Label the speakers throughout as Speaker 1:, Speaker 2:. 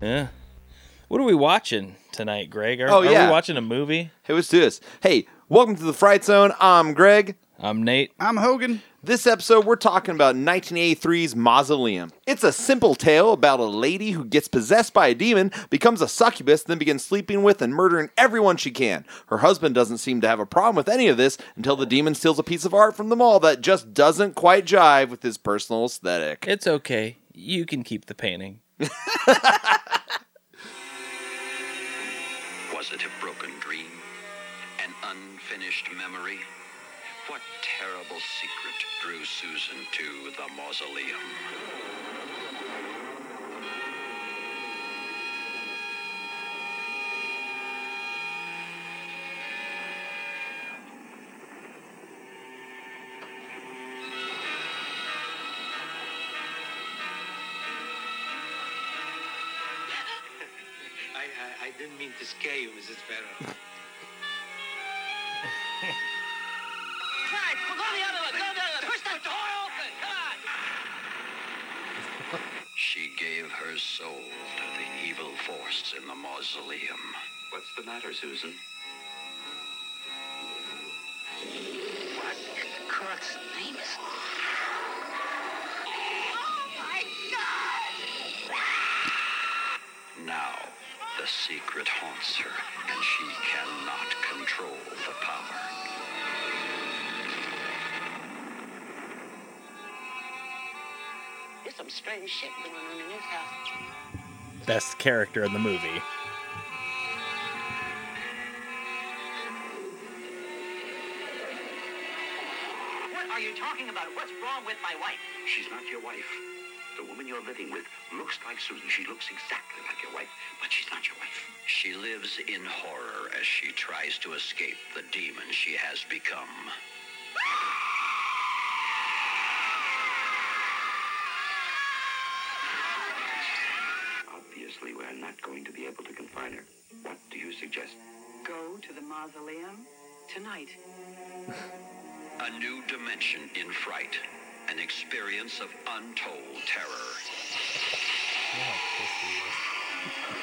Speaker 1: Yeah. What are we watching tonight, Greg? Are,
Speaker 2: Oh,
Speaker 1: are
Speaker 2: yeah.
Speaker 1: we watching a movie?
Speaker 2: Hey, let's do this. Hey, welcome to the Fright Zone. I'm Greg.
Speaker 1: I'm Nate.
Speaker 3: I'm Hogan.
Speaker 2: This episode, we're talking about 1983's Mausoleum. It's a simple tale about a lady who gets possessed by a demon, becomes a succubus, then begins sleeping with and murdering everyone she can. Her husband doesn't seem to have a problem with any of this until the demon steals a piece of art from the mall that just doesn't quite jive with his personal aesthetic.
Speaker 1: It's okay. You can keep the painting.
Speaker 4: Was it a broken dream? An unfinished memory? What terrible secret drew Susan to the mausoleum?
Speaker 5: I, I, I didn't mean to scare you, Mrs. Farrow.
Speaker 6: Right, we'll go the other way. Go the other way. Push that door open. Come on.
Speaker 4: She gave her soul to the evil force in the mausoleum. What's the matter, Susan?
Speaker 6: What in God's name is? Oh my God!
Speaker 4: Now, the secret haunts her, and she cannot control the power.
Speaker 6: There's some strange shit going on in this house.
Speaker 1: Best character in the movie.
Speaker 6: What are you talking about? What's wrong with my wife?
Speaker 4: She's not your wife. The woman you're living with looks like Susan. She looks exactly like your wife, but she's not your wife. She lives in horror as she tries to escape the demon she has become. Obviously, we're not going to be able to confine her. What do you suggest?
Speaker 6: Go to the mausoleum tonight.
Speaker 4: A new dimension in fright. An experience of untold terror.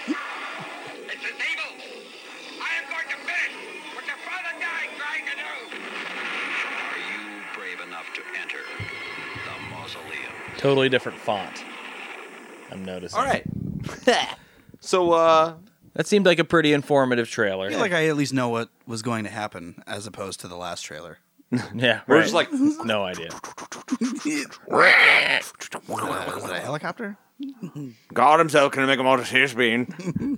Speaker 5: This is evil! I am going to finish what your father died trying to do!
Speaker 4: Are you brave enough to enter the mausoleum?
Speaker 1: Totally different font. I'm noticing.
Speaker 2: All right. so, uh,
Speaker 1: That seemed like a pretty informative trailer.
Speaker 3: I feel like I at least know what was going to happen as opposed to the last trailer.
Speaker 1: yeah.
Speaker 2: we're
Speaker 1: right.
Speaker 2: just like,
Speaker 1: no idea.
Speaker 3: Uh, was it a helicopter?
Speaker 2: God himself can make a multitude being.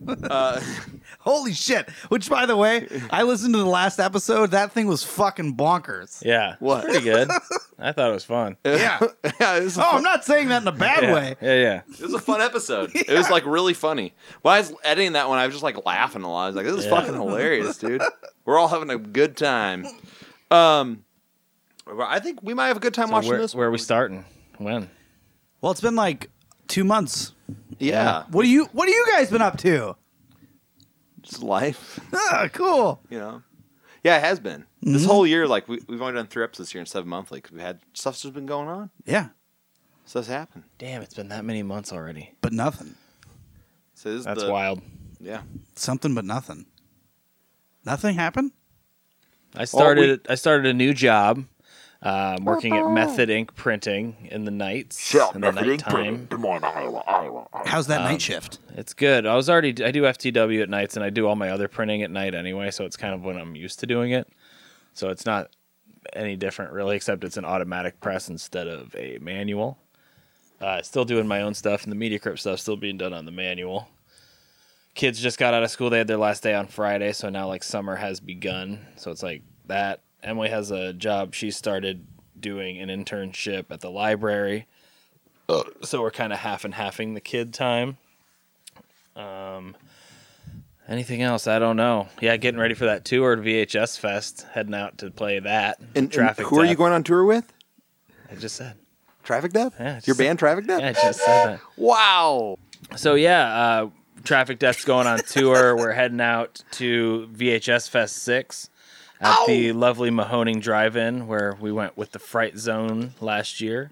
Speaker 3: Holy shit! Which, by the way, I listened to the last episode. That thing was fucking bonkers.
Speaker 1: Yeah.
Speaker 2: What?
Speaker 1: Pretty good. I thought it was fun. Yeah.
Speaker 3: Yeah.
Speaker 2: yeah, this is
Speaker 3: Oh, I'm not saying that in a bad way.
Speaker 1: Yeah. Yeah.
Speaker 2: It was a fun episode. It was like really funny. When I was editing that one, I was just like laughing a lot. I was like, "This is
Speaker 1: Yeah.
Speaker 2: fucking hilarious, dude. We're all having a good time." Um, well, I think we might have a good time
Speaker 1: So
Speaker 2: watching
Speaker 1: where,
Speaker 2: this.
Speaker 1: where are we starting? When?
Speaker 3: Well, it's been like two months.
Speaker 2: yeah,
Speaker 3: What do you What do you guys been up to?
Speaker 2: it's life.
Speaker 3: Ah, cool.
Speaker 2: You know, yeah, it has been this whole year. Like we, we've only done three episodes here in seven monthly because we had stuff's just been going on.
Speaker 3: Yeah,
Speaker 2: Stuff's happened.
Speaker 1: Damn, it's been that many months already.
Speaker 3: but nothing.
Speaker 2: So this
Speaker 1: That's
Speaker 2: is the,
Speaker 1: wild.
Speaker 2: Yeah,
Speaker 3: Something, but nothing. Nothing happened.
Speaker 1: I started. I started a new job, um, working at Method Ink Printing in the nights, in the nighttime.
Speaker 3: How's that night shift?
Speaker 1: It's good. I was already. I do FTW at nights, and I do all my other printing at night anyway. So it's kind of when I'm used to doing it. So it's not any different really, except it's an automatic press instead of a manual. Uh, still doing my own stuff, and the Media Crypt stuff still being done on the manual. Kids just got out of school. They had their last day on Friday, so now like summer has begun. So it's like that. Emily has a job. She started doing an internship at the library. So we're kind of half and halving the kid time. Um, Anything else? I don't know. Yeah, getting ready for that tour at VHS Fest. Heading out to play that.
Speaker 2: and, and
Speaker 1: Traffic
Speaker 2: who are you
Speaker 1: Death.
Speaker 2: going on tour with?
Speaker 1: I just said.
Speaker 2: Traffic Death.
Speaker 1: Yeah, just-
Speaker 2: Your band, Traffic Death.
Speaker 1: Yeah, I just said
Speaker 2: Wow.
Speaker 1: that. So yeah, uh, Traffic Death's going on tour. We're heading out to VHS Fest Six at the lovely Mahoning Drive-In, where we went with the Fright Zone last year.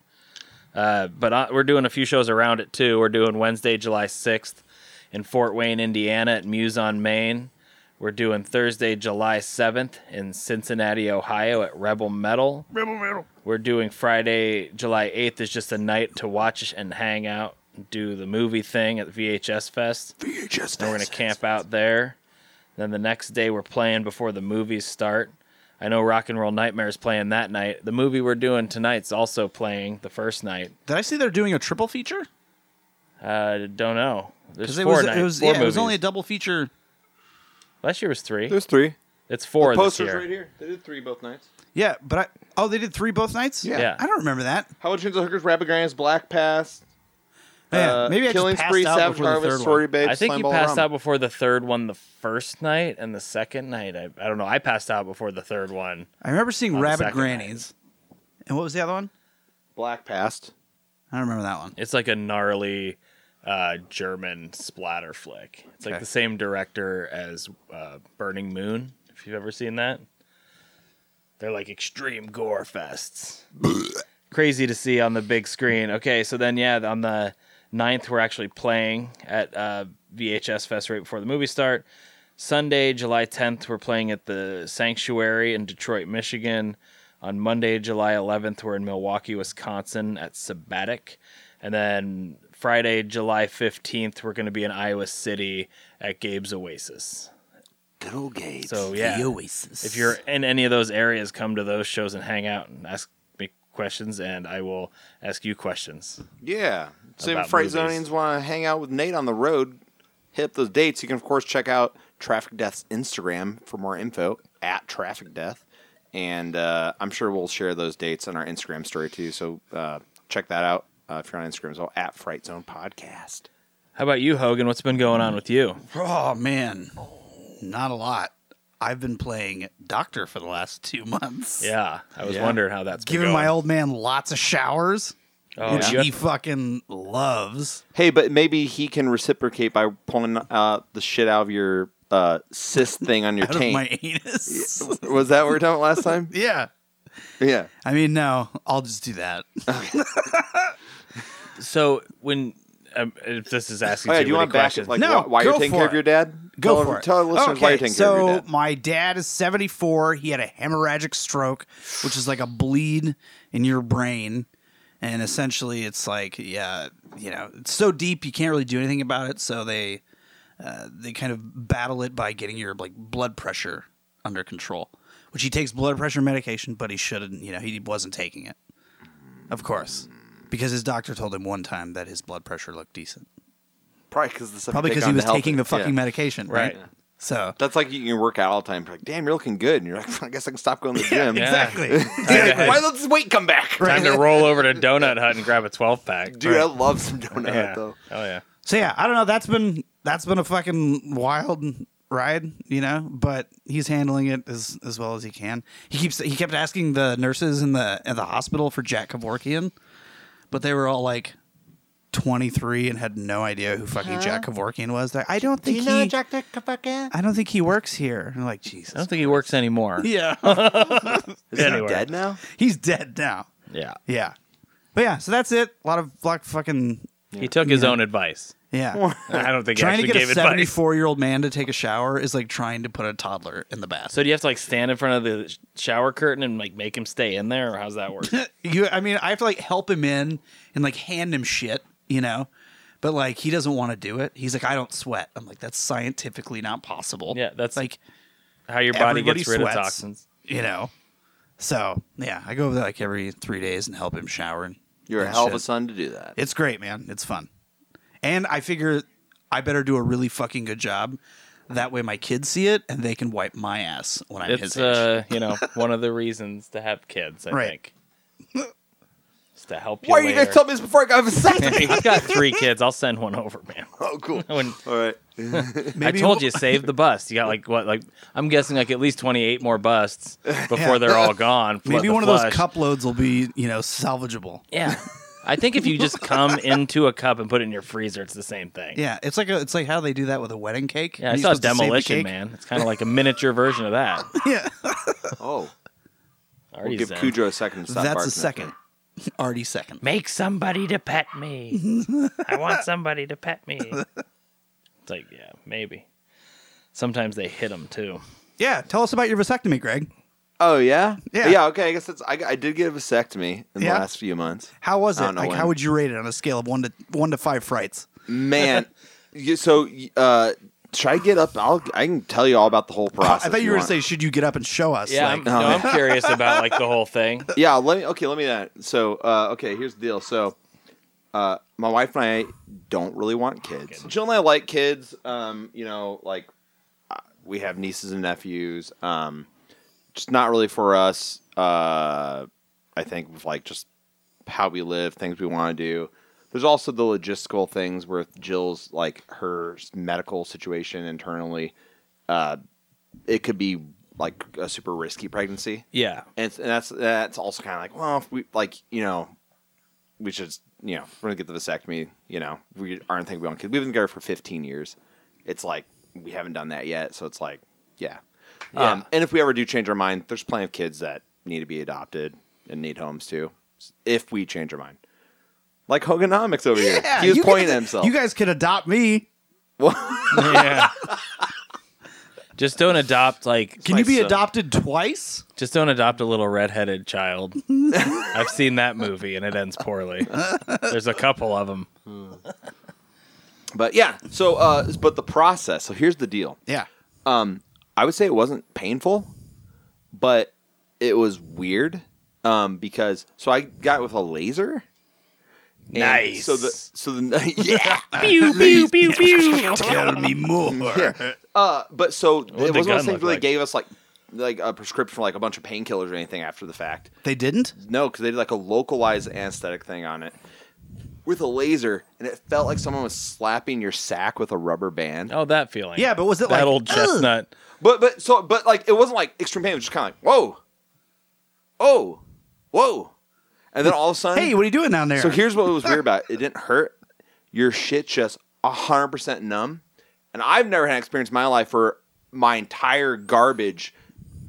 Speaker 1: Uh, but uh, we're doing a few shows around it too. We're doing Wednesday, July sixth, in Fort Wayne, Indiana at Muson, Maine. We're doing Thursday, July 7th in Cincinnati, Ohio at Rebel Metal. Rebel Metal. We're doing Friday, July 8th is just a night to watch and hang out, do the movie thing at VHS Fest.
Speaker 2: VHS.
Speaker 1: We're gonna camp out there. Then the next day we're playing before the movies start. I know Rock and Roll Nightmare is playing that night. The movie we're doing tonight's also playing the first night.
Speaker 3: Did I see they're doing a triple feature?
Speaker 1: Uh, don't know. There's
Speaker 3: Because it
Speaker 1: four
Speaker 3: was,
Speaker 1: nights.
Speaker 3: it was,
Speaker 1: four
Speaker 3: yeah, it was
Speaker 1: movies.
Speaker 3: only a double feature.
Speaker 1: Last year was three.
Speaker 2: There's three.
Speaker 1: It's four this
Speaker 2: Posters
Speaker 1: year.
Speaker 2: right here. They did three both nights.
Speaker 3: Yeah, but I oh they did three both nights.
Speaker 2: Yeah.
Speaker 1: Yeah.
Speaker 3: I don't remember that.
Speaker 2: How about Chains of Hookers, Rapid Grinds, Black Pass,
Speaker 3: Man,
Speaker 2: uh,
Speaker 3: maybe I
Speaker 2: Killing
Speaker 3: just passed
Speaker 2: Spree,
Speaker 3: out
Speaker 2: Savage
Speaker 3: before the
Speaker 2: Harvest,
Speaker 3: third
Speaker 2: Story
Speaker 3: one.
Speaker 2: Babes,
Speaker 1: I think
Speaker 2: Slime
Speaker 1: you
Speaker 2: Ball
Speaker 1: passed
Speaker 2: Rum.
Speaker 1: out before the third one the first night and the second night. I, I don't know. I passed out before the third one.
Speaker 3: I remember seeing
Speaker 1: On the
Speaker 3: Rabbit
Speaker 1: second night.
Speaker 3: Grannies, and what was the other one?
Speaker 2: Black Past.
Speaker 3: I don't remember that one.
Speaker 1: It's like a gnarly uh, German splatter flick. It's like
Speaker 2: Okay.
Speaker 1: the same director as uh, Burning Moon, if you've ever seen that. They're like extreme gore fests. Crazy to see on the big screen. Okay, so then, yeah, on the 9th, we're actually playing at uh, VHS Fest right before the movie start. Sunday, July 10th, we're playing at the Sanctuary in Detroit, Michigan. On Monday, July 11th, we're in Milwaukee, Wisconsin at Sabbatic. And then Friday, July 15th, we're going to be in Iowa City at Gabe's Oasis.
Speaker 2: Good old Gates.
Speaker 1: So, yeah.
Speaker 3: Oasis.
Speaker 1: If you're in any of those areas, come to those shows and hang out and ask me questions, and I will ask you questions.
Speaker 2: Yeah. So if
Speaker 1: About
Speaker 2: Fright
Speaker 1: movies.
Speaker 2: Zonians want to hang out with Nate on the road, hit up those dates. You can, of course, check out Traffic Death's Instagram for more info at Traffic Death. And uh, I'm sure we'll share those dates on our Instagram story too. So uh, check that out uh, if you're on Instagram as well at Fright Zone Podcast.
Speaker 1: How about you, Hogan? What's been going on with you?
Speaker 3: oh man, not a lot. I've been playing doctor for the last two months.
Speaker 1: Yeah, I was
Speaker 2: Yeah.
Speaker 1: wondering how that's been
Speaker 3: giving
Speaker 1: going.
Speaker 3: my old man lots of showers,
Speaker 1: Oh,
Speaker 3: which
Speaker 1: you have-
Speaker 3: he fucking loves.
Speaker 2: Hey, but maybe he can reciprocate by pulling uh, the shit out of your uh, cyst thing on your
Speaker 3: Out of
Speaker 2: tank.
Speaker 3: my anus.
Speaker 2: Was that what we were talking about last time?
Speaker 3: yeah.
Speaker 2: Yeah.
Speaker 3: I mean, no, I'll just do that.
Speaker 1: so when um, if this is asking
Speaker 2: Oh, yeah.
Speaker 1: too
Speaker 2: Do you
Speaker 1: many
Speaker 2: want to back
Speaker 1: questions,
Speaker 2: it? Like, why,
Speaker 3: No,
Speaker 2: why you're
Speaker 3: go
Speaker 2: taking
Speaker 3: for
Speaker 2: care of
Speaker 3: it.
Speaker 2: your dad?
Speaker 3: Go
Speaker 2: tell,
Speaker 3: for it.
Speaker 2: Tell the listeners
Speaker 3: okay,
Speaker 2: why you're taking
Speaker 3: so
Speaker 2: care of your dad.
Speaker 3: my dad is 74. He had a hemorrhagic stroke, which is like a bleed in your brain. And essentially, it's like, yeah, you know, it's so deep you can't really do anything about it. So they uh, they kind of battle it by getting your like blood pressure under control, which he takes blood pressure medication, but he shouldn't. You know, he wasn't taking it, of course, because his doctor told him one time that his blood pressure looked decent.
Speaker 2: Probably because the stuff you
Speaker 3: Probably
Speaker 2: take
Speaker 3: because
Speaker 2: on
Speaker 3: he
Speaker 2: to
Speaker 3: was
Speaker 2: help
Speaker 3: taking
Speaker 2: it.
Speaker 3: the fucking
Speaker 2: Yeah.
Speaker 3: medication, right?
Speaker 1: Right.
Speaker 3: So
Speaker 2: That's like you can work out all the time. You're like, damn, you're looking good. And you're like, I guess I can stop going to the gym.
Speaker 3: exactly.
Speaker 2: Exactly. Why let this weight come back?
Speaker 1: time to roll over to Donut Hut and grab a twelve pack,
Speaker 2: Dude, I love some donut
Speaker 1: Yeah.
Speaker 2: though.
Speaker 1: Oh yeah.
Speaker 3: So yeah, I don't know. That's been that's been a fucking wild ride, you know. But he's handling it as as well as he can. He keeps he kept asking the nurses in the at the hospital for Jack Kevorkian, but they were all like. 23 and had no idea who fucking Jack Kevorkian was. They're, I don't think he, I don't think he works here. I'm like, Jesus.
Speaker 1: I don't think he works anymore.
Speaker 3: yeah.
Speaker 2: Is he
Speaker 1: Anywhere.
Speaker 2: dead now?
Speaker 3: He's dead now.
Speaker 1: Yeah.
Speaker 3: Yeah. But yeah, so that's it. A lot of like fucking
Speaker 1: He took his own advice.
Speaker 3: yeah.
Speaker 1: I don't think he
Speaker 3: trying
Speaker 1: actually
Speaker 3: to get a
Speaker 1: gave advice.
Speaker 3: 74 year old man to take a shower is like trying to put a toddler in the bath.
Speaker 1: So do you have to like stand in front of the sh- shower curtain and like make him stay in there, or how's that work?
Speaker 3: you, I mean, I have to like help him in and like hand him shit, you know. But like he doesn't want to do it. He's like, I don't sweat. I'm like, that's scientifically not possible.
Speaker 1: Yeah, that's-
Speaker 3: like
Speaker 1: How your body
Speaker 3: Everybody
Speaker 1: gets rid
Speaker 3: sweats.
Speaker 1: of toxins?
Speaker 3: you know. So yeah, I go over there like every three days and help him shower. And
Speaker 2: You're a
Speaker 3: and
Speaker 2: hell of
Speaker 3: shit.
Speaker 2: a son to do that.
Speaker 3: It's great, man. It's fun. And I figure I better do a really fucking good job. That way my kids see it and they can wipe my ass when I'm his
Speaker 1: It's
Speaker 3: age.
Speaker 1: uh, you know, one of the reasons to have kids. I
Speaker 3: Right.
Speaker 1: think. It's to help you.
Speaker 2: Why are you guys
Speaker 1: later.
Speaker 2: telling me this before I got vasectomy?
Speaker 1: I've got three kids. I'll send one over, man.
Speaker 2: oh, cool.
Speaker 1: I wouldn't-
Speaker 2: All right.
Speaker 1: I told you, save the bust. You got like what? Like I'm guessing like at least 28 more busts before they're all gone. Flood
Speaker 3: Maybe
Speaker 1: the
Speaker 3: one of
Speaker 1: flush.
Speaker 3: those cup loads will be, you know, salvageable.
Speaker 1: Yeah. I think if you just come into a cup and put it in your freezer, it's the same thing.
Speaker 3: Yeah, it's like a, it's like how they do that with a wedding cake.
Speaker 1: Yeah, I saw
Speaker 3: You're supposed to save the
Speaker 1: Demolition
Speaker 3: cake.
Speaker 1: Man. It's kind of like a miniature version of that.
Speaker 3: Yeah,
Speaker 2: Oh,
Speaker 1: Already
Speaker 2: we'll give
Speaker 1: zen.
Speaker 2: Cujo a second to stop
Speaker 3: that's
Speaker 2: barking.
Speaker 3: a second. Already second.
Speaker 1: Make somebody to pet me. I want somebody to pet me. It's like, yeah, maybe. Sometimes they hit them too.
Speaker 3: Yeah, tell us about your vasectomy, Greg.
Speaker 2: Oh yeah,
Speaker 3: Yeah.
Speaker 2: yeah. Okay, I guess that's. I, I did get a vasectomy in
Speaker 3: Yeah.
Speaker 2: the last few months.
Speaker 3: How was
Speaker 2: I
Speaker 3: it?
Speaker 2: don't know
Speaker 3: Like,
Speaker 2: when.
Speaker 3: how would you rate it on a scale of one to one to five frights?
Speaker 2: Man, you, so uh, should I get up? I'll. I can tell you all about the whole process.
Speaker 3: I thought
Speaker 2: if
Speaker 3: you, were going to
Speaker 2: want.
Speaker 3: say, should you get up and show us?
Speaker 1: Yeah,
Speaker 3: like,
Speaker 1: I'm, no, I'm curious about like the whole thing.
Speaker 2: yeah let me okay let me that so uh, okay here's the deal so uh, my wife and i don't really want kids jill and i like kids um, you know like uh, we have nieces and nephews um, just not really for us uh, i think with like just how we live things we want to do there's also the logistical things with jill's like her medical situation internally uh, it could be like a super risky pregnancy
Speaker 1: Yeah,
Speaker 2: and, it's- and that's that's also kind of like well if we like you know we should you know we're gonna get the vasectomy you know we aren't thinking we want kids we've been together for 15 years it's like we haven't done that yet so it's like yeah, Um, and if we ever do change our mind there's plenty of kids that need to be adopted and need homes too if we change our mind like Hoganomics over here
Speaker 3: yeah,
Speaker 2: he was
Speaker 3: you
Speaker 2: pointing
Speaker 3: guys-
Speaker 2: at himself
Speaker 3: You guys could adopt me.
Speaker 1: yeah. Just don't adopt like.
Speaker 3: Can you be
Speaker 2: son.
Speaker 3: adopted twice?
Speaker 1: Just don't adopt a little redheaded child. I've seen that movie and it ends poorly. There's a couple of them.
Speaker 2: but yeah so uh but the process so here's the deal
Speaker 3: Yeah.
Speaker 2: I would say it wasn't painful, but it was weird um, because so I got with a laser. And
Speaker 1: Nice.
Speaker 2: So the so the yeah
Speaker 1: Pew pew pew pew.
Speaker 3: Tell me more.
Speaker 2: uh, but so it
Speaker 1: the
Speaker 2: wasn't
Speaker 1: gun
Speaker 2: those things
Speaker 1: look
Speaker 2: where
Speaker 1: like?
Speaker 2: they gave us like like a prescription for like a bunch of painkillers or anything after the fact.
Speaker 3: They didn't.
Speaker 2: No, because they did like a localized anesthetic thing on it with a laser, and it felt like someone was slapping your sack with a rubber band.
Speaker 1: Oh, that feeling.
Speaker 3: Yeah, but was it
Speaker 1: that
Speaker 3: like,
Speaker 1: old
Speaker 3: "Ugh"?
Speaker 1: chestnut?
Speaker 2: But but so but like it wasn't like extreme pain. It was just kind of like whoa, oh, whoa, and then all of a sudden,
Speaker 3: Hey, what are you doing down there?
Speaker 2: So here's what was weird about it. It didn't hurt. Your shit just 100% numb. And I've never had an experience in my life where my entire garbage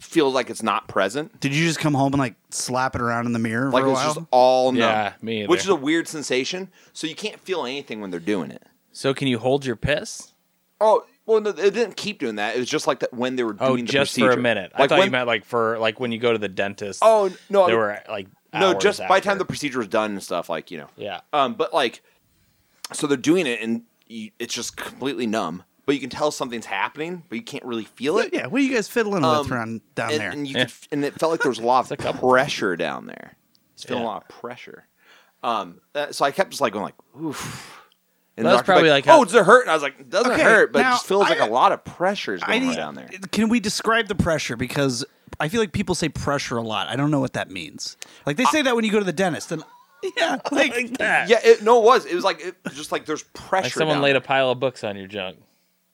Speaker 2: feels like it's not present.
Speaker 3: Did you just come home and like slap it around in the mirror
Speaker 2: Like
Speaker 3: for a
Speaker 2: it's
Speaker 3: while?
Speaker 2: just all numb.
Speaker 1: Yeah, me either.
Speaker 2: Which is a weird sensation. So you can't feel anything when they're doing it.
Speaker 1: So can you hold your piss?
Speaker 2: Oh, well, no, it didn't keep doing that. It was just like that when they were doing
Speaker 1: Oh,
Speaker 2: the
Speaker 1: just
Speaker 2: procedure.
Speaker 1: for a minute. I
Speaker 2: Like
Speaker 1: thought
Speaker 2: when-
Speaker 1: you meant like for like when you go to the dentist.
Speaker 2: Oh, no. I
Speaker 1: there
Speaker 2: mean-
Speaker 1: were like
Speaker 2: No,
Speaker 1: hours
Speaker 2: just by the
Speaker 1: after.
Speaker 2: time the procedure was done and stuff, like, you know.
Speaker 1: Yeah.
Speaker 2: Um, but like, so they're doing it and you, it's just completely numb. But you can tell something's happening, but you can't really feel it.
Speaker 3: yeah. What are you guys fiddling with
Speaker 2: Um,
Speaker 3: around down
Speaker 2: and,
Speaker 3: there?
Speaker 2: and you could, and it felt like there was a lot of pressure down there. It's feeling
Speaker 1: Yeah.
Speaker 2: a lot of pressure. Um, uh, so I kept just like going like, oof. And
Speaker 1: That's
Speaker 2: the doctor's
Speaker 1: probably like how-
Speaker 2: oh, does it hurt? And I was like, it doesn't
Speaker 3: Okay,
Speaker 2: hurt, but it
Speaker 3: now,
Speaker 2: just feels like
Speaker 3: I-
Speaker 2: a lot of pressure is
Speaker 3: I
Speaker 2: going on
Speaker 3: need,
Speaker 2: down there.
Speaker 3: Can we describe the pressure? Because I feel like people say pressure a lot. I don't know what that means. Like they say that when you go to the dentist, and yeah, like,
Speaker 1: that.
Speaker 2: Yeah, it, no, it was. It was like it, just like there's pressure.
Speaker 1: Like someone
Speaker 2: down
Speaker 1: laid
Speaker 2: there.
Speaker 1: a pile of books on your junk.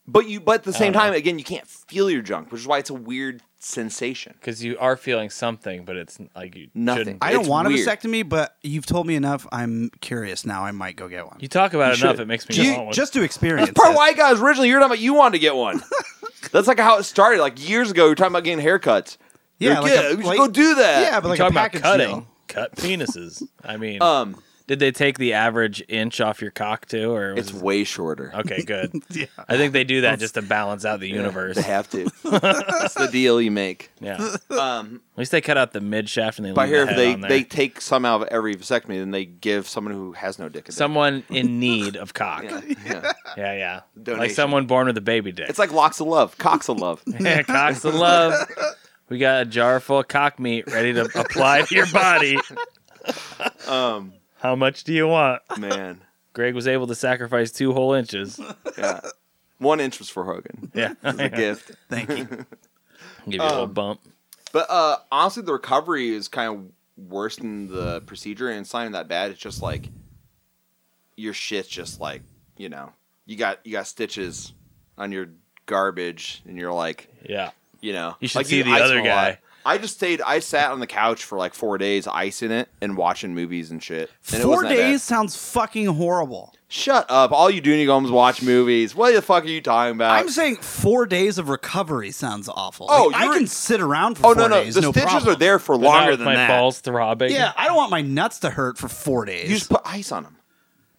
Speaker 2: but you, but at the same time, again, you can't feel your junk, which is why it's a weird sensation.
Speaker 1: because you are feeling something, but it's like you
Speaker 2: Nothing.
Speaker 1: shouldn't.
Speaker 3: I don't
Speaker 2: It's
Speaker 3: want
Speaker 2: weird.
Speaker 3: a vasectomy, but you've told me enough. I'm curious now. I might go get one.
Speaker 1: You talk about it enough;
Speaker 2: should.
Speaker 1: it makes me "Oh,
Speaker 3: just,
Speaker 1: want one.
Speaker 3: just to experience.
Speaker 2: Part
Speaker 3: it.
Speaker 2: why I got originally you're talking about you wanted to get one. That's like how it started. Like years ago, you were talking about getting haircuts. You're
Speaker 3: Yeah,
Speaker 2: like,
Speaker 3: like
Speaker 2: yeah,
Speaker 3: a-
Speaker 2: we should
Speaker 3: like-
Speaker 2: go do that.
Speaker 3: Yeah, but
Speaker 1: you
Speaker 3: like
Speaker 1: talk
Speaker 3: a
Speaker 1: about
Speaker 3: package
Speaker 1: cutting,
Speaker 3: deal.
Speaker 1: cut penises. I mean,
Speaker 2: Um,
Speaker 1: did they take the average inch off your cock too, or was
Speaker 2: it's way shorter.
Speaker 1: okay? Good. I think they do that just to balance out the universe.
Speaker 2: They
Speaker 1: Yeah.
Speaker 2: have to. That's the deal you make. Um,
Speaker 1: At least they cut out the mid shaft and they leave
Speaker 2: but here,
Speaker 1: the
Speaker 2: if
Speaker 1: head
Speaker 2: they
Speaker 1: on there.
Speaker 2: they take some out of every vasectomy, then they give someone who has no dick. A dick.
Speaker 1: someone in need of cock. Yeah,
Speaker 2: Yeah.
Speaker 1: yeah. Like
Speaker 2: Donation.
Speaker 1: someone born with a baby dick.
Speaker 2: It's like locks of love, cocks of love.
Speaker 1: yeah, cocks of love. We got a jar full of cock meat ready to apply to your body.
Speaker 2: Um,
Speaker 1: How much do you want?
Speaker 2: man,
Speaker 1: Greg was able to sacrifice two whole inches.
Speaker 2: yeah. One inch was for Hogan.
Speaker 1: Yeah.
Speaker 2: It's a gift.
Speaker 3: Thank you.
Speaker 1: Give you a
Speaker 2: Um,
Speaker 1: little bump.
Speaker 2: But uh, honestly, the recovery is kind of worse than the procedure, and it's not even that bad. It's just like your shit's just like you know you got you got stitches on your garbage, and you're like
Speaker 1: Yeah.
Speaker 2: you know
Speaker 1: You should
Speaker 2: like
Speaker 1: see the
Speaker 2: ice
Speaker 1: other
Speaker 2: them a
Speaker 1: guy.
Speaker 2: lot. I just stayed. I sat on the couch for like four days, icing it and watching movies and shit. And it
Speaker 3: Four
Speaker 2: wasn't that bad.
Speaker 3: days sounds fucking horrible.
Speaker 2: Shut up! All you do in your home is watch movies. What the fuck are you talking about?
Speaker 3: I'm saying four days of recovery sounds awful.
Speaker 2: Oh,
Speaker 3: Like, I
Speaker 2: you're-
Speaker 3: can sit around for
Speaker 2: oh no
Speaker 3: four
Speaker 2: no!
Speaker 3: days.
Speaker 2: the
Speaker 3: no
Speaker 2: stitches
Speaker 3: problem.
Speaker 2: are there for
Speaker 1: Now
Speaker 2: longer
Speaker 1: with
Speaker 2: than
Speaker 1: my
Speaker 2: that.
Speaker 1: balls throbbing.
Speaker 3: Yeah, I don't want my nuts to hurt for four days.
Speaker 2: You just put ice on them.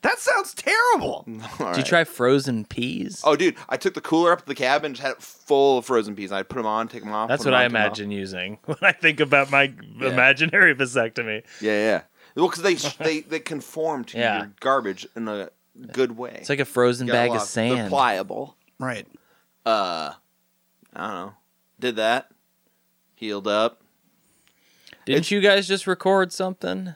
Speaker 3: That sounds terrible.
Speaker 1: Did you try frozen peas?
Speaker 2: Oh, dude, I took the cooler up to the cabin, just had it full of frozen peas. I put them on, take them off.
Speaker 1: That's
Speaker 2: put
Speaker 1: what
Speaker 2: 'em on,
Speaker 1: I
Speaker 2: take 'em off.
Speaker 1: imagine using when I think about my imaginary vasectomy.
Speaker 2: Yeah, yeah. Well, because they, they they conform to
Speaker 1: Yeah.
Speaker 2: your garbage in a good way.
Speaker 1: It's like a frozen bag of
Speaker 2: They're
Speaker 1: sand.
Speaker 2: pliable.
Speaker 3: Right.
Speaker 2: Uh, I don't know. Did that. Healed up.
Speaker 1: Didn't you guys just record something?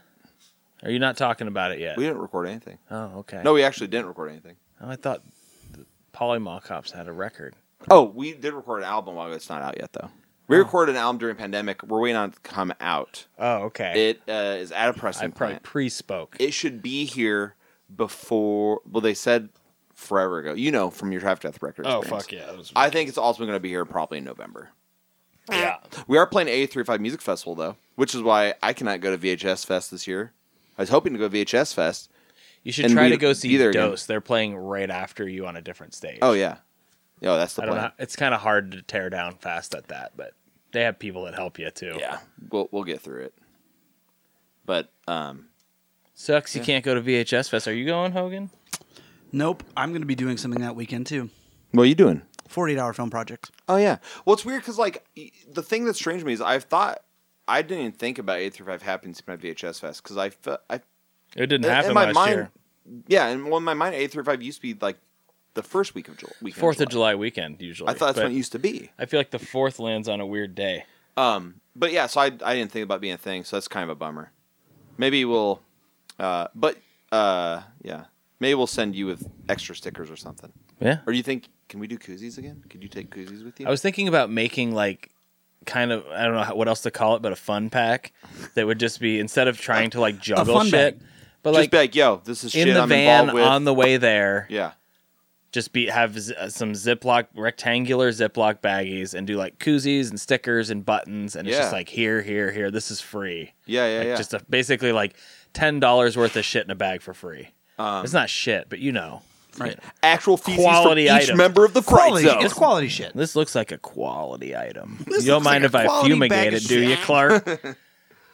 Speaker 1: Are you not talking about it yet?
Speaker 2: We didn't record anything.
Speaker 1: oh, okay.
Speaker 2: No, we actually didn't record anything.
Speaker 1: Oh, I thought Polymall Cops had a record.
Speaker 2: Oh, we did record an album. While it's not out yet, though. We recorded an album during pandemic. We're waiting on it to come out.
Speaker 1: Oh, okay.
Speaker 2: It uh, is at a
Speaker 1: I
Speaker 2: pressing
Speaker 1: probably
Speaker 2: plant.
Speaker 1: pre-spoke.
Speaker 2: it should be here before. Well, they said forever ago. You know, from your traffic death record. experience.
Speaker 1: Oh, yeah. That was,
Speaker 2: I think it's also going to be here probably in November.
Speaker 1: yeah.
Speaker 2: We are playing A35 Music Festival though, which is why I cannot go to VHS Fest this year. I was hoping to go to VHS Fest.
Speaker 1: You should
Speaker 2: And
Speaker 1: try
Speaker 2: we'd
Speaker 1: to go
Speaker 2: be
Speaker 1: see
Speaker 2: there
Speaker 1: Dose.
Speaker 2: again.
Speaker 1: They're playing right after you on a different stage.
Speaker 2: Oh yeah, oh that's the
Speaker 1: I
Speaker 2: plan.
Speaker 1: don't know. It's kind of hard to tear down fast at that, but they have people that help you too.
Speaker 2: Yeah, we'll we'll get through it. But um,
Speaker 1: Sucks you can't go to VHS Fest. Are you going, Hogan?
Speaker 3: Nope. I'm going to be doing something that weekend too.
Speaker 2: what are you doing?
Speaker 3: 48 hour film project.
Speaker 2: Oh yeah. Well, it's weird because like y- the thing that's strange to me is I've thought I didn't even think about eight through five happening to my VHS Fest because I fe- I
Speaker 1: It didn't
Speaker 2: in-
Speaker 1: happen
Speaker 2: in my
Speaker 1: last
Speaker 2: mind.
Speaker 1: year.
Speaker 2: Yeah, and well, in my mind, eight through five used to be like the first week of July.
Speaker 1: Fourth of July weekend usually.
Speaker 2: I thought that's
Speaker 1: but
Speaker 2: when it used to be.
Speaker 1: I feel like the fourth lands on a weird day.
Speaker 2: Um, but yeah, so I, I didn't think about being a thing, so that's kind of a bummer. Maybe we'll, uh, but uh, yeah, maybe we'll send you with extra stickers or something.
Speaker 1: Yeah.
Speaker 2: Or do you think can we do koozies again? Could you take koozies with you?
Speaker 1: I was thinking about making like kind of I don't know how- what else to call it, but a fun pack that would just be instead of trying to like juggle
Speaker 3: fun
Speaker 1: shit,
Speaker 3: bag.
Speaker 1: but
Speaker 2: just
Speaker 1: like
Speaker 2: be like, yo, this is
Speaker 1: in
Speaker 2: shit
Speaker 1: the
Speaker 2: I'm
Speaker 1: van
Speaker 2: involved with.
Speaker 1: on the way there,
Speaker 2: yeah,
Speaker 1: just be have z- uh, some Ziploc rectangular Ziploc baggies and do like koozies and stickers and buttons, and it's just
Speaker 2: Yeah.
Speaker 1: like here, here, here. This is free.
Speaker 2: yeah, yeah,
Speaker 1: Like,
Speaker 2: yeah.
Speaker 1: Just a, basically like ten dollars worth of shit in a bag for free.
Speaker 3: Um,
Speaker 1: it's not shit, but you know,
Speaker 3: Right.
Speaker 2: Actual feces
Speaker 1: quality
Speaker 2: from each
Speaker 1: item.
Speaker 2: member of the fright
Speaker 3: Quality.
Speaker 2: zone.
Speaker 3: It's quality shit.
Speaker 1: This looks like a quality item.
Speaker 3: This
Speaker 1: you don't
Speaker 3: looks like
Speaker 1: mind
Speaker 3: a
Speaker 1: if I
Speaker 3: quality
Speaker 1: fumigate
Speaker 3: bag
Speaker 1: it,
Speaker 3: of
Speaker 1: do you,
Speaker 3: shit.
Speaker 1: Clark?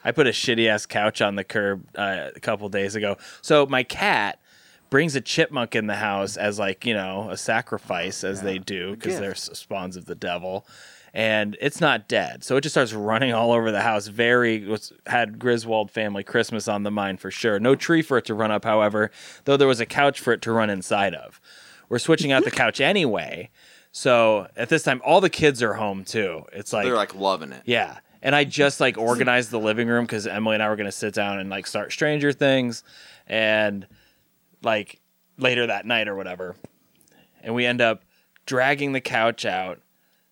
Speaker 1: I put a shitty ass couch on the curb uh, a couple days ago. So my cat brings a chipmunk in the house as like you know a sacrifice as they do because
Speaker 2: gift.
Speaker 1: they're s- spawns of the devil, and it's not dead. So it just starts running all over the house. Very was, had Griswold family Christmas on the mind for sure. No tree for it to run up, however, though there was a couch for it to run inside of. We're switching out the couch anyway. So at this time, all the kids are home too. It's like,
Speaker 2: They're like loving it.
Speaker 1: yeah. And I just like organized the living room because Emily and I were going to sit down and like start Stranger Things and like later that night or whatever. And we end up dragging the couch out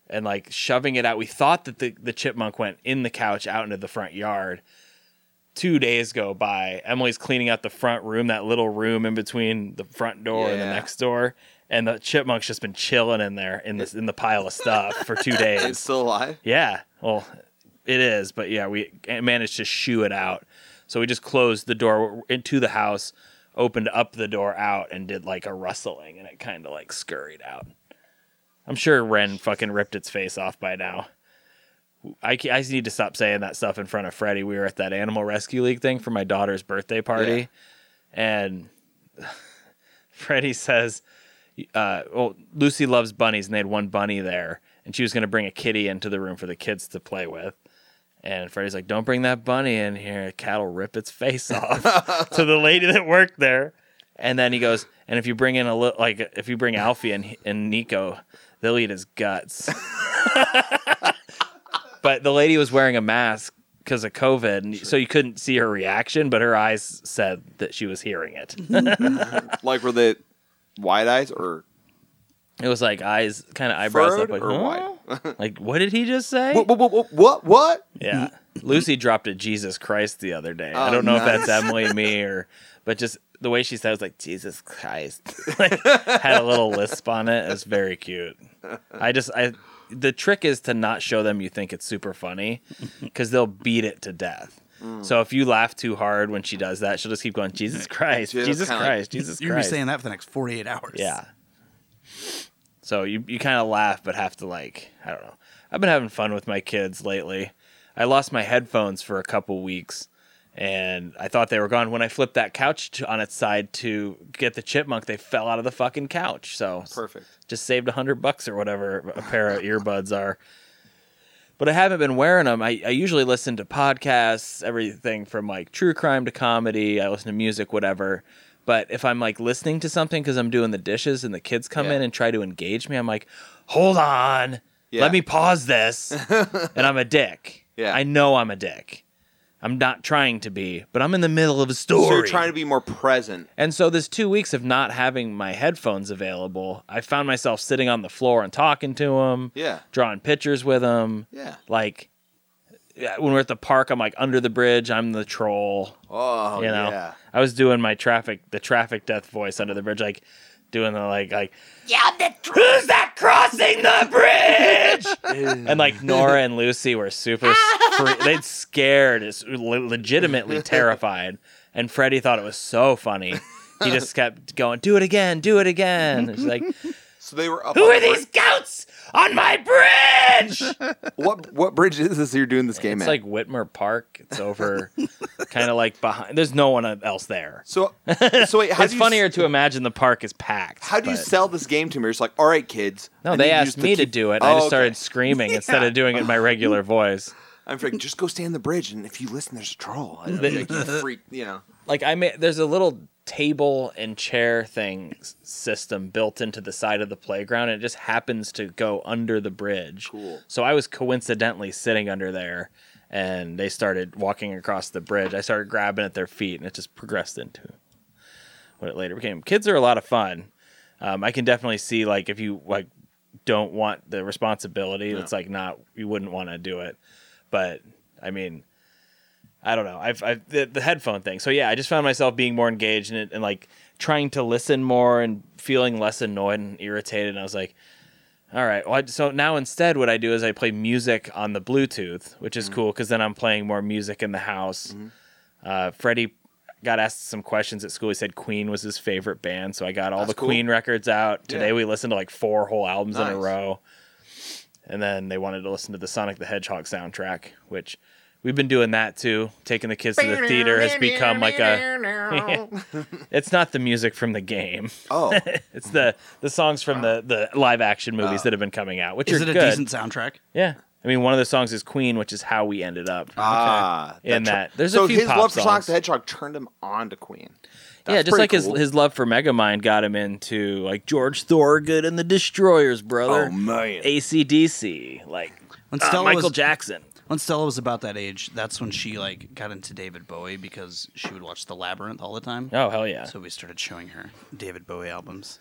Speaker 1: and like shoving it out. We thought that the, the chipmunk went in the couch out into the front yard. Two days go by. Emily's cleaning out the front room, that little room in between the front door and the
Speaker 2: Yeah.
Speaker 1: next door. And the chipmunk's just been chilling in there in this in the pile of stuff for two days.
Speaker 2: It's still alive.
Speaker 1: Yeah. Well, it is, but yeah, we managed to shoo it out. So we just closed the door into the house, opened up the door out, and did like a rustling, and it kind of like scurried out. I'm sure Ren fucking ripped its face off by now. I, ca- I just need to stop saying that stuff in front of Freddie. We were at that Animal Rescue League thing for my daughter's birthday party, and Freddie says, uh, well, Lucy loves bunnies, and they had one bunny there, and she was going to bring a kitty into the room for the kids to play with. And Freddie's like, "Don't bring that bunny in here. The cat'll rip its face off." to the lady that worked there, and then he goes, "And if you bring in a little, like, if you bring Alfie and and Nico, they'll eat his guts." but the lady was wearing a mask because of COVID, and so you couldn't see her reaction, but her eyes said that she was hearing it.
Speaker 2: Like were they wide eyes or
Speaker 1: It was like eyes, kind of eyebrows
Speaker 2: Furrowed
Speaker 1: up, like,
Speaker 2: or
Speaker 1: huh? like, what did he just say?
Speaker 2: what? What? What? What? what?
Speaker 1: Yeah. Lucy dropped a Jesus Christ the other day. I
Speaker 2: Oh,
Speaker 1: don't know if
Speaker 2: nice.
Speaker 1: that's Emily, me, or, but just the way she said it was like, Jesus Christ. like, had a little lisp on it. It was very cute. I just, I, the trick is to not show them you think it's super funny because they'll beat it to death.
Speaker 2: Mm.
Speaker 1: So if you laugh too hard when she does that, she'll just keep going, Jesus Christ,
Speaker 2: She'll
Speaker 1: Jesus
Speaker 2: kinda like-
Speaker 1: Christ, Jesus
Speaker 3: You're going to
Speaker 1: Christ.
Speaker 3: be saying that for the next 48 hours.
Speaker 1: Yeah. So you you kind of laugh, but have to like I don't know. I've been having fun with my kids lately. I lost my headphones for a couple weeks, and I thought they were gone. When I flipped that couch to, on its side to get the chipmunk, they fell out of the fucking couch. So
Speaker 2: Perfect.
Speaker 1: Just saved a hundred bucks or whatever a pair of earbuds are. But I haven't been wearing them. I, I usually listen to podcasts, everything from like true crime to comedy. I listen to music, whatever. But if I'm like listening to something because I'm doing the dishes and the kids come
Speaker 2: Yeah.
Speaker 1: in and try to engage me, I'm like, hold on,
Speaker 2: Yeah.
Speaker 1: let me pause this. and I'm a dick.
Speaker 2: Yeah.
Speaker 1: I know I'm a dick. I'm not trying to be, but I'm in the middle of a story.
Speaker 2: So you're trying to be more present.
Speaker 1: And so this two weeks of not having my headphones available, I found myself sitting on the floor and talking to him.
Speaker 2: Yeah.
Speaker 1: Drawing pictures with him.
Speaker 2: Yeah.
Speaker 1: Like yeah, when we're at the park, I'm like under the bridge. I'm the troll.
Speaker 2: Oh,
Speaker 1: you know,
Speaker 2: yeah.
Speaker 1: I was doing my traffic, the traffic death voice under the bridge, like doing the like like.
Speaker 6: Yeah, I'm the tr-
Speaker 1: Who's that crossing the bridge? and like Nora and Lucy were super, fre- they'd scared, it's le- legitimately terrified. And Freddie thought it was so funny. He just kept going, "Do it again, do it again." It's like,
Speaker 2: So they were up.
Speaker 1: "Who
Speaker 2: on
Speaker 1: are
Speaker 2: the
Speaker 1: these goats on my bridge?"
Speaker 2: bridge. What what bridge is this you're doing this game
Speaker 1: It's like
Speaker 2: at?
Speaker 1: Whitmer Park. It's over, kind of like behind. There's no one else there.
Speaker 2: so so wait, how
Speaker 1: It's
Speaker 2: do you,
Speaker 1: funnier to imagine the park is packed.
Speaker 2: How do you
Speaker 1: but-
Speaker 2: sell this game to me? It's like, all right, kids.
Speaker 1: No,
Speaker 2: I
Speaker 1: they
Speaker 2: need you
Speaker 1: asked
Speaker 2: just
Speaker 1: me to
Speaker 2: keep-
Speaker 1: do it.
Speaker 2: Oh,
Speaker 1: I just
Speaker 2: okay.
Speaker 1: started screaming instead of doing it in my regular voice.
Speaker 2: I'm freaking. Just go stand on the bridge, and if you listen, there's a troll. And I'm like, you freak. You know.
Speaker 1: like I made there's a little table and chair thing s- system built into the side of the playground and it just happens to go under the bridge.
Speaker 2: Cool.
Speaker 1: So I was coincidentally sitting under there and they started walking across the bridge. I started grabbing at their feet and it just progressed into what it later became. Kids are a lot of fun. Um, I can definitely see like if you like don't want the responsibility, it's like not you wouldn't want to do it. But I mean, I don't know. I've, I've the, the headphone thing. So yeah, I just found myself being more engaged in it and like trying to listen more and feeling less annoyed and irritated. And I was like, all right. Well, I, so now instead, what I do is I play music on the Bluetooth, which
Speaker 2: Mm-hmm.
Speaker 1: is cool because then I'm playing more music in the house. Uh, Freddie got asked some questions at school. He said Queen was his favorite band, so I got all
Speaker 2: That's
Speaker 1: the
Speaker 2: cool.
Speaker 1: Queen records out. Today
Speaker 2: Yeah.
Speaker 1: we listened to like four whole albums in a
Speaker 2: Nice.
Speaker 1: row. And then they wanted to listen to the Sonic the Hedgehog soundtrack, which we've been doing that too. Taking the kids to the theater has become like a. it's not the music from the game.
Speaker 2: Oh,
Speaker 1: It's the the songs from the the live action movies that have been coming out, which
Speaker 3: Is
Speaker 1: are
Speaker 3: it a
Speaker 1: good.
Speaker 3: decent soundtrack?
Speaker 1: yeah, I mean, one of the songs is Queen, which is how we ended up.
Speaker 2: ah,
Speaker 1: In that. There's a
Speaker 2: so
Speaker 1: few
Speaker 2: his
Speaker 1: pop
Speaker 2: love for Sonic
Speaker 1: songs.
Speaker 2: the Hedgehog turned him on to Queen.
Speaker 1: yeah,
Speaker 2: That's
Speaker 1: just
Speaker 2: pretty
Speaker 1: like
Speaker 2: cool.
Speaker 1: his his love for Megamind got him into like George Thorogood and the Destroyers, brother.
Speaker 2: Oh man.
Speaker 1: ACDC, like
Speaker 3: When
Speaker 1: uh,
Speaker 3: Stella
Speaker 1: Michael
Speaker 3: was-
Speaker 1: Jackson.
Speaker 3: When Stella was about that age, that's when she like got into David Bowie because she would watch The Labyrinth all the time.
Speaker 1: Oh hell yeah!
Speaker 3: So we started showing her David Bowie albums.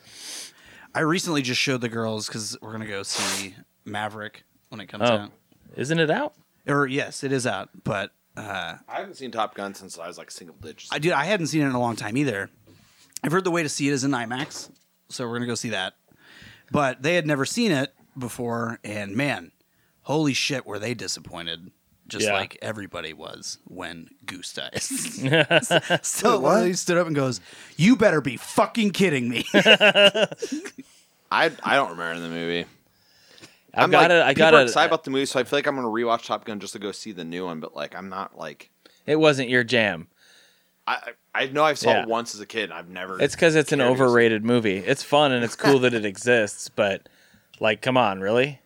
Speaker 3: I recently just showed the girls because we're gonna go see Maverick when it comes
Speaker 1: oh,
Speaker 3: out.
Speaker 1: isn't it out?
Speaker 3: Or yes, it is out, but uh,
Speaker 2: I haven't seen Top Gun since I was like single digits.
Speaker 3: I dude, I hadn't seen it in a long time either. I've heard the way to see it is in IMAX, so we're gonna go see that. But they had never seen it before, and man, holy shit, were they disappointed? Just
Speaker 1: Yeah.
Speaker 3: like everybody was when Goose dies. so he stood up and goes, "You better be fucking kidding me!"
Speaker 2: I I don't remember the movie.
Speaker 1: I've got
Speaker 2: like,
Speaker 1: it. I
Speaker 2: people
Speaker 1: got
Speaker 2: are
Speaker 1: it.
Speaker 2: excited about the movie, so I feel like I'm gonna rewatch Top Gun just to go see the new one. But like, I'm not like
Speaker 1: It wasn't your jam.
Speaker 2: I I I know I saw
Speaker 1: Yeah.
Speaker 2: it once as a kid. and I've never.
Speaker 1: It's because it's an
Speaker 2: cared to go see it.
Speaker 1: overrated movie. It's fun and it's cool that it exists, but like, come on, really?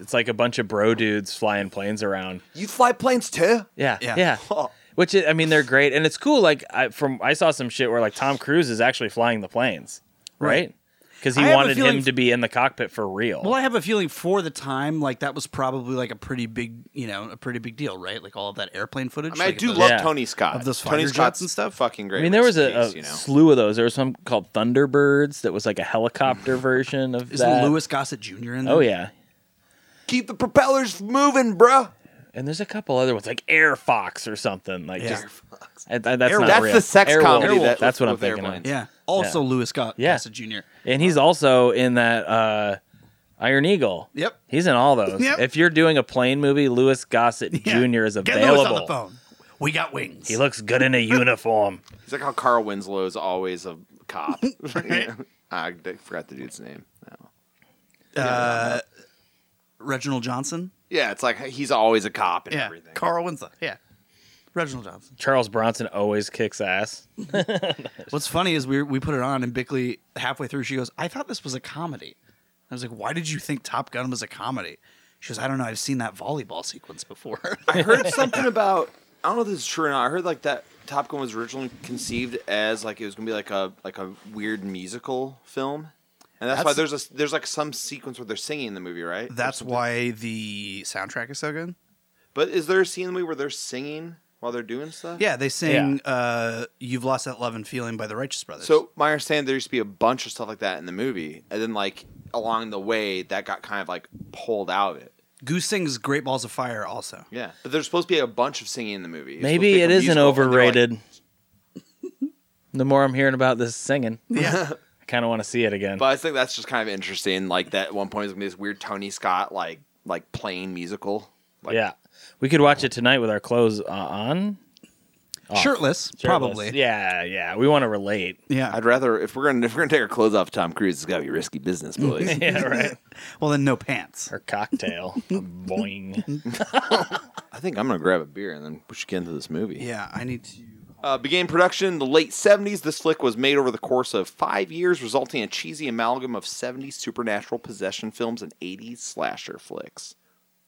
Speaker 1: It's like a bunch of bro dudes flying planes around.
Speaker 2: You fly planes too?
Speaker 1: Yeah,
Speaker 3: Yeah.
Speaker 1: yeah.
Speaker 2: Oh.
Speaker 1: Which i I mean, they're great and it's cool. Like I from I saw some shit where like Tom Cruise is actually flying the planes, right? Because
Speaker 3: I
Speaker 1: he
Speaker 3: have a
Speaker 1: wanted
Speaker 3: feeling
Speaker 1: him
Speaker 3: f-
Speaker 1: to be in the cockpit for real.
Speaker 3: well, I have a feeling for the time, like that was probably like a pretty big, you know, a pretty big deal, right? Like all of that airplane footage.
Speaker 2: I mean, I
Speaker 3: like,
Speaker 2: do
Speaker 3: of the-
Speaker 2: love
Speaker 1: Yeah.
Speaker 2: Tony Scott.
Speaker 3: Of those
Speaker 2: Tony
Speaker 3: fighter
Speaker 2: Scott's
Speaker 3: jets and stuff?
Speaker 2: Fucking great.
Speaker 1: I mean, there was
Speaker 2: rest in
Speaker 1: a,
Speaker 2: peace,
Speaker 1: a
Speaker 2: you know?
Speaker 1: slew of those. There was some called Thunderbirds that was like a helicopter version of
Speaker 3: Isn't
Speaker 1: that.
Speaker 3: Louis Gossett Jr. in there?
Speaker 1: Oh yeah,
Speaker 2: Keep the propellers moving, bruh.
Speaker 1: and there's a couple other ones like Air Fox or something like
Speaker 3: Yeah.
Speaker 1: just. I- I- that's
Speaker 3: Air-
Speaker 1: not
Speaker 2: that's
Speaker 1: real.
Speaker 2: the sex
Speaker 1: Airwolf.
Speaker 2: comedy that-
Speaker 1: that's what I'm
Speaker 2: with
Speaker 1: thinking
Speaker 2: airplanes.
Speaker 1: of.
Speaker 3: Yeah. Also Louis Go-
Speaker 1: Yeah.
Speaker 3: Gossett Jr.
Speaker 1: And he's also in that uh, Iron Eagle.
Speaker 3: Yep.
Speaker 1: He's in all those.
Speaker 3: Yep.
Speaker 1: If you're doing a plane movie, Lewis Gossett
Speaker 3: Yeah.
Speaker 1: Jr. is
Speaker 3: Get
Speaker 1: available.
Speaker 3: Lewis on the phone. We got wings.
Speaker 1: He looks good in a uniform.
Speaker 2: It's like how Carl Winslow is always a cop. Yeah. I d- forgot the dude's name. No.
Speaker 3: Reginald Johnson.
Speaker 2: Yeah, it's like he's always a cop and
Speaker 3: Yeah.
Speaker 2: everything.
Speaker 3: Carl Winslow. Yeah. Reginald Johnson.
Speaker 1: Charles Bronson always kicks ass.
Speaker 3: What's funny is we we put it on and Bickley halfway through she goes, "I thought this was a comedy." I was like, "Why did you think Top Gun was a comedy?" She goes, "I don't know. I've seen that volleyball sequence before."
Speaker 2: I heard something about I don't know if this is true or not. I heard like that Top Gun was originally conceived as like it was gonna be like a like a weird musical film, and that's, why
Speaker 3: That's-
Speaker 2: there's a there's like some sequence where they're singing in the movie, right?
Speaker 3: That's why the soundtrack is so good.
Speaker 2: But is there a scene in the movie where they're singing while they're doing stuff?
Speaker 3: Yeah, they sing Uh, "You've Lost That Love and Feeling" by the Righteous Brothers.
Speaker 2: So my understanding there used to be a bunch of stuff like that in the movie, and then like along the way that got kind of like pulled out of it.
Speaker 3: Goose sings "Great Balls of Fire" also.
Speaker 2: Yeah, but there's supposed to be a bunch of singing in the movie. It's supposed to
Speaker 1: Maybe
Speaker 2: be
Speaker 1: it
Speaker 2: a
Speaker 1: isn't
Speaker 2: musical, and they're like,
Speaker 1: overrated. the more I'm hearing about this singing,
Speaker 3: Yeah,
Speaker 1: I kind of want to see it again.
Speaker 2: But I think that's just kind of interesting. Like that at one point is gonna be this weird Tony Scott like like playing musical. Like,
Speaker 1: yeah, we could watch it tonight with our clothes uh, on.
Speaker 3: shirtless, probably.
Speaker 1: Yeah, yeah. We want to relate.
Speaker 3: Yeah.
Speaker 2: I'd rather if we're gonna if we're gonna take our clothes off Tom Cruise, it's gotta be risky business, boys.
Speaker 1: Yeah, right.
Speaker 3: Well, then no pants.
Speaker 1: Or cocktail. Boing.
Speaker 2: I think I'm gonna grab a beer and then we should get into this movie.
Speaker 3: Yeah, I need to.
Speaker 2: Uh, began production in the late 70s. This flick was made over the course of five years, resulting in a cheesy amalgam of 70s supernatural possession films and 80s slasher flicks.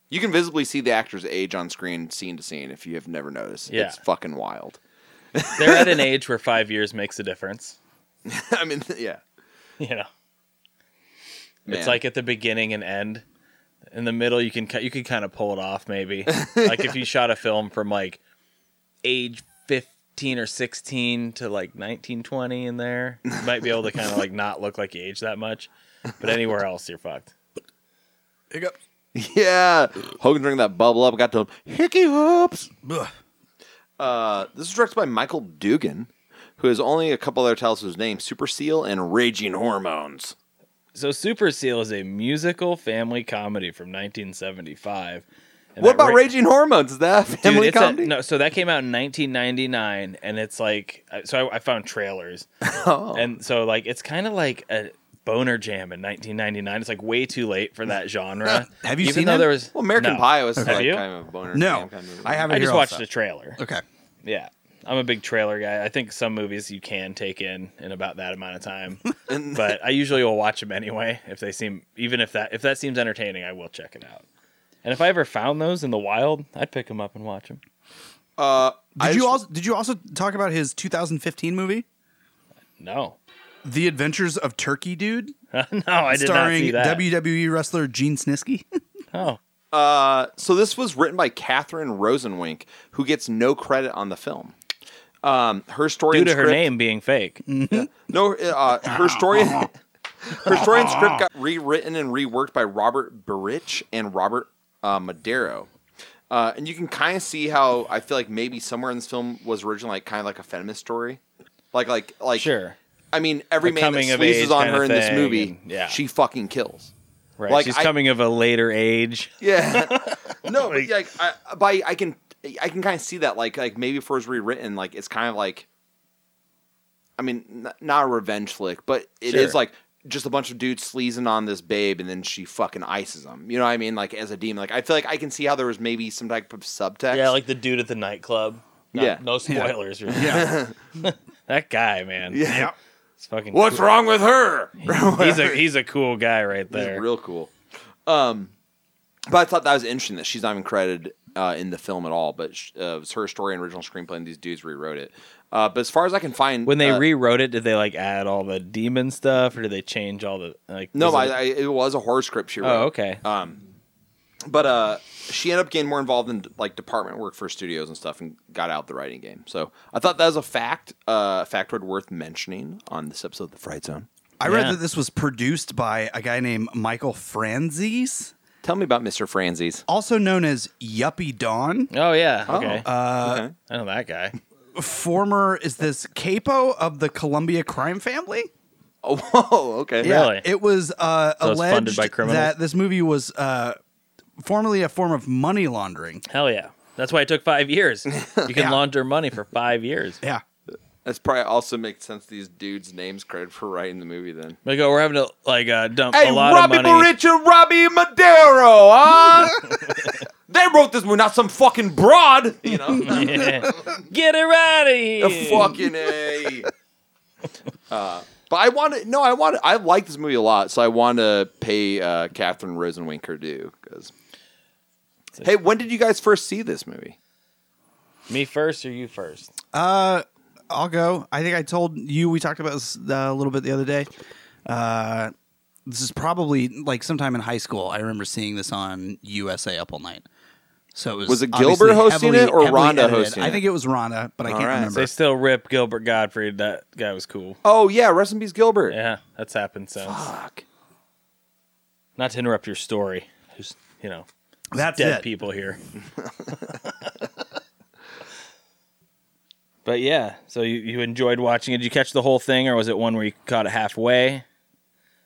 Speaker 2: You can visibly see the actors age on screen, scene to scene, if you have never noticed.
Speaker 1: Yeah.
Speaker 2: It's fucking wild.
Speaker 1: They're at an age where five years makes a difference.
Speaker 2: I mean, yeah.
Speaker 1: You know,
Speaker 2: Man.
Speaker 1: it's like at the beginning and end. In the middle, you can ki- you can kind of pull it off. Maybe like if you shot a film from like age fifteen or sixteen to like nineteen twenty in there, you might be able to kind of like not look like you age that much. But anywhere else, you're fucked.
Speaker 2: Yeah. Hogan drank that bubble up, got to hickey whoops.
Speaker 3: Ugh.
Speaker 2: Uh, this is directed by Michael Dugan, who has only a couple other titles to his name Super Seal and Raging Hormones.
Speaker 1: So Super Seal is a musical family comedy from 1975. And
Speaker 2: What
Speaker 1: that
Speaker 2: about
Speaker 1: ra-
Speaker 2: Raging Hormones? Is that a
Speaker 1: Dude,
Speaker 2: family
Speaker 1: it's a-
Speaker 2: comedy?
Speaker 1: no, so that came out in 1999, and it's like, I- so I, I found trailers,
Speaker 3: Oh.
Speaker 1: and so like it's kind of like a boner jam in 1999. It's like way too late for that genre.
Speaker 3: Have you
Speaker 1: Even
Speaker 3: seen
Speaker 1: though
Speaker 3: it?
Speaker 1: There was,
Speaker 2: Well, American
Speaker 1: no.
Speaker 2: Pie was
Speaker 1: Have
Speaker 2: like
Speaker 1: you?
Speaker 2: kind of a boner.
Speaker 3: No,
Speaker 2: kind of movie.
Speaker 3: I haven't.
Speaker 1: I just
Speaker 3: heard all
Speaker 1: watched
Speaker 3: that.
Speaker 1: the trailer.
Speaker 3: Okay.
Speaker 1: Yeah, I'm a big trailer guy. I think some movies you can take in in about that amount of time,
Speaker 2: And-
Speaker 1: but I usually will watch them anyway if they seem even if that if that seems entertaining, I will check it out. And if I ever found those in the wild, I'd pick them up and watch them.
Speaker 2: Uh,
Speaker 3: Did
Speaker 2: I
Speaker 3: you
Speaker 2: just-
Speaker 3: also did you also talk about his 2015 movie,
Speaker 1: No,
Speaker 3: The Adventures of Turkey Dude,
Speaker 1: no, I did not
Speaker 3: starring
Speaker 1: see that.
Speaker 3: WWE wrestler Gene Snitsky?
Speaker 1: oh.
Speaker 2: Uh, so this was written by Catherine Rosenwink, who gets no credit on the film. Um, her story
Speaker 1: due
Speaker 2: and
Speaker 1: to her
Speaker 2: script- Mm.
Speaker 1: name being fake.
Speaker 2: No, uh, her story. Her story and script got rewritten and reworked by Robert Barich and Robert uh, Madero. Uh, and you can kind of see how I feel like maybe somewhere in this film was originally like kind of like a feminist story, like like like
Speaker 1: Sure,
Speaker 2: I mean, every
Speaker 1: A
Speaker 2: man that
Speaker 1: coming of
Speaker 2: squeezes
Speaker 1: age
Speaker 2: on
Speaker 1: kinda
Speaker 2: her in this
Speaker 1: thing,
Speaker 2: movie,
Speaker 1: and- yeah.
Speaker 2: she fucking kills.
Speaker 1: right?
Speaker 2: Like,
Speaker 1: She's
Speaker 2: I-
Speaker 1: coming of a later age.
Speaker 2: Yeah. no, but like I, by I can I can kind of see that like like maybe if it was rewritten like it's kind of like I mean n- not a revenge flick, but it is
Speaker 1: Sure.
Speaker 2: like just a bunch of dudes sleazing on this babe and then she fucking ices them. You know what I mean? Like as a demon. Like I feel like I can see how there was maybe some type of subtext.
Speaker 1: Yeah, like the dude at the nightclub. Not-
Speaker 2: Yeah.
Speaker 1: no spoilers. Really.
Speaker 3: yeah.
Speaker 1: that guy, man.
Speaker 2: Yeah.
Speaker 1: it's fucking.
Speaker 2: What's wrong with her?
Speaker 1: He's a he's a cool guy right
Speaker 2: This is
Speaker 1: there.
Speaker 2: real cool. Um, but I thought that was interesting that she's not even credited uh, in the film at all. But sh- uh, it was her story and original screenplay, and these dudes rewrote it. Uh, but as far as I can find,
Speaker 1: when they
Speaker 2: uh,
Speaker 1: rewrote it, did they like add all the demon stuff, or did they change all the like?
Speaker 2: no,
Speaker 1: was
Speaker 2: I,
Speaker 1: it-
Speaker 2: I, it was a horror script she wrote. Um,
Speaker 1: oh, okay.
Speaker 2: But uh, she ended up getting more involved in like department work for studios and stuff, and got out of the writing game. So I thought that was a fact, uh, factoid worth mentioning on this episode of the Fright Zone.
Speaker 3: I read
Speaker 1: Yeah.
Speaker 3: that this was produced by a guy named Michael Franzese,
Speaker 2: Tell me about Mr. Franzies.
Speaker 3: also known as Yuppie Dawn.
Speaker 1: oh yeah. Okay.
Speaker 2: uh, okay.
Speaker 1: I know that guy.
Speaker 3: Former is this capo of the Columbia crime family?
Speaker 2: Oh, whoa, okay.
Speaker 1: Yeah. Really?
Speaker 3: It was uh,
Speaker 1: So it's funded
Speaker 3: alleged
Speaker 1: by criminals?
Speaker 3: that this movie was uh, formerly a form of money laundering.
Speaker 1: Hell yeah. That's why it took five years. You can
Speaker 3: Yeah.
Speaker 1: launder money for five years.
Speaker 3: Yeah.
Speaker 2: That's probably also makes sense. These dudes' names credit for writing the movie then.
Speaker 1: Like, oh, we're having to like uh, dump
Speaker 2: Hey,
Speaker 1: a lot
Speaker 2: Robbie
Speaker 1: of money.
Speaker 2: Barich and Robbie Madero, huh? They wrote this movie, not some fucking broad. You know,
Speaker 1: Get her out of here.
Speaker 2: A fucking a. Uh, but I want to. No, I want. I like this movie a lot, so I want to pay uh, Catherine Rosenwink her due. Because, hey, when did you guys first see this movie?
Speaker 1: Me first or you first?
Speaker 3: Uh, I'll go. I think I told you we talked about this uh, a little bit the other day. Uh, this is probably like sometime in high school. I remember seeing this on USA Up All Night. So it was
Speaker 2: Was it
Speaker 3: obviously
Speaker 2: Gilbert hosting
Speaker 3: heavily-
Speaker 2: it or
Speaker 3: heavily
Speaker 2: Rhonda
Speaker 3: edited.
Speaker 2: hosting
Speaker 3: I think
Speaker 2: it?
Speaker 3: it was Rhonda, but I can't
Speaker 2: right.
Speaker 3: remember.
Speaker 1: They still rip Gilbert Gottfried. That guy was cool.
Speaker 2: Oh yeah, rest in peace, Gilbert.
Speaker 1: Yeah, that's happened since.
Speaker 2: Fuck.
Speaker 1: Not to interrupt your story. Just you know,
Speaker 3: That's
Speaker 1: dead
Speaker 3: it.
Speaker 1: people here. but yeah, so you, you enjoyed watching it. Did you catch the whole thing, or was it one where you caught it halfway?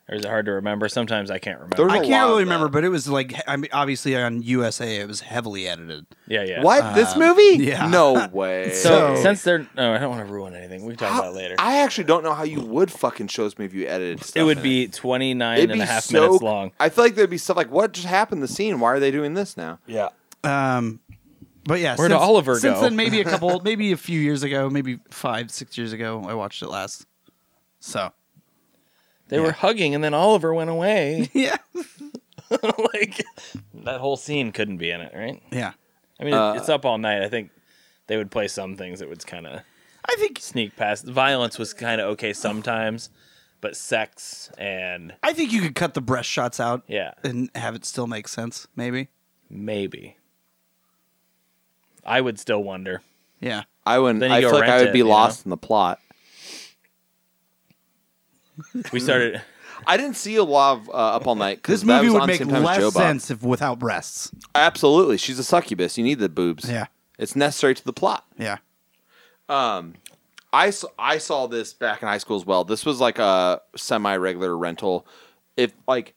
Speaker 1: Or is it hard to remember? Sometimes I can't remember.
Speaker 2: There was
Speaker 3: I
Speaker 2: a
Speaker 3: can't
Speaker 2: lot
Speaker 3: really
Speaker 2: of that.
Speaker 3: remember, but it was like he- I mean, obviously on USA it was heavily edited.
Speaker 1: yeah, yeah. Uh,
Speaker 2: What? this movie?
Speaker 3: yeah.
Speaker 2: No way.
Speaker 1: So,
Speaker 3: So-
Speaker 1: since they're no, I don't want to ruin anything. We can talk
Speaker 2: How-
Speaker 1: about it later.
Speaker 2: I actually don't know how you would fucking show this movie if you edited stuff.
Speaker 1: it
Speaker 2: in
Speaker 1: would be 29
Speaker 2: It'd
Speaker 1: and
Speaker 2: be
Speaker 1: a half
Speaker 2: so-
Speaker 1: minutes long.
Speaker 2: I feel like there'd be stuff like, "What just happened? in The scene? Why are they doing this now?"
Speaker 1: Yeah.
Speaker 3: Um, but yeah,
Speaker 1: Where'd
Speaker 3: since,
Speaker 1: Oliver
Speaker 3: since
Speaker 1: go?
Speaker 3: then, maybe a couple, maybe a few years ago, maybe five, six years ago, I watched it last. So
Speaker 1: They were hugging, and then Oliver went away.
Speaker 3: yeah,
Speaker 1: like that whole scene couldn't be in it, right?
Speaker 3: yeah.
Speaker 1: I mean, it's up all night. I think they would play some things that would kind of
Speaker 3: I think
Speaker 1: sneak past. Violence was kind of okay sometimes, but sex and
Speaker 3: I think you could cut the breast shots out,
Speaker 1: Yeah.
Speaker 3: and have it still make sense. Maybe,
Speaker 1: maybe. I would still wonder.
Speaker 3: yeah.
Speaker 2: I wouldn't.
Speaker 1: Then you
Speaker 2: I
Speaker 1: go
Speaker 2: feel like I
Speaker 1: rent
Speaker 2: would
Speaker 1: it,
Speaker 2: be
Speaker 1: you know?
Speaker 2: lost in the plot.
Speaker 1: We started.
Speaker 2: I didn't see a lot of uh, Up All Night. 'cause
Speaker 3: This
Speaker 2: that
Speaker 3: movie
Speaker 2: was
Speaker 3: would
Speaker 2: on
Speaker 3: make
Speaker 2: same time as Joe
Speaker 3: less
Speaker 2: Bob.
Speaker 3: sense if without breasts.
Speaker 2: Absolutely, she's a succubus. You need the boobs.
Speaker 3: Yeah.
Speaker 2: it's necessary to the plot. Um,
Speaker 3: Yeah,
Speaker 2: I saw, I saw this back in high school as well. This was like a semi regular rental. If like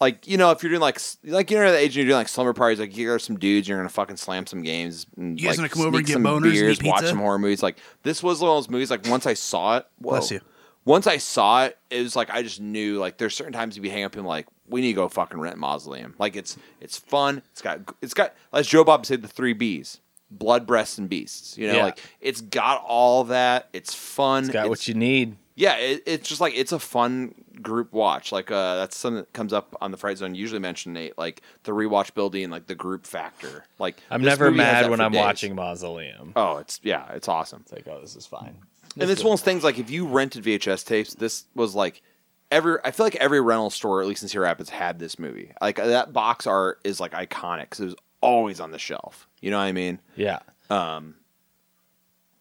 Speaker 2: like you know if you're doing like s- like you know the age and you're doing like slumber parties like you are some dudes you're gonna fucking slam some games and
Speaker 3: You guys
Speaker 2: like,
Speaker 3: wanna come over
Speaker 2: sneak
Speaker 3: and get
Speaker 2: some
Speaker 3: boners and
Speaker 2: beers
Speaker 3: eat
Speaker 2: watch
Speaker 3: pizza?
Speaker 2: some horror movies like this was one of those movies like once I saw it whoa.
Speaker 3: Bless you.
Speaker 2: once I saw it it was like I just knew like there's certain times you'd be hanging up and like we need to go fucking rent mausoleum like it's it's fun it's got it's got as Joe Bob said the three B's blood breasts and beasts you know
Speaker 1: Yeah.
Speaker 2: like it's got all that it's fun
Speaker 1: Got
Speaker 2: it's,
Speaker 1: what you need.
Speaker 2: yeah, it, it's just like it's a fun group watch. Like uh, that's something that comes up on the Fright Zone. You Usually mention Nate, like the rewatchability and like the group factor. Like
Speaker 1: I'm
Speaker 2: this
Speaker 1: never
Speaker 2: movie has
Speaker 1: mad
Speaker 2: that
Speaker 1: when
Speaker 2: for
Speaker 1: I'm
Speaker 2: days.
Speaker 1: watching Mausoleum.
Speaker 2: Oh, it's yeah, it's awesome.
Speaker 1: It's like, oh, this is fine.
Speaker 2: and it's one of those things like if you rented VHS tapes, this was like every. I feel like every rental store, at least in Cedar Rapids, had this movie. Like uh, that box art is like iconic 'cause it was always on the shelf. You know what I mean?
Speaker 1: Yeah. Um.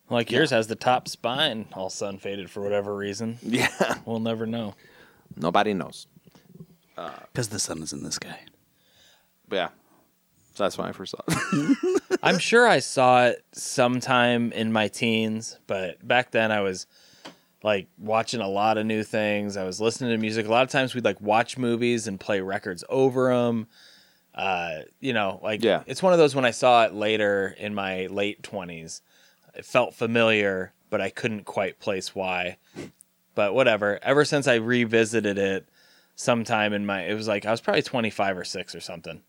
Speaker 1: Like yours has the top spine all sun faded for whatever reason.
Speaker 2: Yeah.
Speaker 1: We'll never know.
Speaker 2: Nobody knows.
Speaker 3: because the sun is in this guy.
Speaker 2: But yeah, so that's when I first saw. it.
Speaker 1: I'm sure I saw it sometime in my teens, but back then I was like watching a lot of new things. I was listening to music. A lot of times we'd like watch movies and play records over them. Uh, you know, like
Speaker 2: Yeah.
Speaker 1: it's one of those when I saw it later in my late 20s, it felt familiar, but I couldn't quite place why. But whatever. Ever since I revisited it sometime in my it was like I was probably 25 or 6 or something.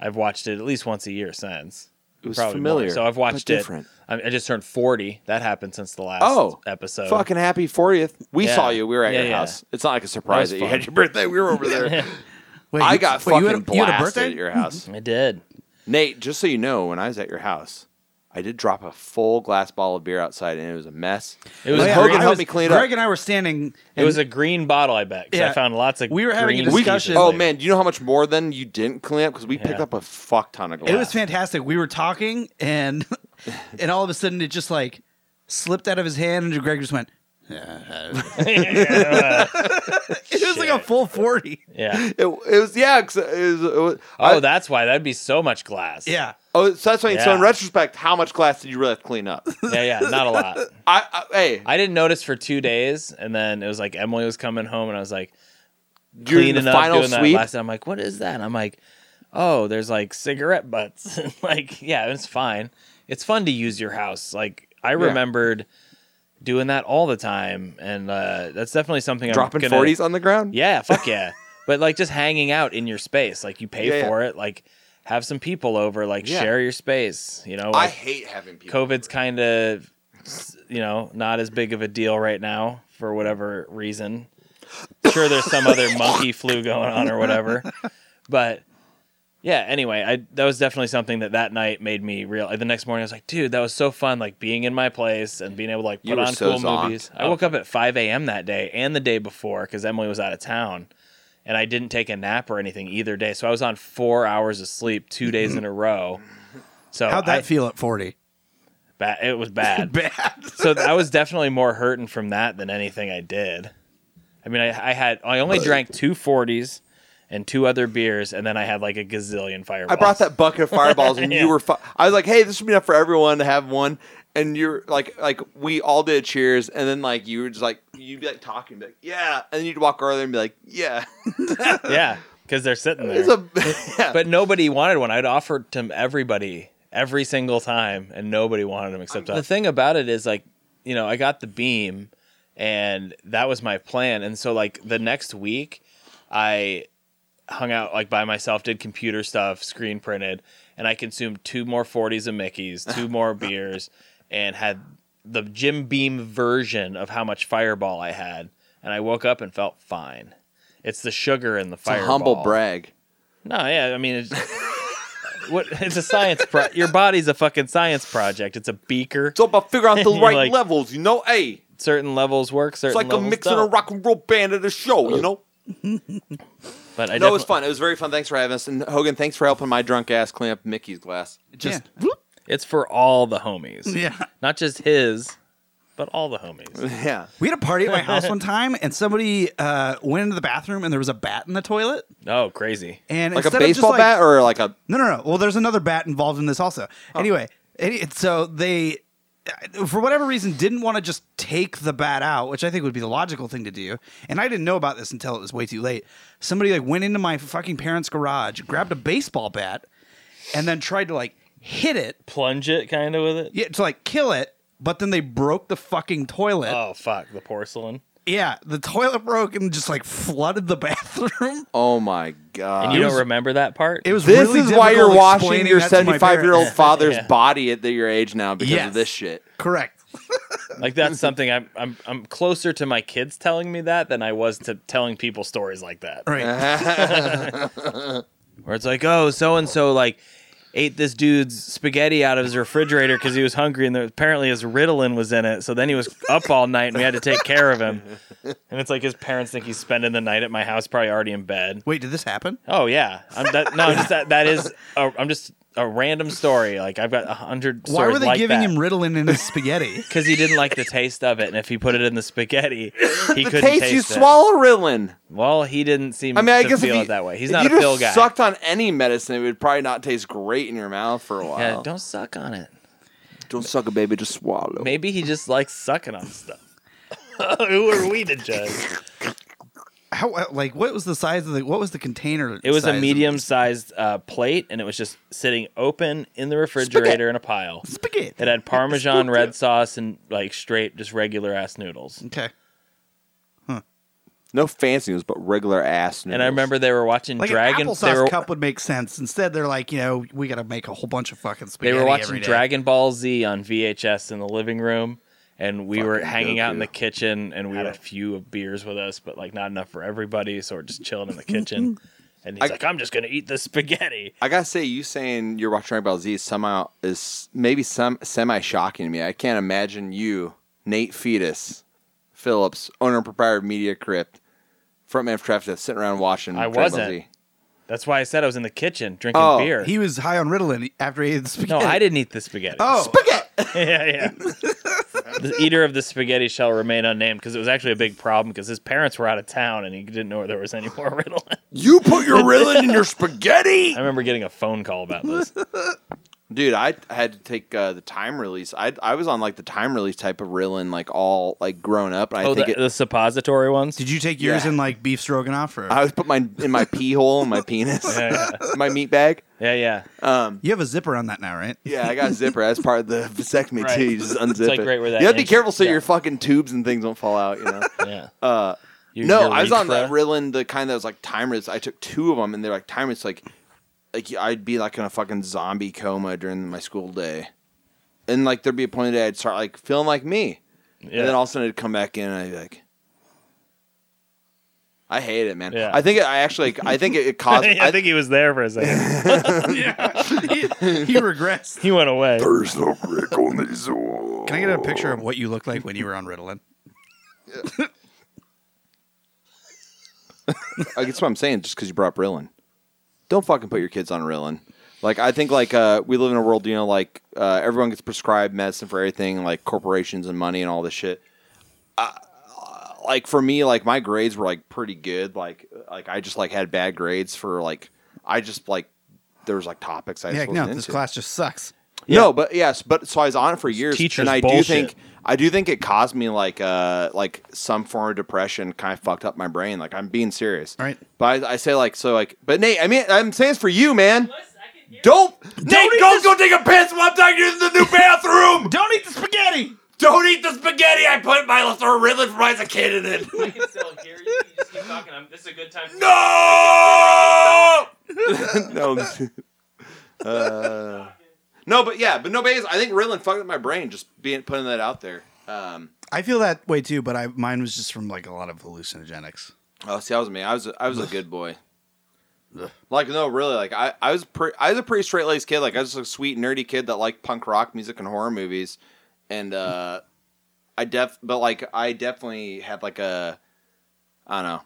Speaker 1: I've watched it at least once a year since.
Speaker 2: It was
Speaker 1: Probably more.
Speaker 2: familiar.
Speaker 1: So I've
Speaker 2: but
Speaker 1: watched it.
Speaker 2: different.
Speaker 1: I, I just turned 40. That happened since the last
Speaker 2: Oh,
Speaker 1: episode.
Speaker 2: Fucking happy 40th. We
Speaker 1: Yeah.
Speaker 2: saw you. We were at
Speaker 1: Yeah,
Speaker 2: your
Speaker 1: yeah.
Speaker 2: house. It's not like a surprise
Speaker 1: That
Speaker 2: that,
Speaker 1: was
Speaker 2: you had
Speaker 1: fun.
Speaker 2: your birthday. We were over there.
Speaker 3: Wait,
Speaker 2: I
Speaker 3: you-
Speaker 2: got
Speaker 3: wait,
Speaker 2: fucking
Speaker 3: you had a-
Speaker 2: blasted
Speaker 3: you had a
Speaker 2: at
Speaker 3: birthday?
Speaker 2: your house.
Speaker 1: I did.
Speaker 2: Nate, just so you know, when I was at your house, I did drop a full glass bottle of beer outside and it was a mess.
Speaker 1: It was
Speaker 2: But
Speaker 1: a
Speaker 3: yeah,
Speaker 2: Hogan
Speaker 1: green,
Speaker 3: I
Speaker 2: helped
Speaker 3: was-
Speaker 2: me clean it
Speaker 3: Greg
Speaker 2: up.
Speaker 3: and I were standing.
Speaker 1: it was a green bottle, I bet. 'cause I
Speaker 3: Yeah.
Speaker 1: found lots of
Speaker 3: We were having a
Speaker 1: green
Speaker 3: discussion.
Speaker 1: pieces
Speaker 2: oh,
Speaker 1: later.
Speaker 2: man. Do you know how much more then you didn't clean up? Because we picked
Speaker 1: Yeah.
Speaker 2: up a fuck ton of glass.
Speaker 3: It was fantastic. We were talking, and and all of a sudden, it just like slipped out of his hand, and Greg just went. "Ah, it was like a full forty.
Speaker 1: Yeah.
Speaker 2: It, it was, yeah. 'cause It was, it was, I-
Speaker 1: Oh, that's why. That'd be so much glass.
Speaker 3: Yeah,
Speaker 2: oh, so that's why. So, in
Speaker 1: Yeah.
Speaker 2: retrospect, how much glass did you really have to clean up?
Speaker 1: Yeah, yeah. Not a lot.
Speaker 2: I, I, hey,
Speaker 1: I didn't notice for two days. And then it was like Emily was coming home, and I was like,
Speaker 2: during
Speaker 1: cleaning
Speaker 2: the
Speaker 1: up,
Speaker 2: final
Speaker 1: doing
Speaker 2: sweep,
Speaker 1: that last. I'm like, what is that? And I'm like, oh, there's like cigarette butts. like, yeah, it's fine. It's fun to use your house. Like, I remembered doing that all the time, and uh, that's definitely something
Speaker 2: dropping
Speaker 1: I'm gonna,
Speaker 2: 40s on the ground?
Speaker 1: Yeah, fuck yeah. but like just hanging out in your space, like you pay
Speaker 2: Yeah, yeah.
Speaker 1: for it, like have some people over, like
Speaker 2: Yeah.
Speaker 1: share your space. You know,
Speaker 2: I
Speaker 1: like
Speaker 2: hate having people.
Speaker 1: COVID's kind of, you know, not as big of a deal right now for whatever reason. Sure, there's some other monkey flu going on or whatever, but yeah. Anyway, I that was definitely something that that night made me real. The next morning, I was like, dude, that was so fun, like being in my place and being able to like
Speaker 2: You
Speaker 1: put
Speaker 2: were
Speaker 1: on
Speaker 2: so
Speaker 1: cool
Speaker 2: zonked.
Speaker 1: movies. I woke up at 5 a.m. that day and the day before because Emily was out of town. And I didn't take a nap or anything either day. So I was on four hours of sleep two days in a row. So
Speaker 3: How'd that
Speaker 1: Oh, I,
Speaker 3: feel at 40?
Speaker 1: Ba- it was bad.
Speaker 3: Bad.
Speaker 1: so I was definitely more hurting from that than anything I did. I mean, I, I had I only drank two forties and two other beers, and then I had like a gazillion fireballs.
Speaker 2: I brought that bucket of fireballs, and
Speaker 1: Yeah.
Speaker 2: you were. Fi- I was like, "Hey, this should be enough for everyone to have one." And you're like, like we all did cheers, and then like you were just like, you'd be like talking, be like, "Yeah," and then you'd walk over there and be like, "Yeah."
Speaker 1: yeah, because they're sitting there.
Speaker 2: It's a, yeah.
Speaker 1: but nobody wanted one. I'd offered to everybody every single time, and nobody wanted them except Um, The thing about it is, like, you know, I got the beam, and that was my plan. And so, like, the next week, I hung out like by myself, did computer stuff, screen printed, and I consumed two more 40s of Mickey's, two more beers, and had the Jim Beam version of how much fireball I had. And I woke up and felt fine. It's the sugar in the
Speaker 2: it's a
Speaker 1: fireball.
Speaker 2: humble brag.
Speaker 1: No, yeah, I mean, it's, what, it's a science pro. Your body's a fucking science project. It's a beaker.
Speaker 2: It's all about figuring out the
Speaker 1: You're
Speaker 2: right
Speaker 1: like-
Speaker 2: levels, you know. Hey,
Speaker 1: Certain levels work. Certain
Speaker 2: it's like a
Speaker 1: levels
Speaker 2: mixing a
Speaker 1: don't.
Speaker 2: rock and roll band at a show, you know.
Speaker 1: But I
Speaker 2: No, it was
Speaker 1: defi-
Speaker 2: fun. It was very fun. Thanks for having us, and Hogan, thanks for helping my drunk ass clean up Mickey's glass.
Speaker 3: Just
Speaker 1: It's for all the homies.
Speaker 3: Yeah.
Speaker 1: not just his, but all the homies.
Speaker 2: Yeah,
Speaker 3: We had a party at my house one time, and somebody uh, went into the bathroom, and there was a bat in the toilet.
Speaker 1: Oh, crazy.
Speaker 3: And
Speaker 2: like a
Speaker 3: instead of just,
Speaker 2: baseball
Speaker 3: like-
Speaker 2: bat or like a
Speaker 3: No, no, no. Well, there's another bat involved in this also.
Speaker 2: Oh.
Speaker 3: Anyway, any- so they, for whatever reason, didn't want to just take the bat out, which I think would be the logical thing to do. And I didn't know about this until it was way too late. Somebody like went into my fucking parents' garage, grabbed a baseball bat, and then tried to like hit it,
Speaker 1: Plunge it kind of with it.
Speaker 3: yeah, to like kill it. But then they broke the fucking toilet.
Speaker 1: Oh fuck, the porcelain.
Speaker 3: Yeah, the toilet broke and just like flooded the bathroom.
Speaker 2: oh my god.
Speaker 1: And you don't remember that part?
Speaker 3: It was
Speaker 2: This
Speaker 3: really
Speaker 2: is why
Speaker 3: difficult
Speaker 2: you're washing
Speaker 3: explaining
Speaker 2: your
Speaker 3: that to my
Speaker 2: 75 year old
Speaker 3: parents.
Speaker 2: father's
Speaker 1: Yeah.
Speaker 2: body at the- your age now because
Speaker 3: Yes.
Speaker 2: of this shit.
Speaker 3: Correct.
Speaker 1: like that's something I'm I'm I'm closer to my kids telling me that than I was to telling people stories like that.
Speaker 3: Right.
Speaker 2: Uh-huh.
Speaker 1: where it's like, oh, so and so like ate this dude's spaghetti out of his refrigerator because he was hungry, and there, apparently his Ritalin was in it. So then he was up all night, and we had to take care of him. And it's like his parents think he's spending the night at my house, probably already in bed.
Speaker 3: Wait, did this happen?
Speaker 1: Oh yeah, I'm that, no, I'm just that, that is a, I'm just a random story. Like I've got a hundred.
Speaker 3: Why were they giving him
Speaker 1: that.
Speaker 3: Ritalin in his spaghetti?
Speaker 1: Because he didn't like the taste of it, and if he put it in the spaghetti, he couldn't
Speaker 2: Taste
Speaker 1: taste
Speaker 2: you
Speaker 1: it.
Speaker 2: swallow Ritalin.
Speaker 1: Well, he didn't seem.
Speaker 2: I mean, I
Speaker 1: to
Speaker 2: guess
Speaker 1: feel
Speaker 2: if you,
Speaker 1: it that way. He's
Speaker 2: if
Speaker 1: not
Speaker 2: you
Speaker 1: a pill
Speaker 2: just
Speaker 1: guy.
Speaker 2: sucked on any medicine, it would probably not taste great in your mouth for a while.
Speaker 1: yeah,
Speaker 2: don't,
Speaker 1: don't suck on it.
Speaker 2: suck a baby, just swallow.
Speaker 1: Maybe he just likes sucking on stuff. Who are we to judge?
Speaker 3: How uh, like what was the size of the what was the container?
Speaker 1: It was
Speaker 3: size
Speaker 1: a
Speaker 3: of-
Speaker 1: medium-sized uh, plate, and it was just sitting open in the refrigerator in a pile.
Speaker 3: spaghetti.
Speaker 1: It had Parmesan red sauce and like straight, just regular ass noodles.
Speaker 3: okay.
Speaker 2: No fancy news, but regular ass news.
Speaker 1: And I remember they were watching
Speaker 3: Like
Speaker 1: Dragon.
Speaker 3: an
Speaker 1: they
Speaker 3: applesauce
Speaker 1: were
Speaker 3: cup would make sense. Instead, they're like, you know, we got to make a whole bunch of fucking
Speaker 1: they
Speaker 3: spaghetti.
Speaker 1: were
Speaker 3: every
Speaker 1: watching
Speaker 3: day.
Speaker 1: Dragon Ball Z on VHS in the living room, and we were hanging out in
Speaker 2: Goku.
Speaker 1: the kitchen, and we had a few beers with us, but like not enough for everybody, so we're just chilling in the kitchen. And he's
Speaker 2: I-
Speaker 1: like, "I'm just gonna eat this spaghetti."
Speaker 2: I gotta say, you saying you're watching Dragon Ball Z is somehow is maybe some semi shocking to me. I can't imagine you, Nate Fetus, Phillips, owner and proprietor of Media Crypt, frontman of Traffic, Death, sitting around watching.
Speaker 1: I
Speaker 2: Dragon Ball
Speaker 1: wasn't.
Speaker 2: Z.
Speaker 1: That's why I said I was in the kitchen drinking
Speaker 2: Oh,
Speaker 1: beer.
Speaker 3: He was high on Ritalin after he ate the
Speaker 1: no,
Speaker 3: spaghetti.
Speaker 1: I didn't eat the spaghetti.
Speaker 3: Oh,
Speaker 1: yeah, yeah. the eater of the spaghetti shall remain unnamed because it was actually a big problem because his parents were out of town and he didn't know there was any more Ritalin.
Speaker 2: You put your Ritalin in your spaghetti.
Speaker 1: I remember getting a phone call about this.
Speaker 2: Dude, I had to take uh, the time release. I I was on like the time release type of Ritalin, like all like grown up, and I
Speaker 1: Oh, the,
Speaker 2: think it.
Speaker 1: the suppository ones.
Speaker 3: did you take yours
Speaker 2: Yeah.
Speaker 3: in like beef stroganoff or?
Speaker 2: I always put mine in my pee hole and my penis,
Speaker 1: yeah,
Speaker 2: my meat bag. Um,
Speaker 1: yeah, yeah.
Speaker 3: you have a zipper on that now, right?
Speaker 2: Yeah, I got a zipper. That's part of the vasectomy
Speaker 1: Right.
Speaker 2: too. You just unzip
Speaker 1: like
Speaker 2: it.
Speaker 1: right where that
Speaker 2: you have to be
Speaker 1: entrance-
Speaker 2: careful so
Speaker 1: yeah.
Speaker 2: your fucking tubes and things don't fall out. You know.
Speaker 1: yeah.
Speaker 2: Uh,
Speaker 1: Your
Speaker 2: no, I was on
Speaker 1: urethra.
Speaker 2: that Ritalin, the kind that was like timers. I took two of them, and they're like timers. Like like I'd be like in a fucking zombie coma during my school day, and like there'd be a point that I'd start like feeling like me,
Speaker 1: Yeah.
Speaker 2: and then all of a sudden I'd come back in and I'd be like. I hate it, man.
Speaker 1: Yeah.
Speaker 2: I think it, I actually, I think it, it caused.
Speaker 1: I think he was there for a second.
Speaker 3: he regressed.
Speaker 1: He went away.
Speaker 7: There's no brick on these walls.
Speaker 3: Can I get a picture of what you looked like when you were on Ritalin?
Speaker 2: I guess what I'm saying, just because you brought up Ritalin. Don't fucking put your kids on Ritalin. Like, I think, like, uh, we live in a world, you know, like, uh, everyone gets prescribed medicine for everything, like, corporations and money and all this shit. Uh, like, for me, like, my grades were, like, pretty good. Like, like I just, like, had bad grades for, like, I just, like, there was, like, topics I
Speaker 3: Yeah,
Speaker 2: just
Speaker 3: no,
Speaker 2: wasn't
Speaker 3: this
Speaker 2: into.
Speaker 3: class just sucks.
Speaker 2: No, but yes, but so I was on it for years,
Speaker 1: teacher's
Speaker 2: and I
Speaker 1: bullshit.
Speaker 2: do think I do think it caused me like uh like some form of depression, kind of fucked up my brain. Like I'm being serious,
Speaker 3: Right.
Speaker 2: But I, I say like so like, but Nate, I mean I'm saying it's for you, man. Don't, Nate, don't go take a piss while I'm talking in the new bathroom.
Speaker 3: Don't eat the spaghetti.
Speaker 2: don't eat the spaghetti I put in my left or Ritalin for as a kid in it.
Speaker 8: I can still hear you. You just keep talking. I'm, this is a good time. For
Speaker 2: No. no. Uh, no, but yeah, but no, but I think Ritalin fucked up my brain just being putting that out there. Um,
Speaker 3: I feel that way too, but I mine was just from like a lot of hallucinogenics.
Speaker 2: oh, see, I was me. I was a, I was a good boy. Like no, really, like I, I was pre- I was a pretty straight laced kid. Like I was just a sweet nerdy kid that liked punk rock music and horror movies, and uh, I def but like I definitely had like a, I don't know.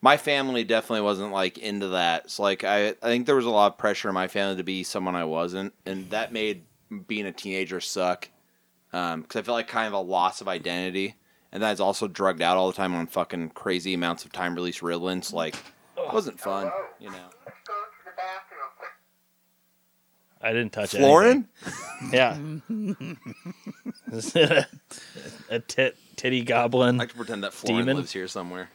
Speaker 2: My family definitely wasn't like into that. So like I I think there was a lot of pressure in my family to be someone I wasn't, and that made being a teenager suck. Um, because I felt like kind of a loss of identity, and then I was also drugged out all the time on fucking crazy amounts of time release Ritalin. So like, it wasn't fun, you know.
Speaker 1: I didn't touch it.
Speaker 2: Lauren?
Speaker 1: Yeah. Is it a, a tit titty goblin?
Speaker 2: I like to pretend that Florin
Speaker 1: Demon?
Speaker 2: lives here somewhere.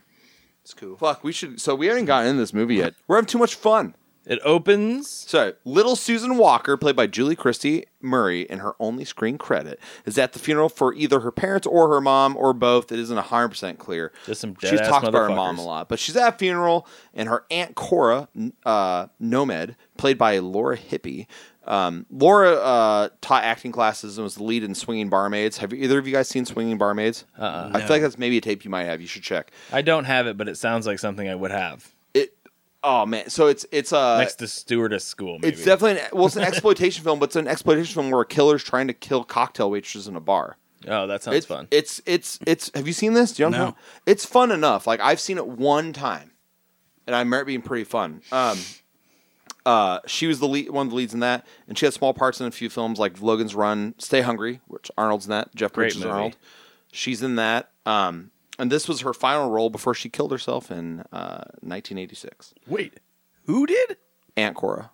Speaker 2: It's cool. Fuck, we should. So we haven't gotten into this movie yet. We're having too much fun.
Speaker 1: It opens.
Speaker 2: So, little Susan Walker, played by Julie Christie Murray, in her only screen credit, is at the funeral for either her parents or her mom or both. It isn't 100% clear.
Speaker 1: There's some
Speaker 2: She
Speaker 1: dead-ass
Speaker 2: talks about her mom
Speaker 1: motherfuckers.
Speaker 2: a lot, but she's at a funeral, and her aunt Cora n- uh, Nomad, played by Laura Hippie. Um, Laura uh, taught acting classes and was the lead in Swinging Barmaids. Have either of you guys seen Swinging Barmaids? Uh-uh, I feel like that's maybe a tape you might have. You should check.
Speaker 1: I don't have it, but it sounds like something I would have.
Speaker 2: It. Oh man, so it's it's uh
Speaker 1: Next to stewardess school, maybe.
Speaker 2: It's definitely an, well, it's an exploitation film, but it's an exploitation film where a killer's trying to kill cocktail waitresses in a bar.
Speaker 1: oh, that sounds
Speaker 2: It's
Speaker 1: fun.
Speaker 2: It's it's it's. Have you seen this? Do you know what I'm
Speaker 3: No.
Speaker 2: talking about? It's fun enough. Like I've seen it one time, and I remember it being pretty fun. Um, uh, she was the lead, one of the leads in that, and she had small parts in a few films like Logan's Run, Stay Hungry, which Arnold's in that. Jeff
Speaker 1: Great
Speaker 2: Bridges
Speaker 1: movie.
Speaker 2: Arnold. She's in that. Um, and this was her final role before she killed herself in uh, 1986.
Speaker 3: Wait, who did?
Speaker 2: Aunt Cora.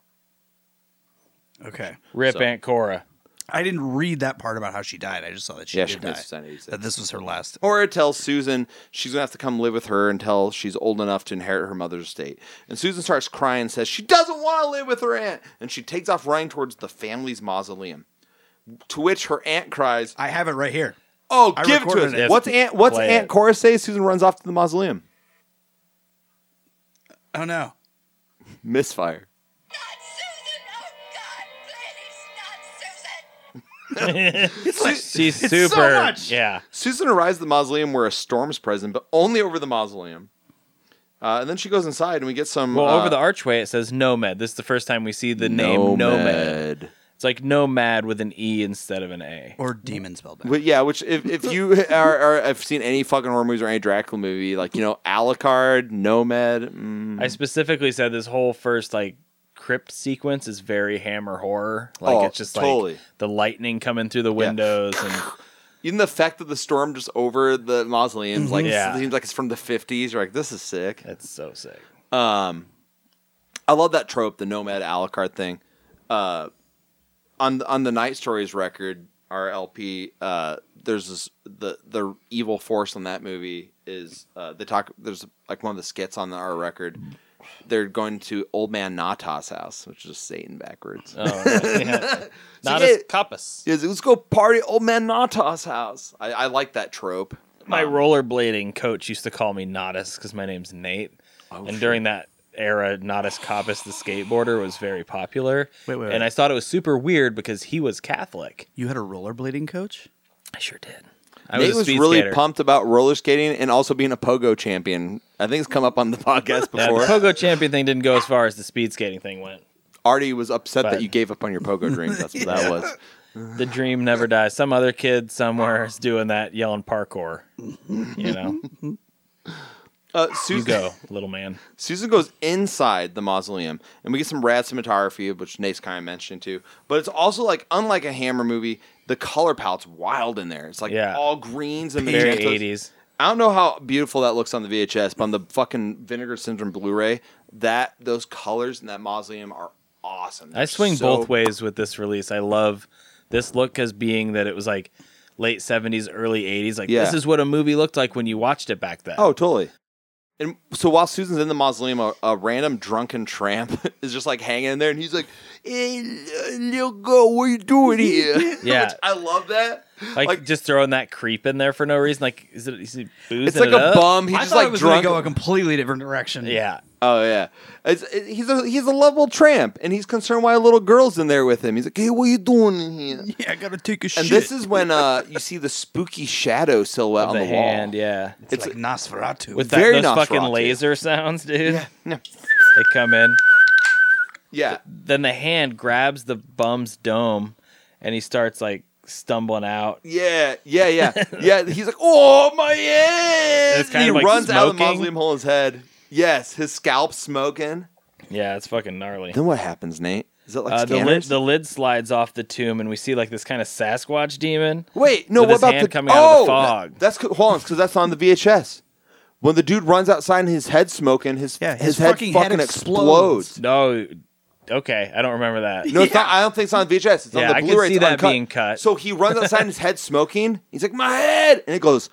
Speaker 3: Okay,
Speaker 1: Rip
Speaker 2: so-
Speaker 1: Aunt Cora.
Speaker 3: I didn't read that part about how she died. I just saw that she
Speaker 2: Yeah,
Speaker 3: did
Speaker 2: she
Speaker 3: die.
Speaker 2: committed suicide in 86.
Speaker 3: That this was her last.
Speaker 2: Cora tells Susan she's gonna have to come live with her until she's old enough to inherit her mother's estate. And Susan starts crying and says she doesn't want to live with her aunt, and she takes off running towards the family's mausoleum. To which her aunt cries,
Speaker 3: I have it right here.
Speaker 2: "Oh,
Speaker 3: I
Speaker 2: give it to
Speaker 3: recorded
Speaker 2: us!"
Speaker 3: it.
Speaker 2: What's aunt? What's
Speaker 1: Play
Speaker 2: Aunt
Speaker 1: it.
Speaker 2: Cora say? Susan runs off to the mausoleum.
Speaker 3: Oh no,
Speaker 2: Misfire.
Speaker 6: Not Susan! Oh, God, please, not Susan!
Speaker 1: She's
Speaker 3: It's so
Speaker 1: super.
Speaker 3: much.
Speaker 1: Yeah.
Speaker 2: Susan arrives at the mausoleum where a storm's present, but only over the mausoleum. Uh, and then she goes inside, and we get some.
Speaker 1: Well,
Speaker 2: uh,
Speaker 1: over the archway it says Nomad. This is the first time we see the name Nomad. It's like Nomad with an E instead of an A.
Speaker 3: or demon spelled back.
Speaker 2: But yeah, which if, if you are, are have seen any fucking horror movies or any Dracula movie, like you know Alucard, Nomad, mm,
Speaker 1: I specifically said this whole first like crypt sequence is very hammer horror. Like
Speaker 2: Oh,
Speaker 1: it's just
Speaker 2: totally.
Speaker 1: like the lightning coming through the windows and
Speaker 2: even the fact that the storm just over the mausoleums, like
Speaker 1: Mm-hmm. Yeah.
Speaker 2: seems like it's from the fifties. You're like, this is sick.
Speaker 1: that's so sick.
Speaker 2: Um, I love that trope, the Nomad Alucard thing. Uh, on on the Night Stories record, our LP, uh, there's this the the evil force on that movie is uh, they talk. There's like one of the skits on our record. They're going to Old Man Natas' house, which is Satan backwards.
Speaker 1: Oh, yeah. Not
Speaker 2: yeah.
Speaker 1: a compass.
Speaker 2: Is let's go party at Old Man Natas' house. I, I like that trope.
Speaker 1: My rollerblading coach used to call me Nodis because my name's Nate. and during that era Nadas Cabas the skateboarder was very popular.
Speaker 3: Wait, wait, wait.
Speaker 1: And I thought it was super weird because he was Catholic.
Speaker 3: You had a rollerblading coach?
Speaker 1: I sure did. I
Speaker 2: I Nate
Speaker 1: a
Speaker 2: was
Speaker 1: speed
Speaker 2: really
Speaker 1: skater.
Speaker 2: pumped about roller skating and also being a pogo champion. I think it's come up on the podcast
Speaker 1: Yeah, the
Speaker 2: before.
Speaker 1: pogo champion thing didn't go as far as the speed skating thing went.
Speaker 2: Artie was upset that
Speaker 1: But-
Speaker 2: you gave up on your pogo dreams. That's what that was.
Speaker 1: The dream never dies. Some other kid somewhere is doing that yelling parkour. You know,
Speaker 2: Uh,
Speaker 1: you
Speaker 2: Susan,
Speaker 1: go, little man.
Speaker 2: Susan goes inside the mausoleum, and we get some rad cinematography, which Nate's kind of mentioned too. But it's also like, unlike a Hammer movie, the color palette's wild in there. It's like
Speaker 1: Yeah.
Speaker 2: all greens and
Speaker 1: Very
Speaker 2: magentas.
Speaker 1: 80s.
Speaker 2: I don't know how beautiful that looks on the VHS, but on the fucking Vinegar Syndrome Blu-ray, that those colors in that mausoleum are awesome.
Speaker 1: I
Speaker 2: They're
Speaker 1: swing
Speaker 2: so-
Speaker 1: both ways with this release. I love this look as being that it was like late 70s, early 80s. Like,
Speaker 2: Yeah.
Speaker 1: this is what a movie looked like when you watched it back then.
Speaker 2: Oh, totally. And so while Susan's in the mausoleum, a, a random drunken tramp is just like hanging in there, and he's like, "Hey, uh, little girl, what are you doing here?"
Speaker 1: Yeah.
Speaker 2: Which I love that.
Speaker 1: like,
Speaker 2: like-
Speaker 1: just throwing that creep in there for no reason. Like, is it, is he boozing
Speaker 2: It's like
Speaker 1: it
Speaker 2: a
Speaker 1: up?
Speaker 2: bum. He's
Speaker 3: I
Speaker 2: just
Speaker 3: thought
Speaker 2: like
Speaker 3: it was
Speaker 2: drunk.
Speaker 3: going to go a completely different direction.
Speaker 1: Yeah.
Speaker 2: Oh yeah, it's, it, he's a he's a lovable tramp, and he's concerned why a little girl's in there with him. He's like, "Hey, what are you doing in here?"
Speaker 3: Yeah, I got to take a shit.
Speaker 2: And this is when uh, you see the spooky shadow silhouette on
Speaker 1: the,
Speaker 2: the
Speaker 1: hand,
Speaker 2: wall.
Speaker 1: yeah.
Speaker 3: it's, like Nosferatu.
Speaker 1: With that,
Speaker 2: Very
Speaker 1: those fucking
Speaker 2: Nosferatu.
Speaker 1: laser sounds, dude.
Speaker 2: Yeah.
Speaker 1: They come in.
Speaker 2: Yeah.
Speaker 1: Then the hand grabs the bum's dome and he starts like stumbling out.
Speaker 2: Yeah, yeah, yeah, yeah. He's like, "Oh my head!"
Speaker 1: It's kind
Speaker 2: he
Speaker 1: of like
Speaker 2: runs out of the
Speaker 1: smoking.
Speaker 2: mausoleum hole in his head. Yes, his scalp smoking.
Speaker 1: Yeah, it's fucking gnarly.
Speaker 2: Then what happens, Nate? Is it like
Speaker 1: Uh, the lid
Speaker 2: scanners?
Speaker 1: the lid slides off the tomb and we see like this kind of Sasquatch demon.
Speaker 2: Wait, no.
Speaker 1: with
Speaker 2: What
Speaker 1: his
Speaker 2: about
Speaker 1: hand
Speaker 2: the
Speaker 1: coming out of the
Speaker 2: Oh,
Speaker 1: fog.
Speaker 2: that- that's co- hold on, because that's on the VHS. When the dude runs outside and his head smoking, his
Speaker 3: Yeah,
Speaker 2: his,
Speaker 3: his
Speaker 2: head
Speaker 3: fucking
Speaker 2: fucking,
Speaker 3: head
Speaker 2: explodes.
Speaker 3: explodes.
Speaker 1: No, okay, I don't remember that.
Speaker 2: No, it's not, I don't think it's on VHS. It's
Speaker 1: Yeah,
Speaker 2: on the
Speaker 1: I can
Speaker 2: Blu-ray.
Speaker 1: see
Speaker 2: It's
Speaker 1: that
Speaker 2: uncut.
Speaker 1: being cut.
Speaker 2: So he runs outside and his head smoking. He's like, "My head!" and it goes,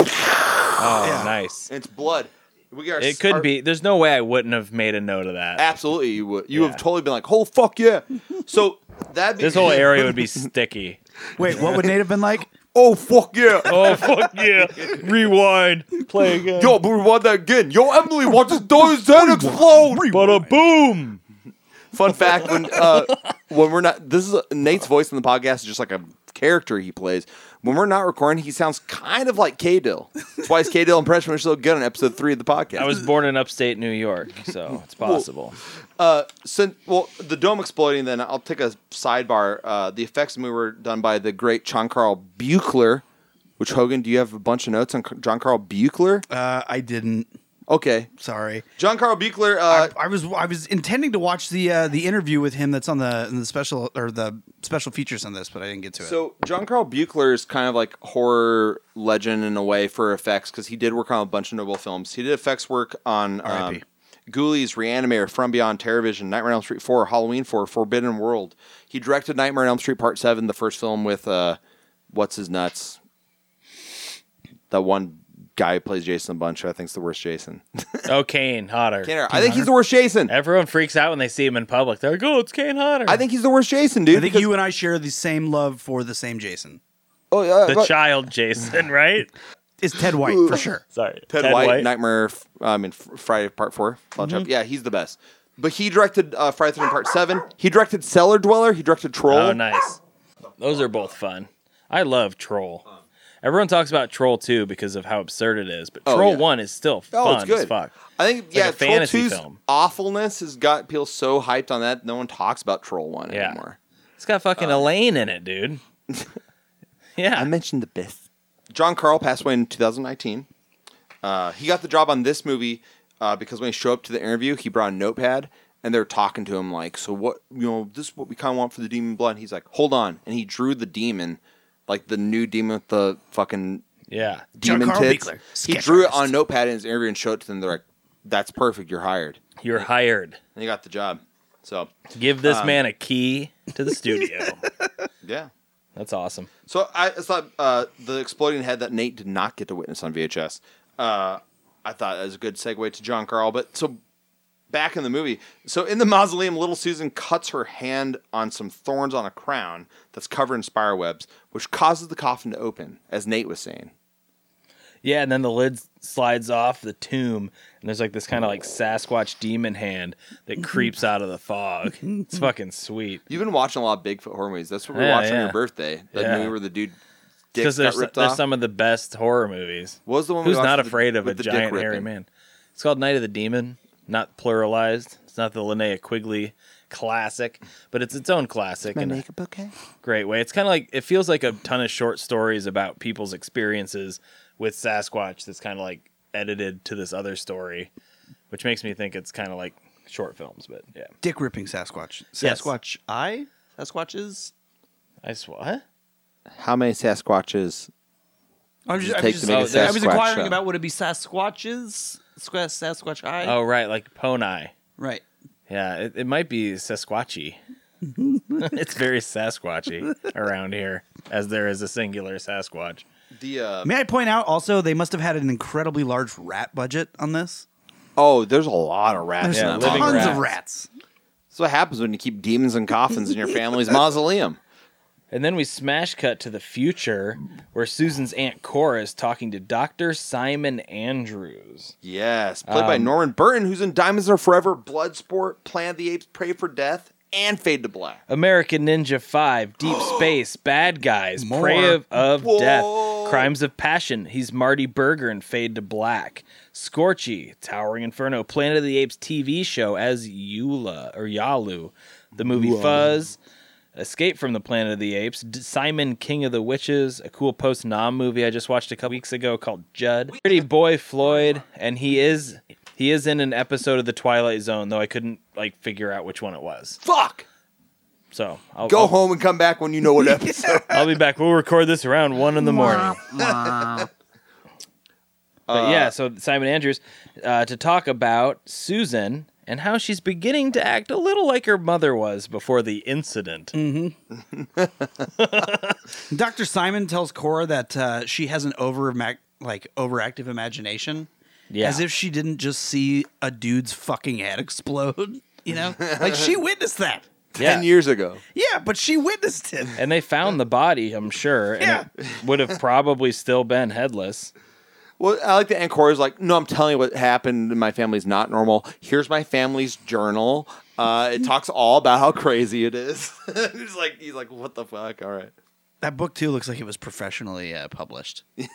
Speaker 1: Oh, nice.
Speaker 2: and it's blood. We got our-
Speaker 1: It could
Speaker 2: our-
Speaker 1: be. There's no way I wouldn't have made a note of that.
Speaker 2: Absolutely, you would. You
Speaker 1: Yeah.
Speaker 2: have totally been like, "Oh fuck yeah!" So that
Speaker 1: This whole area would be sticky.
Speaker 3: Wait, what would Nate have been like?
Speaker 2: Oh fuck yeah!
Speaker 1: Oh fuck yeah! Rewind. Play again.
Speaker 2: Yo, but we want that again. Yo, Emily, watch his door's head explode.
Speaker 1: but uh, a boom.
Speaker 2: Fun fact: when uh, when we're not, this is Nate's voice in the podcast is just like a character he plays. When we're not recording, he sounds kind of like K Dill. That's why his K Dill impression was so good on episode three of the podcast.
Speaker 1: I was born in upstate New York, so it's possible.
Speaker 2: uh, since well, the dome exploding. Then I'll take a sidebar. Uh, the effects in the movie were done by the great John Carl Buechler. Which Hogan, do you have a bunch of notes on John Carl Buechler?
Speaker 3: Uh, I didn't.
Speaker 2: Okay,
Speaker 3: Sorry.
Speaker 2: John Carl Buechler. Uh,
Speaker 3: I was I was intending to watch the uh, the interview with him that's on the in the special or the special features on this, but I didn't get to it.
Speaker 2: so John Carl Buechler is kind of like horror legend in a way for effects because he did work on a bunch of Noble films. He did effects work on um,
Speaker 3: R.I.P..
Speaker 2: Ghoulies, Reanimator, From Beyond, Terrorvision, Nightmare on Elm Street Four, Halloween Four, Forbidden World. He directed Nightmare on Elm Street Part Seven, the first film with uh, what's his nuts, that one guy who plays Jason a bunch. who I think's the worst Jason.
Speaker 1: Oh, Kane Hodder.
Speaker 2: Tanner, I think he's the worst Jason.
Speaker 1: Everyone freaks out when they see him in public. They're like, "Oh, it's Kane Hodder."
Speaker 2: I think he's the worst Jason, dude.
Speaker 3: I think
Speaker 2: because-
Speaker 3: you and I share the same love for the same Jason.
Speaker 2: oh, uh,
Speaker 1: the
Speaker 2: but-
Speaker 1: child Jason, right?
Speaker 3: It's Ted White for sure.
Speaker 1: Sorry,
Speaker 2: Ted, White, Nightmare. f- I mean, Fr- Friday Part 4 Fall
Speaker 1: Mm-hmm.
Speaker 2: Chapter. Yeah, he's the best. But he directed uh, Friday Thirteenth Part Seven. He directed Cellar Dweller. He directed Troll.
Speaker 1: Oh, nice. Those are both fun. I love Troll. Everyone talks about Troll 2 because of how absurd it is, but
Speaker 2: Oh,
Speaker 1: Troll
Speaker 2: yeah.
Speaker 1: 1 is still
Speaker 2: Oh,
Speaker 1: fun
Speaker 2: it's good.
Speaker 1: as fuck.
Speaker 2: I think
Speaker 1: like
Speaker 2: yeah,
Speaker 1: a
Speaker 2: Troll
Speaker 1: fantasy
Speaker 2: 2's
Speaker 1: film.
Speaker 2: awfulness has got people so hyped on that no one talks about Troll One
Speaker 1: Yeah.
Speaker 2: anymore.
Speaker 1: It's got fucking
Speaker 2: Uh,
Speaker 1: Elaine in it, dude. yeah.
Speaker 2: I mentioned the best. John Carl passed away in 2019. Uh, he got the job on this movie uh, because when he showed up to the interview, he brought a notepad and they were talking to him like, "So what? You know, this is what we kind of want for the demon blood." And he's like, "Hold on," and he drew the demon, like the new demon with the fucking
Speaker 1: yeah.
Speaker 3: John
Speaker 2: demon
Speaker 3: Carl
Speaker 2: tits.
Speaker 3: Biegler,
Speaker 2: He
Speaker 3: sketch
Speaker 2: drew it
Speaker 3: artist.
Speaker 2: on a notepad in his interview and showed it to them. They're like, "That's perfect. You're hired,"
Speaker 1: You're hired.
Speaker 2: and he got the job. So
Speaker 1: Give this man a key to the studio.
Speaker 2: Um, yeah.
Speaker 1: That's awesome.
Speaker 2: So I just thought uh, the exploding head that Nate did not get to witness on VHS. Uh, I thought that was a good segue to John Carl. But so back in the movie, so in the mausoleum, little Susan cuts her hand on some thorns on a crown that's covered in spider webs, which causes the coffin to open, as Nate was saying.
Speaker 1: Yeah, and then the lid slides off the tomb, and there's like this kind of like Sasquatch demon hand that creeps out of the fog. It's fucking sweet.
Speaker 2: You've been watching a lot of Bigfoot horror movies. That's what we were
Speaker 1: Yeah,
Speaker 2: watching on
Speaker 1: yeah.
Speaker 2: your birthday. That
Speaker 1: Yeah.
Speaker 2: movie where the dude dick
Speaker 1: Because
Speaker 2: got
Speaker 1: there's,
Speaker 2: ripped
Speaker 1: there's
Speaker 2: off.
Speaker 1: some of the best horror movies.
Speaker 2: What was the one we
Speaker 1: Who's
Speaker 2: watched
Speaker 1: not
Speaker 2: with the-
Speaker 1: afraid of a
Speaker 2: with the dick
Speaker 1: giant hairy
Speaker 2: ripping?
Speaker 1: man? It's called Night of the Demon, not pluralized. It's not the Linnea Quigley classic, but it's its own classic in a
Speaker 2: bouquet.
Speaker 1: great way. It's kind of like it feels like a ton of short stories about people's experiences with Sasquatch that's kind of like edited to this other story, which makes me think it's kind of like short films, but yeah.
Speaker 3: Dick ripping Sasquatch.
Speaker 1: Yes.
Speaker 3: Sasquatch I? Sasquatches?
Speaker 1: I swear. Huh?
Speaker 2: How many Sasquatches?
Speaker 3: I'm just,
Speaker 2: it
Speaker 3: I'm
Speaker 2: take
Speaker 3: just-
Speaker 2: to make
Speaker 1: a
Speaker 3: oh, there- I was
Speaker 2: Sasquatch
Speaker 3: inquiring
Speaker 2: show?
Speaker 3: about would it be Sasquatches? Squa- Sasquatch I?
Speaker 1: Oh, right. Like Poni.
Speaker 3: Right.
Speaker 1: Yeah, it, it might be Sasquatchy. it's very Sasquatchy around here, as there is a singular Sasquatch.
Speaker 2: The uh,
Speaker 3: May I point out also they must have had an incredibly large rat budget on this.
Speaker 2: oh, there's a lot of rats.
Speaker 3: There's
Speaker 2: in
Speaker 1: Yeah,
Speaker 2: that
Speaker 3: tons
Speaker 1: living
Speaker 2: mausoleum.
Speaker 3: of rats.
Speaker 2: That's what happens when you keep demons and coffins in your family's mausoleum.
Speaker 1: And then we smash cut to the future, where Susan's aunt Cora is talking to Doctor Simon Andrews.
Speaker 2: Yes, played by Norman Burton, who's in Diamonds Are Forever, Bloodsport, Planet of the Apes, Pray for Death, and Fade to Black.
Speaker 1: American Ninja Five, Deep Space, Bad Guys,
Speaker 3: More.
Speaker 1: Prey of, of Death,
Speaker 2: Whoa.
Speaker 1: Crimes of Passion. He's Marty Berger in Fade to Black, Scorchy, Towering Inferno, Planet of the Apes TV show as Eula or Yalu, the movie Fuzz. Escape from the Planet of the Apes, D- Simon King of the Witches, a cool post nom movie I just watched a couple weeks ago called Judd. Pretty boy Floyd, and he is he is in an episode of the Twilight Zone, though I couldn't like figure out which one it was.
Speaker 2: Fuck!
Speaker 1: So I'll
Speaker 2: Go
Speaker 1: I'll-
Speaker 2: home and come back when you know what episode.
Speaker 1: I'll be back. We'll record this around one in the morning. but yeah, so Simon Andrews uh, to talk about Susan and how she's beginning to act a little like her mother was before the incident.
Speaker 2: Mm.
Speaker 3: Dr. Simon tells Cora that uh, she has an over like overactive imagination.
Speaker 1: Yeah.
Speaker 3: As if she didn't just see a dude's fucking head explode. You know? like she witnessed that.
Speaker 1: Yeah.
Speaker 2: Ten years ago.
Speaker 3: Yeah, but she witnessed it.
Speaker 1: And they found the body, I'm sure, and it would have probably still been headless.
Speaker 2: Well, I like the end chorus. Like, no, I'm telling you what happened. My family's not normal. Here's my family's journal. Uh, it talks all about how crazy it is. he's like, he's like, what the fuck? All right,
Speaker 3: That book too looks like it was professionally uh, published.
Speaker 2: it's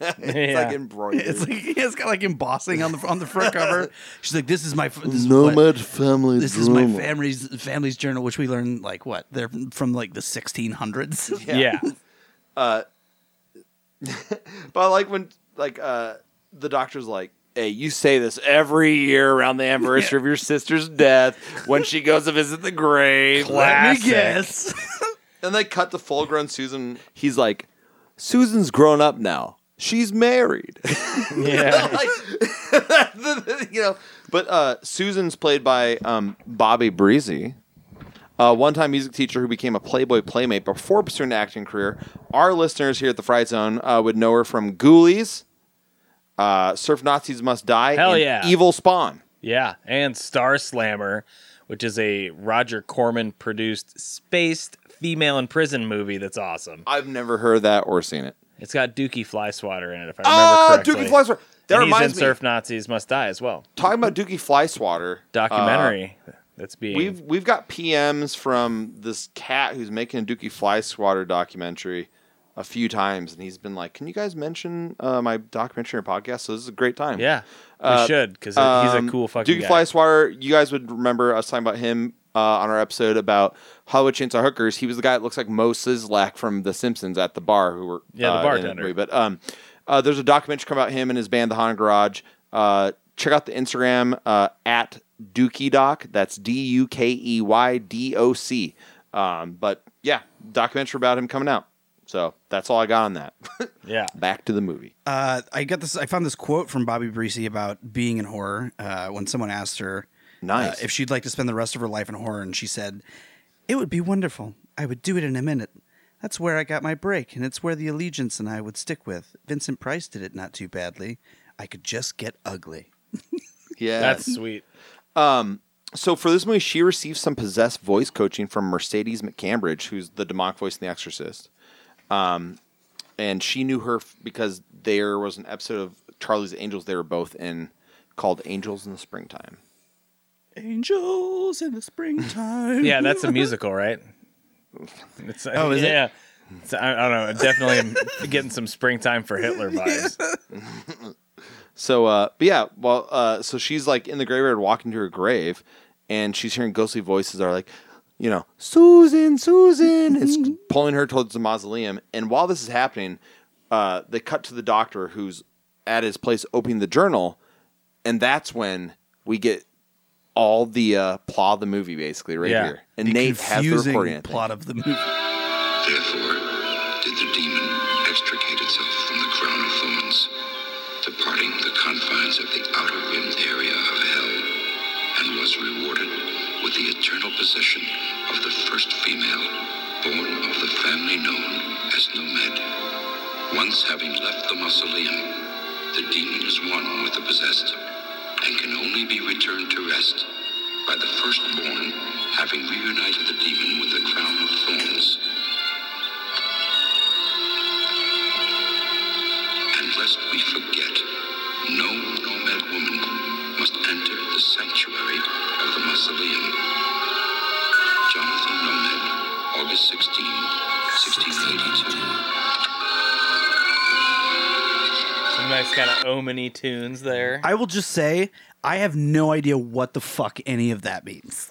Speaker 1: Yeah.
Speaker 2: like embroidered.
Speaker 3: It's like it's got like embossing on the on the front cover. She's like, "This is my f- this is what-
Speaker 7: Nomad family
Speaker 3: this is my
Speaker 7: drama.
Speaker 3: family's family's journal, which we learned like what they're from like the 1600s.
Speaker 1: Yeah.
Speaker 2: But I like when like uh the doctor's like, Hey, you say this every year around the anniversary of your sister's death when she goes to visit the grave.
Speaker 3: Let me
Speaker 1: Classic.
Speaker 3: guess.
Speaker 2: And they cut to full grown Susan. He's like, Susan's grown up now. She's married.
Speaker 1: Yeah.
Speaker 2: like, you know. But uh Susan's played by um Bobby Breezy. A one-time music teacher who became a Playboy playmate before pursuing an acting career. Our listeners here at the Fright Zone uh, would know her from Ghoulies, uh, Surf Nazis Must Die,
Speaker 1: Hell
Speaker 2: and
Speaker 1: yeah.
Speaker 2: Evil Spawn.
Speaker 1: Yeah, and Star Slammer, which is a Roger Corman produced spaced female in prison movie that's awesome.
Speaker 2: I've never heard of that or seen it.
Speaker 1: It's got Dookie Flyswatter in it, if I remember
Speaker 2: Ah,
Speaker 1: correctly.
Speaker 2: Dookie Flyswatter. That
Speaker 1: and he's in
Speaker 2: reminds me.
Speaker 1: Surf Nazis Must Die as well.
Speaker 2: talking about Dookie Flyswatter uh,
Speaker 1: Documentary that's being
Speaker 2: We've we've got PMs from this cat who's making a Dookie Fly Swatter documentary a few times, and he's been like, "Can you guys mention uh, my documentary or podcast?" So this is a great time.
Speaker 1: yeah, we
Speaker 2: uh,
Speaker 1: should because he's
Speaker 2: Um,
Speaker 1: a cool fucking
Speaker 2: Dookie
Speaker 1: guy.
Speaker 2: Fly Swatter. You guys would remember us talking about him uh, on our episode about Hollywood Chainsaw Hookers. He was the guy that looks like Mo Sizlak from The Simpsons at the bar, who were
Speaker 1: Yeah, the
Speaker 2: uh, in
Speaker 1: bartender.
Speaker 2: movie. But um, uh, there's a documentary come about him and his band, The Haunted Garage. Uh, check out the Instagram uh, at Dookie Doc. That's D U K E Y D O C. Um, but yeah, documentary about him coming out. So that's all I got on that.
Speaker 1: yeah,
Speaker 2: Back to the movie.
Speaker 3: Uh, I got this. I found this quote from Bobby Breese about being in horror. Uh, when someone asked her
Speaker 2: Nice.
Speaker 3: uh, if she'd like to spend the rest of her life in horror, and she said, "It would be wonderful. I would do it in a minute. That's where I got my break, and it's where the Allegiance and I would stick with. Vincent Price did it not too badly. I could just get ugly."
Speaker 2: yeah,
Speaker 1: that's sweet.
Speaker 2: So for this movie, she received some possessed voice coaching from Mercedes McCambridge, who's the demonic voice in The Exorcist. Um, and she knew her f- because there was an episode of Charlie's Angels they were both in called Angels in the Springtime.
Speaker 3: Angels in the springtime.
Speaker 1: Yeah, that's a musical, right? It's, oh,
Speaker 3: is it?
Speaker 1: yeah. It's- I, I don't know. Definitely am getting some springtime for Hitler vibes.
Speaker 2: So, uh, but yeah, well, uh, so she's like in the graveyard walking to her grave, and she's hearing ghostly voices that are like, you know, Susan, Susan. it's pulling her towards the mausoleum. And while this is happening, uh, they cut to the doctor who's at his place opening the journal, and that's when we get all the uh, plot of the movie basically right
Speaker 1: Yeah.
Speaker 2: here. And Nate has the recording. I think.
Speaker 3: plot of the movie.
Speaker 4: Therefore, did the demon extricate itself from the crown of thorns, departing the confines of the outer rimmed area of hell, and was rewarded with the eternal possession of the first female, born of the family known as Nomed. Once having left the mausoleum, the demon is one with the possessed, and can only be returned to rest by the firstborn having reunited the demon with the crown of thorns. And lest we forget, no nomad woman must enter the sanctuary of the mausoleum. Jonathan Nomad, August 16, 1682.
Speaker 1: Some nice kind of omeny tunes there.
Speaker 3: I will just say I have no idea what the fuck any of that means.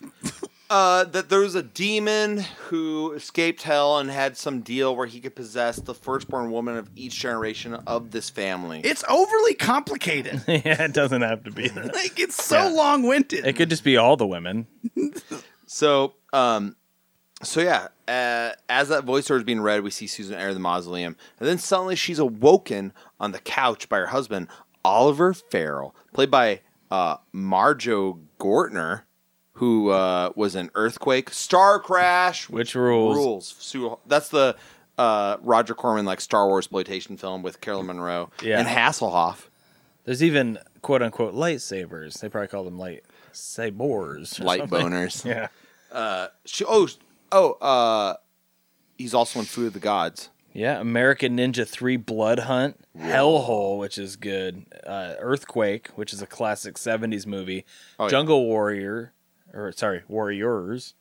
Speaker 2: uh, that there was a demon who escaped hell and had some deal where he could possess the firstborn woman of each generation of this family.
Speaker 3: It's overly complicated.
Speaker 1: yeah, it doesn't have to be that.
Speaker 3: like it's so
Speaker 1: Yeah.
Speaker 3: long-winded.
Speaker 1: It could just be all the women.
Speaker 2: So, um, so yeah, uh, as that voiceover is being read, we see Susan enter the mausoleum, and then suddenly she's awoken on the couch by her husband, Oliver Farrell, played by uh, Marjo Gortner, who uh, was in Earthquake, Star Crash,
Speaker 1: Which rules?
Speaker 2: rules. Su- That's the uh, Roger Corman like Star Wars exploitation film with Carolyn Monroe
Speaker 1: Yeah.
Speaker 2: and Hasselhoff.
Speaker 1: There's even quote unquote lightsabers. They probably call them light sabors. or
Speaker 2: Light
Speaker 1: something.
Speaker 2: boners.
Speaker 1: Yeah.
Speaker 2: She, oh, oh, uh, he's also in Food of the Gods.
Speaker 1: Yeah, American Ninja 3 Blood Hunt, Hellhole, which is good, uh, Earthquake, which is a classic 70s movie,
Speaker 3: Oh,
Speaker 2: yeah.
Speaker 1: Jungle Warrior, or sorry, Warriors.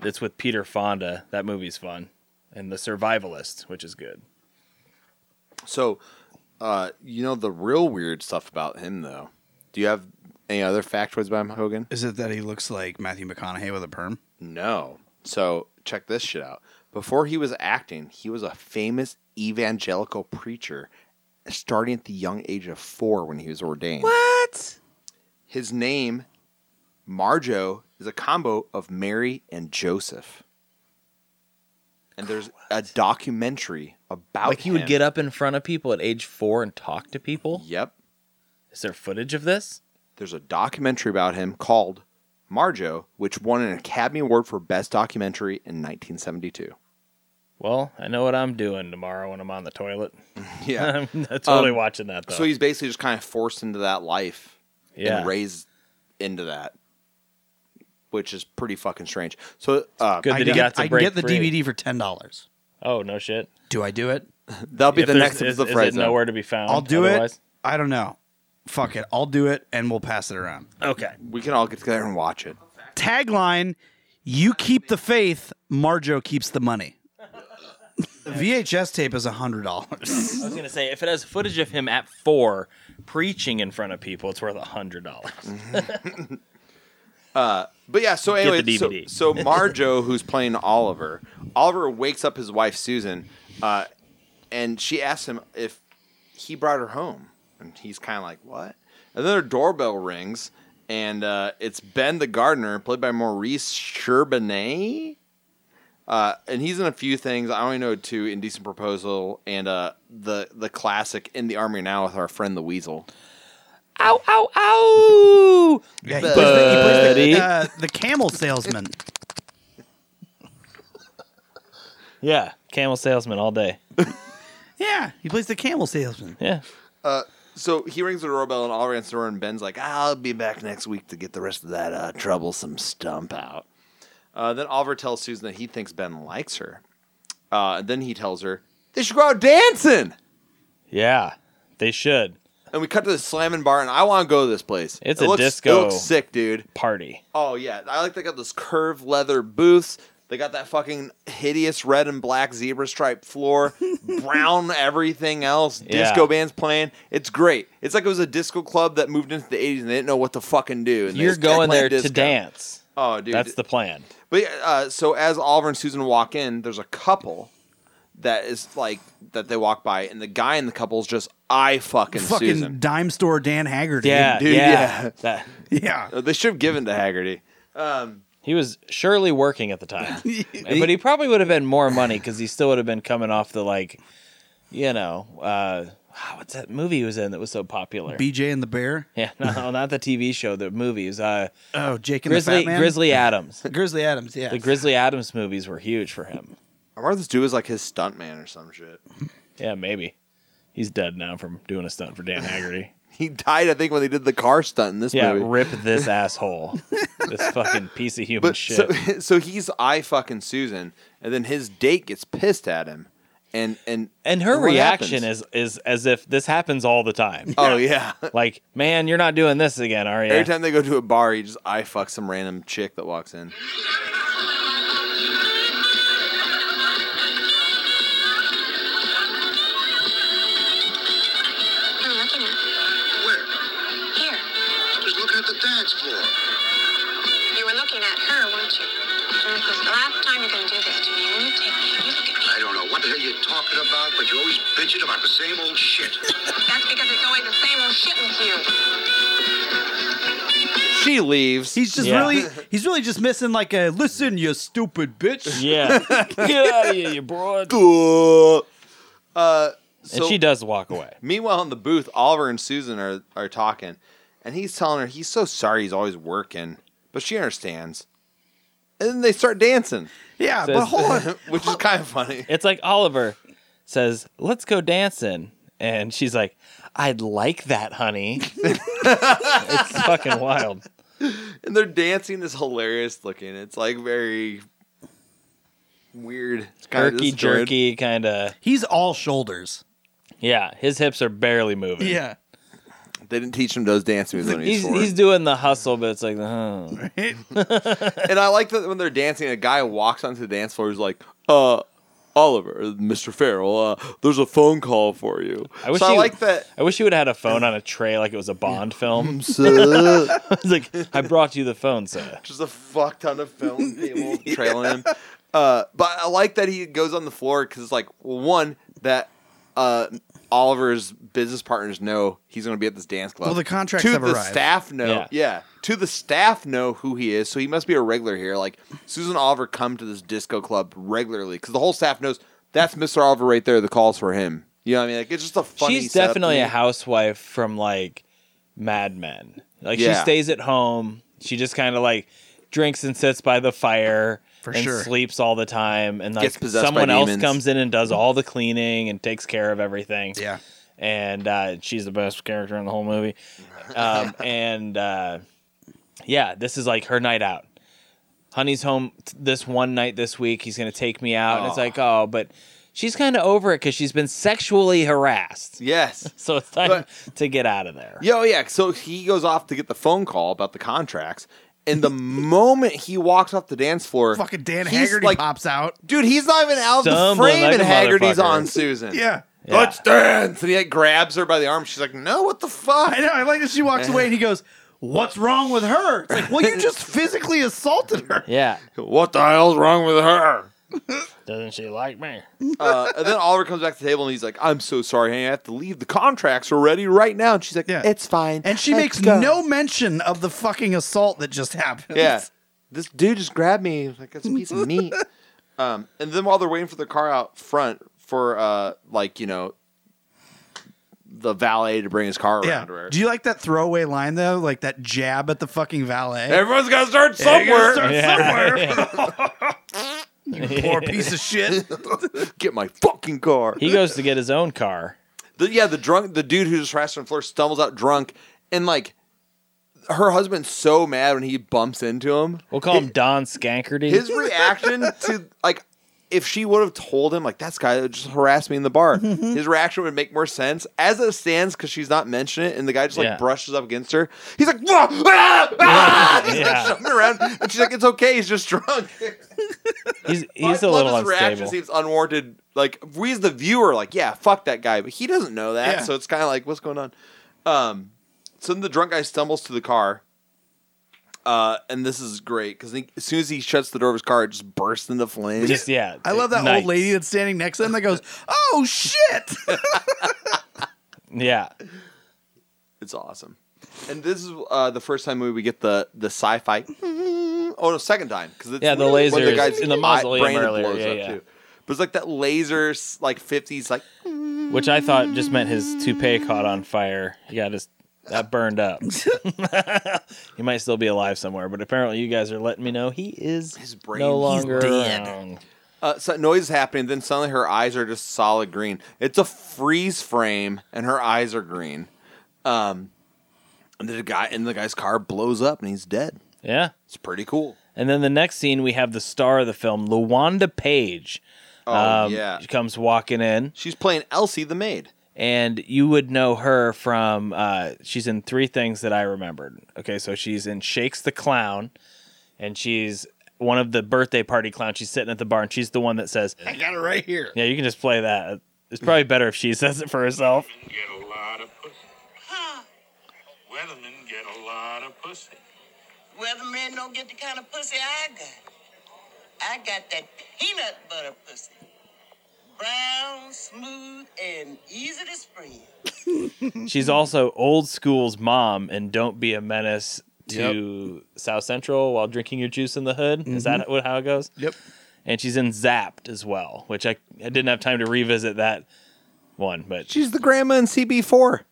Speaker 1: That's with Peter Fonda. That movie's fun. And The Survivalist, which is good.
Speaker 2: So, uh, you know the real weird stuff about him, though. Do you have any other factoids about him, Hogan?
Speaker 3: Is it that he looks like Matthew McConaughey with a perm?
Speaker 2: No. So check this shit out. Before he was acting, he was a famous evangelical preacher, starting at the young age of four when he was ordained. What? His name, Marjo, is a combo of Mary and Joseph. And there's a documentary about
Speaker 1: Like he would
Speaker 2: him.
Speaker 1: get up in front of people at age four and talk to people.
Speaker 2: Yep.
Speaker 1: Is there footage of this?
Speaker 2: there's a documentary about him called Marjo, which won an Academy Award for Best Documentary in 1972.
Speaker 1: Well, I know what I'm doing tomorrow when I'm on the toilet.
Speaker 2: Yeah.
Speaker 1: I'm not
Speaker 3: Um,
Speaker 1: totally watching that though.
Speaker 2: so he's basically just kind of forced into that life
Speaker 1: Yeah.
Speaker 2: and raised into that, which is pretty fucking strange. So uh,
Speaker 1: Good that
Speaker 3: I,
Speaker 1: he
Speaker 3: get,
Speaker 1: got to
Speaker 3: I can
Speaker 1: break
Speaker 3: get the
Speaker 1: free.
Speaker 3: DVD for ten dollars.
Speaker 1: Oh no shit!
Speaker 3: Do I do it?
Speaker 2: that'll be
Speaker 1: If
Speaker 2: the
Speaker 1: there's-
Speaker 2: next
Speaker 1: is,
Speaker 2: episode of
Speaker 1: is
Speaker 2: Friends.
Speaker 1: it nowhere to be found.
Speaker 3: I'll do
Speaker 1: otherwise?
Speaker 3: it. I don't know. Fuck it. I'll do it, and we'll pass it around.
Speaker 1: Okay.
Speaker 2: We can all get together and watch it.
Speaker 3: Tagline: You keep the faith, Marjo keeps the money. The VHS tape is hundred dollars.
Speaker 1: I was gonna say if it has footage of him at four preaching in front of people, it's worth a hundred dollars.
Speaker 2: But yeah, so anyway,
Speaker 1: the
Speaker 2: so,
Speaker 1: DVD.
Speaker 2: so Marjo, who's playing Oliver, Oliver wakes up his wife Susan, uh, and she asks him if he brought her home, and he's kind of like, "What?" And then her doorbell rings, and uh, it's Ben the gardener, played by Maurice Sherbinet, uh, and he's in a few things. I only know two: Indecent Proposal and uh, the the classic "In the Army Now" with our friend the Weasel.
Speaker 1: Ow! Ow! Ow!
Speaker 3: Yeah, he plays the, he plays
Speaker 1: Buddy.
Speaker 3: the- uh, the camel salesman.
Speaker 1: Yeah, camel salesman all day.
Speaker 3: Yeah, he plays the camel salesman.
Speaker 1: Yeah.
Speaker 2: So he rings the doorbell and Oliver answers the door, and Ben's like, "I'll be back next week to get the rest of that uh, troublesome stump out." Uh, then Oliver tells Susan that he thinks Ben likes her. Uh, and then he tells her they should go out dancing.
Speaker 1: Yeah. They should
Speaker 2: And we cut to the slamming bar, and I want to go to this place.
Speaker 1: It's
Speaker 2: it
Speaker 1: a
Speaker 2: looks,
Speaker 1: disco.
Speaker 2: It looks sick, dude.
Speaker 1: party.
Speaker 2: Oh yeah, I like they got those curved leather booths. They got that fucking hideous red and black zebra stripe floor, brown everything else.
Speaker 1: Yeah.
Speaker 2: Disco bands playing. It's great. It's like it was a disco club that moved into the '80s and they didn't know what to fucking do. And they
Speaker 1: You're
Speaker 2: just kept
Speaker 1: going
Speaker 2: playing
Speaker 1: there to
Speaker 2: disco.
Speaker 1: dance.
Speaker 2: Oh, dude,
Speaker 1: That's the plan.
Speaker 2: But yeah, uh, so as Oliver and Susan walk in, there's a couple that is like that they walk by, and the guy in the couple's just I fucking,
Speaker 3: Fucking
Speaker 2: Susan.
Speaker 3: dime store Dan Haggerty.
Speaker 1: Yeah,
Speaker 2: dude,
Speaker 1: yeah.
Speaker 2: yeah.
Speaker 1: That-
Speaker 3: Yeah.
Speaker 2: Uh, They should have given to Haggerty.
Speaker 1: he was surely working at the time, but he probably would have been more money because he still would have been coming off the like, you know, uh, what's that movie he was in that was so popular?
Speaker 3: BJ and the Bear.
Speaker 1: yeah, no, not the TV show, the movies. Uh,
Speaker 3: Oh, Jake and the
Speaker 1: Grizzly
Speaker 3: Fat Man.
Speaker 1: Grizzly Adams.
Speaker 3: Grizzly Adams. Yeah.
Speaker 1: The Grizzly Adams movies were huge for him.
Speaker 2: I wonder if this dude is like his stuntman or some shit.
Speaker 1: Yeah, maybe. He's dead now from doing a stunt for Dan Haggerty.
Speaker 2: He died, I think, when they did the car stunt in this
Speaker 1: Yeah,
Speaker 2: movie.
Speaker 1: rip this asshole. this fucking piece of human
Speaker 2: but
Speaker 1: shit.
Speaker 2: so, so he's I fucking Susan, and then his date gets pissed at him, and and
Speaker 1: and her
Speaker 2: what
Speaker 1: reaction
Speaker 2: happens?
Speaker 1: is is as if this happens all the time.
Speaker 2: oh yeah.
Speaker 1: like, man, you're not doing this again, are you?
Speaker 2: Every time they go to a bar, he just I fuck some random chick that walks in.
Speaker 5: You're looking at
Speaker 9: Where?
Speaker 5: here.
Speaker 9: Just look at the dance floor.
Speaker 5: You were looking at her, weren't you? And this is the last time you're going to do this to me. Will you take me? You look at me.
Speaker 9: I don't know what the hell you're talking about, but you're always bitching about the same old shit.
Speaker 5: That's because it's always the same old shit with you.
Speaker 2: She leaves.
Speaker 3: He's just
Speaker 1: Yeah.
Speaker 3: really, he's really just missing like a listen, you stupid bitch.
Speaker 1: yeah. Get out of here, you broad.
Speaker 2: uh,
Speaker 1: and she does walk away.
Speaker 2: Meanwhile, in the booth, Oliver and Susan are, are talking, and he's telling her he's so sorry he's always working, but she understands. And then they start dancing,
Speaker 3: Yeah,
Speaker 1: Says-
Speaker 3: but hold on.
Speaker 2: which is kind of funny.
Speaker 1: It's like Oliver says, "Let's go dancing," and she's like, "I'd like that, honey." it's fucking wild.
Speaker 2: And their dancing is hilarious looking. It's like very weird. It's kinda
Speaker 1: Jerky,
Speaker 2: disjointed.
Speaker 1: jerky, kind of.
Speaker 3: He's all shoulders.
Speaker 1: Yeah, his hips are barely moving.
Speaker 3: Yeah.
Speaker 2: They didn't teach him those dance moves when he was
Speaker 1: He's,
Speaker 2: four.
Speaker 1: he's doing the hustle, but it's like, huh.
Speaker 2: And I like that when they're dancing, a guy walks onto the dance floor. He's like, "Uh, Oliver, Mr. Farrell, uh, there's a phone call for you."
Speaker 1: I wish
Speaker 2: so I
Speaker 1: he-
Speaker 2: like that.
Speaker 1: I wish he would have had a phone on a tray like it was a Bond film.
Speaker 2: So-
Speaker 1: it's like, I brought you the phone, sir.
Speaker 2: just a fuck ton of film people trailing him. Uh, but I like that he goes on the floor because, like, well, one that uh, Oliver's business partners know he's going to be at this dance club.
Speaker 3: Well, the contracts
Speaker 2: to
Speaker 3: have
Speaker 2: the
Speaker 3: arrived.
Speaker 2: staff know,
Speaker 1: Yeah.
Speaker 2: yeah. to the staff know who he is, so he must be a regular here. Like Susan Oliver come to this disco club regularly because the whole staff knows that's Mister Oliver right there. The calls for him. You know what I mean? Like it's just a funny.
Speaker 1: She's
Speaker 2: setup to
Speaker 1: definitely
Speaker 2: me.
Speaker 1: a housewife from like Mad Men. Like she
Speaker 2: Yeah.
Speaker 1: stays at home. She just kind of like drinks and sits by the fire
Speaker 3: For
Speaker 1: and
Speaker 3: sure.
Speaker 1: sleeps all the time. And like
Speaker 2: Gets possessed by
Speaker 1: someone else
Speaker 2: demons.
Speaker 1: comes in and does all the cleaning and takes care of everything.
Speaker 3: Yeah.
Speaker 1: and uh, she's the best character in the whole movie. Um, and uh, yeah, this is like her night out. Honey's home t- this one night this week. He's gonna take me out, and it's
Speaker 2: Aw.
Speaker 1: like, oh, but she's kind of over it because she's been sexually harassed.
Speaker 2: yes.
Speaker 1: So it's time
Speaker 2: But-
Speaker 1: to get out of there.
Speaker 2: Yo, yeah. So he goes off to get the phone call about the contracts, and the moment he walks off the dance floor,
Speaker 3: Fucking Dan
Speaker 2: he's
Speaker 3: Haggerty
Speaker 2: like-
Speaker 3: pops out.
Speaker 2: Dude, he's not even out of the
Speaker 1: Stumbling
Speaker 2: frame,
Speaker 1: like
Speaker 2: and
Speaker 1: a
Speaker 2: Haggerty's
Speaker 1: motherfucker.
Speaker 2: on Susan.
Speaker 3: Yeah.
Speaker 1: Yeah.
Speaker 2: Let's dance. And he like grabs her by the arm. She's like, "No, what the fuck?"
Speaker 3: I know. I like that she walks away and he goes, What's wrong with her? It's like, well, you just physically assaulted her.
Speaker 1: Yeah.
Speaker 2: What the hell's wrong with her?
Speaker 1: Doesn't she like me?
Speaker 2: Uh, and then Oliver comes back to the table and he's like, "I'm so sorry, honey. I have to leave. The contracts are ready right now." And she's like,
Speaker 3: Yeah.
Speaker 2: "It's fine."
Speaker 3: And she
Speaker 2: Let's
Speaker 3: makes
Speaker 2: go."
Speaker 3: no mention of the fucking assault that just happened.
Speaker 2: Yeah. This dude just grabbed me like that's a piece of meat. Um, and then while they're waiting for the car out front for uh, like you know, the valet to bring his car
Speaker 3: Yeah.
Speaker 2: around. Or
Speaker 3: Do you like that throwaway line though? Like that jab at the fucking valet?
Speaker 2: Everyone's got to start
Speaker 3: You
Speaker 2: somewhere.
Speaker 3: gotta start
Speaker 1: Yeah.
Speaker 3: somewhere. you poor piece of shit.
Speaker 2: Get my fucking car.
Speaker 1: He goes to get his own car.
Speaker 2: The- yeah, the drunk, the dude who just crashed on the floor stumbles out drunk, and like, her husband's so mad when he bumps into him.
Speaker 1: We'll call him Don Skankerty.
Speaker 2: His reaction to like, if she would have told him, like, that's guy that just harassed me in the bar, his reaction would make more sense. As it stands, because she's not mentioning it, and the guy just like
Speaker 1: Yeah.
Speaker 2: brushes up against her, he's like, "Wah! ah, ah!" He's
Speaker 1: Yeah.
Speaker 2: like jumping around. And she's like, it's okay, he's just drunk.
Speaker 1: He's
Speaker 2: I
Speaker 1: he's a
Speaker 2: love
Speaker 1: little
Speaker 2: his reaction
Speaker 1: unstable.
Speaker 2: seems unwarranted. Like, we as the viewer, like, yeah, fuck that guy, but he doesn't know that.
Speaker 3: Yeah.
Speaker 2: So it's kind of like, what's going on? Um, so then the drunk guy stumbles to the car. Uh, and this is great because as soon as he shuts the door of his car, it just bursts into flames.
Speaker 1: Just yeah.
Speaker 3: I love that
Speaker 1: ignites.
Speaker 3: old lady that's standing next to him that goes, "Oh shit!"
Speaker 1: Yeah.
Speaker 2: It's awesome. And this is uh, the first time we we get the the sci-fi. Oh no, second time because
Speaker 1: Yeah, the
Speaker 2: when
Speaker 1: laser is
Speaker 2: guy's
Speaker 1: in the
Speaker 2: eye-
Speaker 1: mausoleum
Speaker 2: brain
Speaker 1: earlier,
Speaker 2: blows
Speaker 1: yeah,
Speaker 2: up,
Speaker 1: yeah.
Speaker 2: But it's like that laser, s- like fifties, like
Speaker 1: Which I thought just meant his toupee caught on fire. He got his that burned up. he might still be alive somewhere, but apparently you guys are letting me know he is
Speaker 2: His brain-
Speaker 1: no
Speaker 2: he's
Speaker 1: longer
Speaker 3: dead.
Speaker 1: around.
Speaker 2: uh, so noise is happening. Then suddenly her eyes are just solid green. It's a freeze frame, and her eyes are green. Um, and then the guy in the guy's car blows up, and he's dead.
Speaker 1: Yeah.
Speaker 2: It's pretty cool.
Speaker 1: And then the next scene we have the star of the film, Luanda Page.
Speaker 2: Oh
Speaker 1: um,
Speaker 2: yeah,
Speaker 1: She comes walking in,
Speaker 2: she's playing Elsie the maid.
Speaker 1: and you would know her from uh, she's in three things that I remembered. Okay, so she's in Shakes the Clown, and she's one of the birthday party clowns. She's sitting at the bar, and she's the one that says,
Speaker 3: I got it right here.
Speaker 1: "Yeah, you can just play that." It's probably better if she says it for herself.
Speaker 7: Get a lot of pussy. Weathermen get a lot of pussy.
Speaker 6: Well, the men don't get the kind of pussy I got. I got that peanut butter pussy. Brown, smooth, and easy to spread.
Speaker 1: She's also old school's mom and don't be a menace to South Central while drinking your juice in the hood. Is that what how it goes?
Speaker 3: Mm-hmm. Yep.
Speaker 1: And she's in Zapped as well, which I, I didn't have time to revisit that one, but
Speaker 2: She's the grandma in CB four.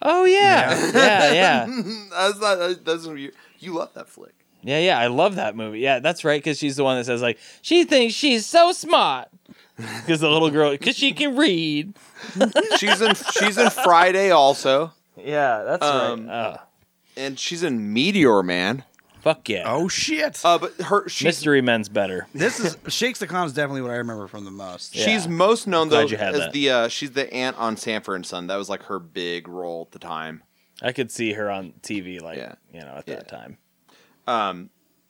Speaker 1: oh yeah, yeah, yeah,
Speaker 2: That's not, that- that's you, you love that flick.
Speaker 1: yeah, yeah. I love that movie. Yeah, that's right, because she's the one that says like she thinks she's so smart because the little girl because she can read.
Speaker 2: She's in she's in Friday also,
Speaker 1: Yeah, that's
Speaker 2: Um,
Speaker 1: right. Oh,
Speaker 2: and she's in Meteor Man.
Speaker 1: fuck yeah.
Speaker 3: Oh shit!
Speaker 2: Uh, but her she's
Speaker 1: Mystery Men's better.
Speaker 3: this is Shakes the Clown is definitely what I remember from the most.
Speaker 1: Yeah.
Speaker 2: she's most known though
Speaker 1: glad
Speaker 2: as
Speaker 1: you had that.
Speaker 2: the uh, she's the aunt on Sanford and Son. That was like her big role at the time.
Speaker 1: I could see her on TV like
Speaker 2: Yeah.
Speaker 1: you know at
Speaker 2: Yeah.
Speaker 1: that time.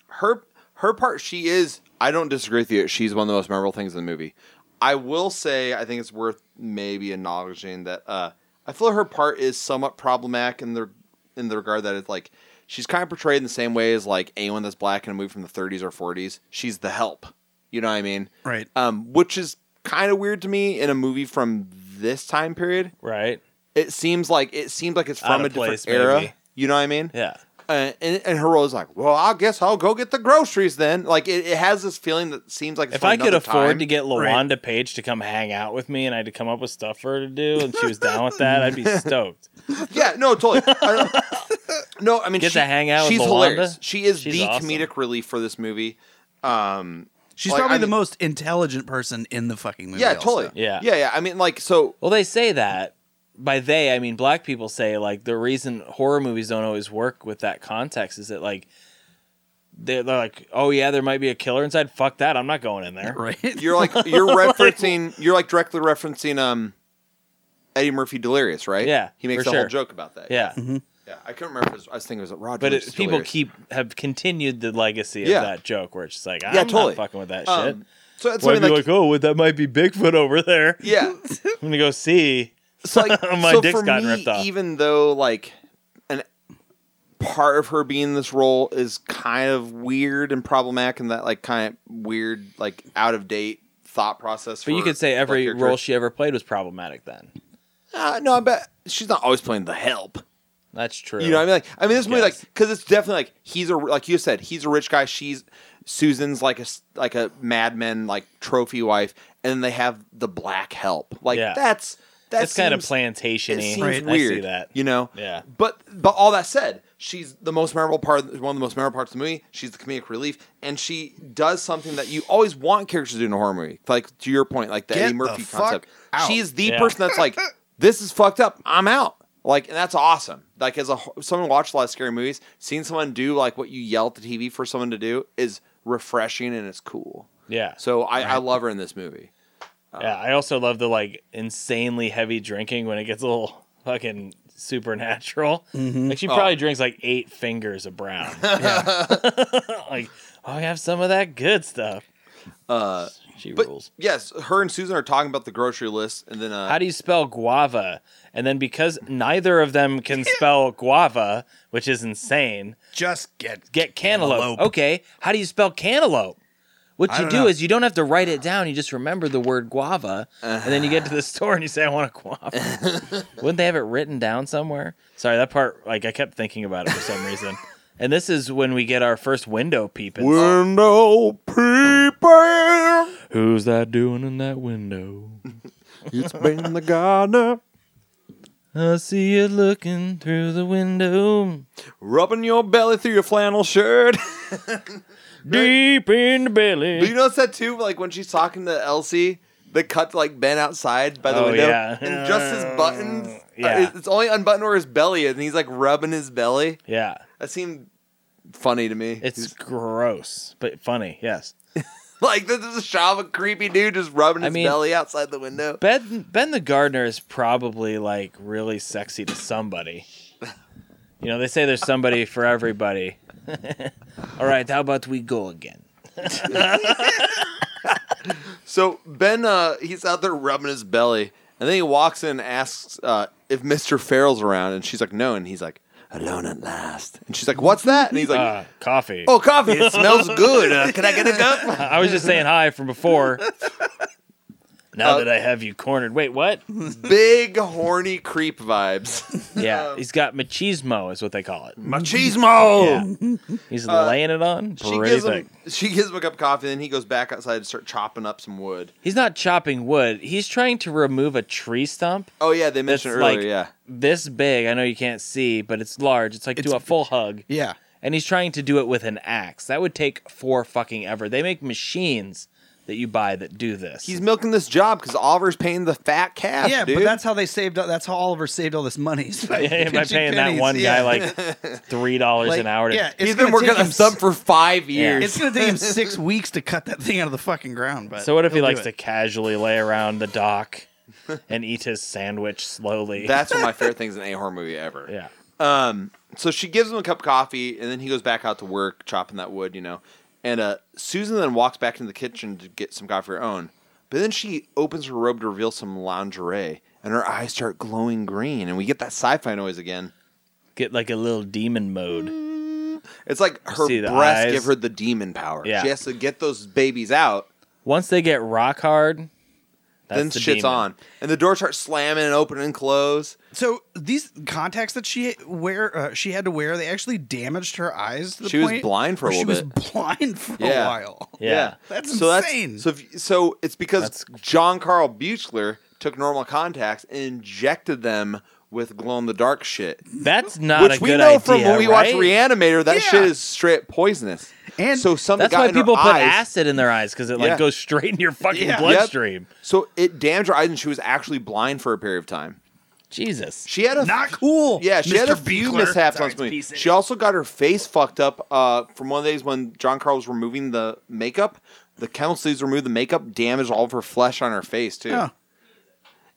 Speaker 2: Her her part she is. I don't disagree with you. She's one of the most memorable things in the movie. I will say I think it's worth maybe acknowledging that uh, I feel her part is somewhat problematic in the in the regard that it's like she's kind of portrayed in the same way as like anyone that's black in a movie from the 30s or 40s. She's the help. You know what I mean?
Speaker 3: Right.
Speaker 2: um, which is kind of weird to me in a movie from this time period.
Speaker 1: Right?
Speaker 2: It seems like it seems like it's
Speaker 1: Out
Speaker 2: from a
Speaker 1: of
Speaker 2: different
Speaker 1: place,
Speaker 2: era.
Speaker 1: maybe.
Speaker 2: You know what I mean?
Speaker 1: Yeah.
Speaker 2: Uh, and, and her role is like, well, I guess I'll go get the groceries then. Like it, it has this feeling that seems like it's
Speaker 1: If
Speaker 2: from
Speaker 1: I could
Speaker 2: another
Speaker 1: afford
Speaker 2: time.
Speaker 1: to get
Speaker 3: Right.
Speaker 1: LaWanda Page to come hang out with me and I had to come up with stuff for her to do and she was down with that, I'd be stoked.
Speaker 2: yeah, no, totally. I don't- no, I mean,
Speaker 1: Get
Speaker 2: she,
Speaker 1: to hang out with
Speaker 2: She's
Speaker 1: Melanda?
Speaker 2: hilarious. She is
Speaker 1: She's
Speaker 2: the
Speaker 1: awesome.
Speaker 2: comedic relief for this movie. Um,
Speaker 3: She's
Speaker 2: like,
Speaker 3: probably
Speaker 2: I
Speaker 3: the
Speaker 2: mean-
Speaker 3: most intelligent person in the fucking movie.
Speaker 2: yeah,
Speaker 3: also.
Speaker 2: totally.
Speaker 1: Yeah.
Speaker 2: yeah, yeah. I mean, like, so
Speaker 1: Well, they say that. By they, I mean black people say like the reason horror movies don't always work with that context is that like they're, they're like, oh yeah, there might be a killer inside. Fuck that, I'm not going in there.
Speaker 3: Right.
Speaker 2: you're like you're referencing you're like directly referencing um Eddie Murphy Delirious, right?
Speaker 1: Yeah,
Speaker 2: he makes
Speaker 1: for
Speaker 2: a
Speaker 1: sure.
Speaker 2: whole joke about that.
Speaker 1: Yeah,
Speaker 2: yeah. I couldn't remember. If it was, I was thinking it was Roger.
Speaker 1: but
Speaker 2: versus
Speaker 1: it, people
Speaker 2: Delirious.
Speaker 1: keep have continued the legacy of
Speaker 2: Yeah.
Speaker 1: that joke where it's just like, I'm
Speaker 2: yeah, totally
Speaker 1: not fucking with that
Speaker 2: Um,
Speaker 1: shit.
Speaker 2: So it's
Speaker 1: Why
Speaker 2: something
Speaker 1: be
Speaker 2: like,
Speaker 1: like, oh, well, that might be Bigfoot over there.
Speaker 2: yeah.
Speaker 1: I'm gonna go see.
Speaker 2: So like
Speaker 1: My
Speaker 2: so
Speaker 1: dick's
Speaker 2: for
Speaker 1: gotten
Speaker 2: me,
Speaker 1: ripped off.
Speaker 2: even though like an part of her being in this role is kind of weird and problematic and that like kind of weird like out of date thought process.
Speaker 1: But you
Speaker 2: for
Speaker 1: could say
Speaker 2: that
Speaker 1: every
Speaker 2: character.
Speaker 1: role she ever played was problematic. Then
Speaker 2: Uh, no, I bet she's not always playing the help.
Speaker 1: that's true.
Speaker 2: You know what I mean? Like, I mean, this movie, like,
Speaker 1: Yes.
Speaker 2: because it's definitely like he's a like you said, he's a rich guy. She's Susan's like a s- like a madman, like trophy wife, and then they have the black help. Like
Speaker 1: Yeah.
Speaker 2: that's that's
Speaker 1: It's kind of plantationy.
Speaker 2: It seems
Speaker 1: Right.
Speaker 2: weird.
Speaker 1: I see that.
Speaker 2: You know?
Speaker 1: Yeah.
Speaker 2: But but all that said, she's the most memorable part. Of, one of the most memorable parts of the movie. She's the comedic relief, and she does something that you always want characters to do in a horror movie. Like to your point, like the
Speaker 3: Get
Speaker 2: Eddie Murphy
Speaker 3: the fuck
Speaker 2: concept.
Speaker 3: out.
Speaker 2: She is the
Speaker 1: Yeah.
Speaker 2: person that's like, this is fucked up. I'm out. Like, and that's awesome. Like, as a ho- someone who watched a lot of scary movies, seeing someone do like what you yell at the TV for someone to do is refreshing and it's cool.
Speaker 1: Yeah.
Speaker 2: So I, I love her in this movie.
Speaker 1: Yeah, I also love the like insanely heavy drinking when it gets a little fucking supernatural. Like
Speaker 2: Oh.
Speaker 1: she probably drinks like eight fingers of brown. like, oh, I have some of that good stuff.
Speaker 2: Uh,
Speaker 1: She
Speaker 2: but
Speaker 1: rules.
Speaker 2: yes, her and Susan are talking about the grocery list, and then uh,
Speaker 1: How do you spell guava? And then because neither of them can spell guava, which is insane,
Speaker 3: Just get
Speaker 1: get cantaloupe.
Speaker 3: Cantaloupe.
Speaker 1: Okay, how do you spell cantaloupe? What
Speaker 3: I
Speaker 1: you
Speaker 3: don't
Speaker 1: do
Speaker 3: know.
Speaker 1: is you don't have to write it down. You just remember the word guava, and then you get to the store and you say, "I want a guava." Wouldn't they have it written down somewhere? Sorry, that part. Like I kept thinking about it for some reason. And this is when we get our first window peeping.
Speaker 2: Oh. window people.
Speaker 1: Who's that doing in that window?
Speaker 2: It's been the gardener
Speaker 1: I see it looking through the window,
Speaker 2: rubbing your belly through your flannel shirt.
Speaker 1: deep in the belly.
Speaker 2: But you notice that too, like when she's talking to Elsie, the cut to like Ben outside by the
Speaker 1: Oh,
Speaker 2: window,
Speaker 1: yeah.
Speaker 2: and just his buttons. uh,
Speaker 1: Yeah.
Speaker 2: it- it's only unbuttoned where his belly is, and he's like rubbing his belly.
Speaker 1: yeah,
Speaker 2: That seemed funny to me.
Speaker 1: it's
Speaker 2: He's-
Speaker 1: gross but funny. Yes.
Speaker 2: like this is a shot of a creepy dude just rubbing
Speaker 1: I
Speaker 2: his
Speaker 1: mean-
Speaker 2: belly outside the window.
Speaker 1: Ben Ben the gardener is probably like really sexy to somebody. You know, they say there's somebody for everybody. All right, how about we go again?
Speaker 2: So Ben, uh, he's out there rubbing his belly, and then he walks in and asks uh, if Mr. Farrell's around, and she's like, "No," and he's like, "Alone at last," and she's like, "What's that?" And he's like,
Speaker 1: Uh, coffee.
Speaker 2: "Oh, coffee. It smells good. Uh, can I get a cup?"
Speaker 1: I was just saying hi from before. Now
Speaker 2: Uh,
Speaker 1: that I have you cornered. Wait, what?
Speaker 2: Big horny creep vibes.
Speaker 1: Yeah, he's got machismo, is what they call it.
Speaker 2: Machismo.
Speaker 1: He's laying it on
Speaker 2: Oh. Uh, She
Speaker 1: pretty
Speaker 2: gives
Speaker 1: thick.
Speaker 2: him. She gives him a cup of coffee, and then he goes back outside to start chopping up some wood.
Speaker 1: He's not chopping wood. He's trying to remove a tree stump
Speaker 2: Oh yeah, they mentioned
Speaker 1: That's
Speaker 2: earlier.
Speaker 1: like-
Speaker 2: yeah.
Speaker 1: this big. I know you can't see, but it's large. It's like do a full hug.
Speaker 3: yeah.
Speaker 1: and he's trying to do it with an axe. That would take four fucking ever. They make machines that you buy that do this.
Speaker 2: He's milking this job because Oliver's paying the fat calf.
Speaker 3: Yeah,
Speaker 2: dude.
Speaker 3: but that's how they saved. That's how Oliver saved all this money. is by
Speaker 1: Am I
Speaker 3: pitching
Speaker 1: paying that
Speaker 3: pennies.
Speaker 1: one guy
Speaker 3: Yeah.
Speaker 1: like three dollars
Speaker 3: Like,
Speaker 1: an hour? To,
Speaker 3: Yeah, it's
Speaker 2: he's
Speaker 3: gonna
Speaker 2: been working
Speaker 3: take
Speaker 2: on
Speaker 3: him
Speaker 2: this stump
Speaker 3: s-
Speaker 2: for five years.
Speaker 3: It's gonna take him six weeks to cut that thing out of the fucking ground. But
Speaker 1: So what if he
Speaker 3: he'll do
Speaker 1: likes to
Speaker 3: it.
Speaker 1: casually lay around the dock and eat his sandwich slowly?
Speaker 2: That's one of my favorite things in a horror movie ever.
Speaker 1: yeah.
Speaker 2: Um, so she gives him a cup of coffee, and then he goes back out to work chopping that wood, you know. And uh, Susan then walks back into the kitchen to get some coffee of her own. But then she opens her robe to reveal some lingerie, and her eyes start glowing green, and we get that sci-fi noise again.
Speaker 1: Get like a little demon mode.
Speaker 2: It's like her
Speaker 1: See the
Speaker 2: breasts
Speaker 1: eyes.
Speaker 2: give her the demon power.
Speaker 1: Yeah.
Speaker 2: She has to get those babies out.
Speaker 1: Once they get rock hard, that's
Speaker 2: then
Speaker 1: the
Speaker 2: shit's
Speaker 1: demon.
Speaker 2: on, and the door starts slamming and opening and close.
Speaker 3: So these contacts that she wear, uh, she had to wear, they actually damaged her eyes. To the
Speaker 2: She was
Speaker 3: point
Speaker 2: blind for a
Speaker 3: where
Speaker 2: little
Speaker 3: She was blind for
Speaker 2: Yeah.
Speaker 3: a while.
Speaker 1: Yeah.
Speaker 3: That's
Speaker 2: so
Speaker 3: insane.
Speaker 2: That's, so, if, so it's because
Speaker 1: That's-
Speaker 2: John Carl Buechler took normal contacts and injected them with glow in the dark shit,
Speaker 1: That's not a
Speaker 2: which
Speaker 1: good
Speaker 2: we know
Speaker 1: idea,
Speaker 2: from when we watched
Speaker 1: right?
Speaker 2: Reanimator that
Speaker 3: Yeah.
Speaker 2: shit is straight poisonous.
Speaker 3: And
Speaker 2: so some
Speaker 1: That's
Speaker 2: got
Speaker 1: why
Speaker 2: in her
Speaker 1: people put
Speaker 2: eyes.
Speaker 1: acid in their eyes because it like
Speaker 2: Yeah.
Speaker 1: goes straight in your fucking
Speaker 3: Yeah. Yep.
Speaker 1: bloodstream.
Speaker 2: So it damaged her eyes, and she was actually blind for a period of time.
Speaker 1: Jesus.
Speaker 2: She had a
Speaker 3: Not cool.
Speaker 2: Yeah, she had
Speaker 3: Mr.
Speaker 2: a few
Speaker 3: Buechler.
Speaker 2: mishaps on
Speaker 3: Sorry,
Speaker 2: this movie.
Speaker 3: piece of-
Speaker 2: She also got her face fucked up uh, from one of the days when John Carl was removing the makeup. The chemicals removed the makeup, damaged all of her flesh on her face too.
Speaker 3: Huh.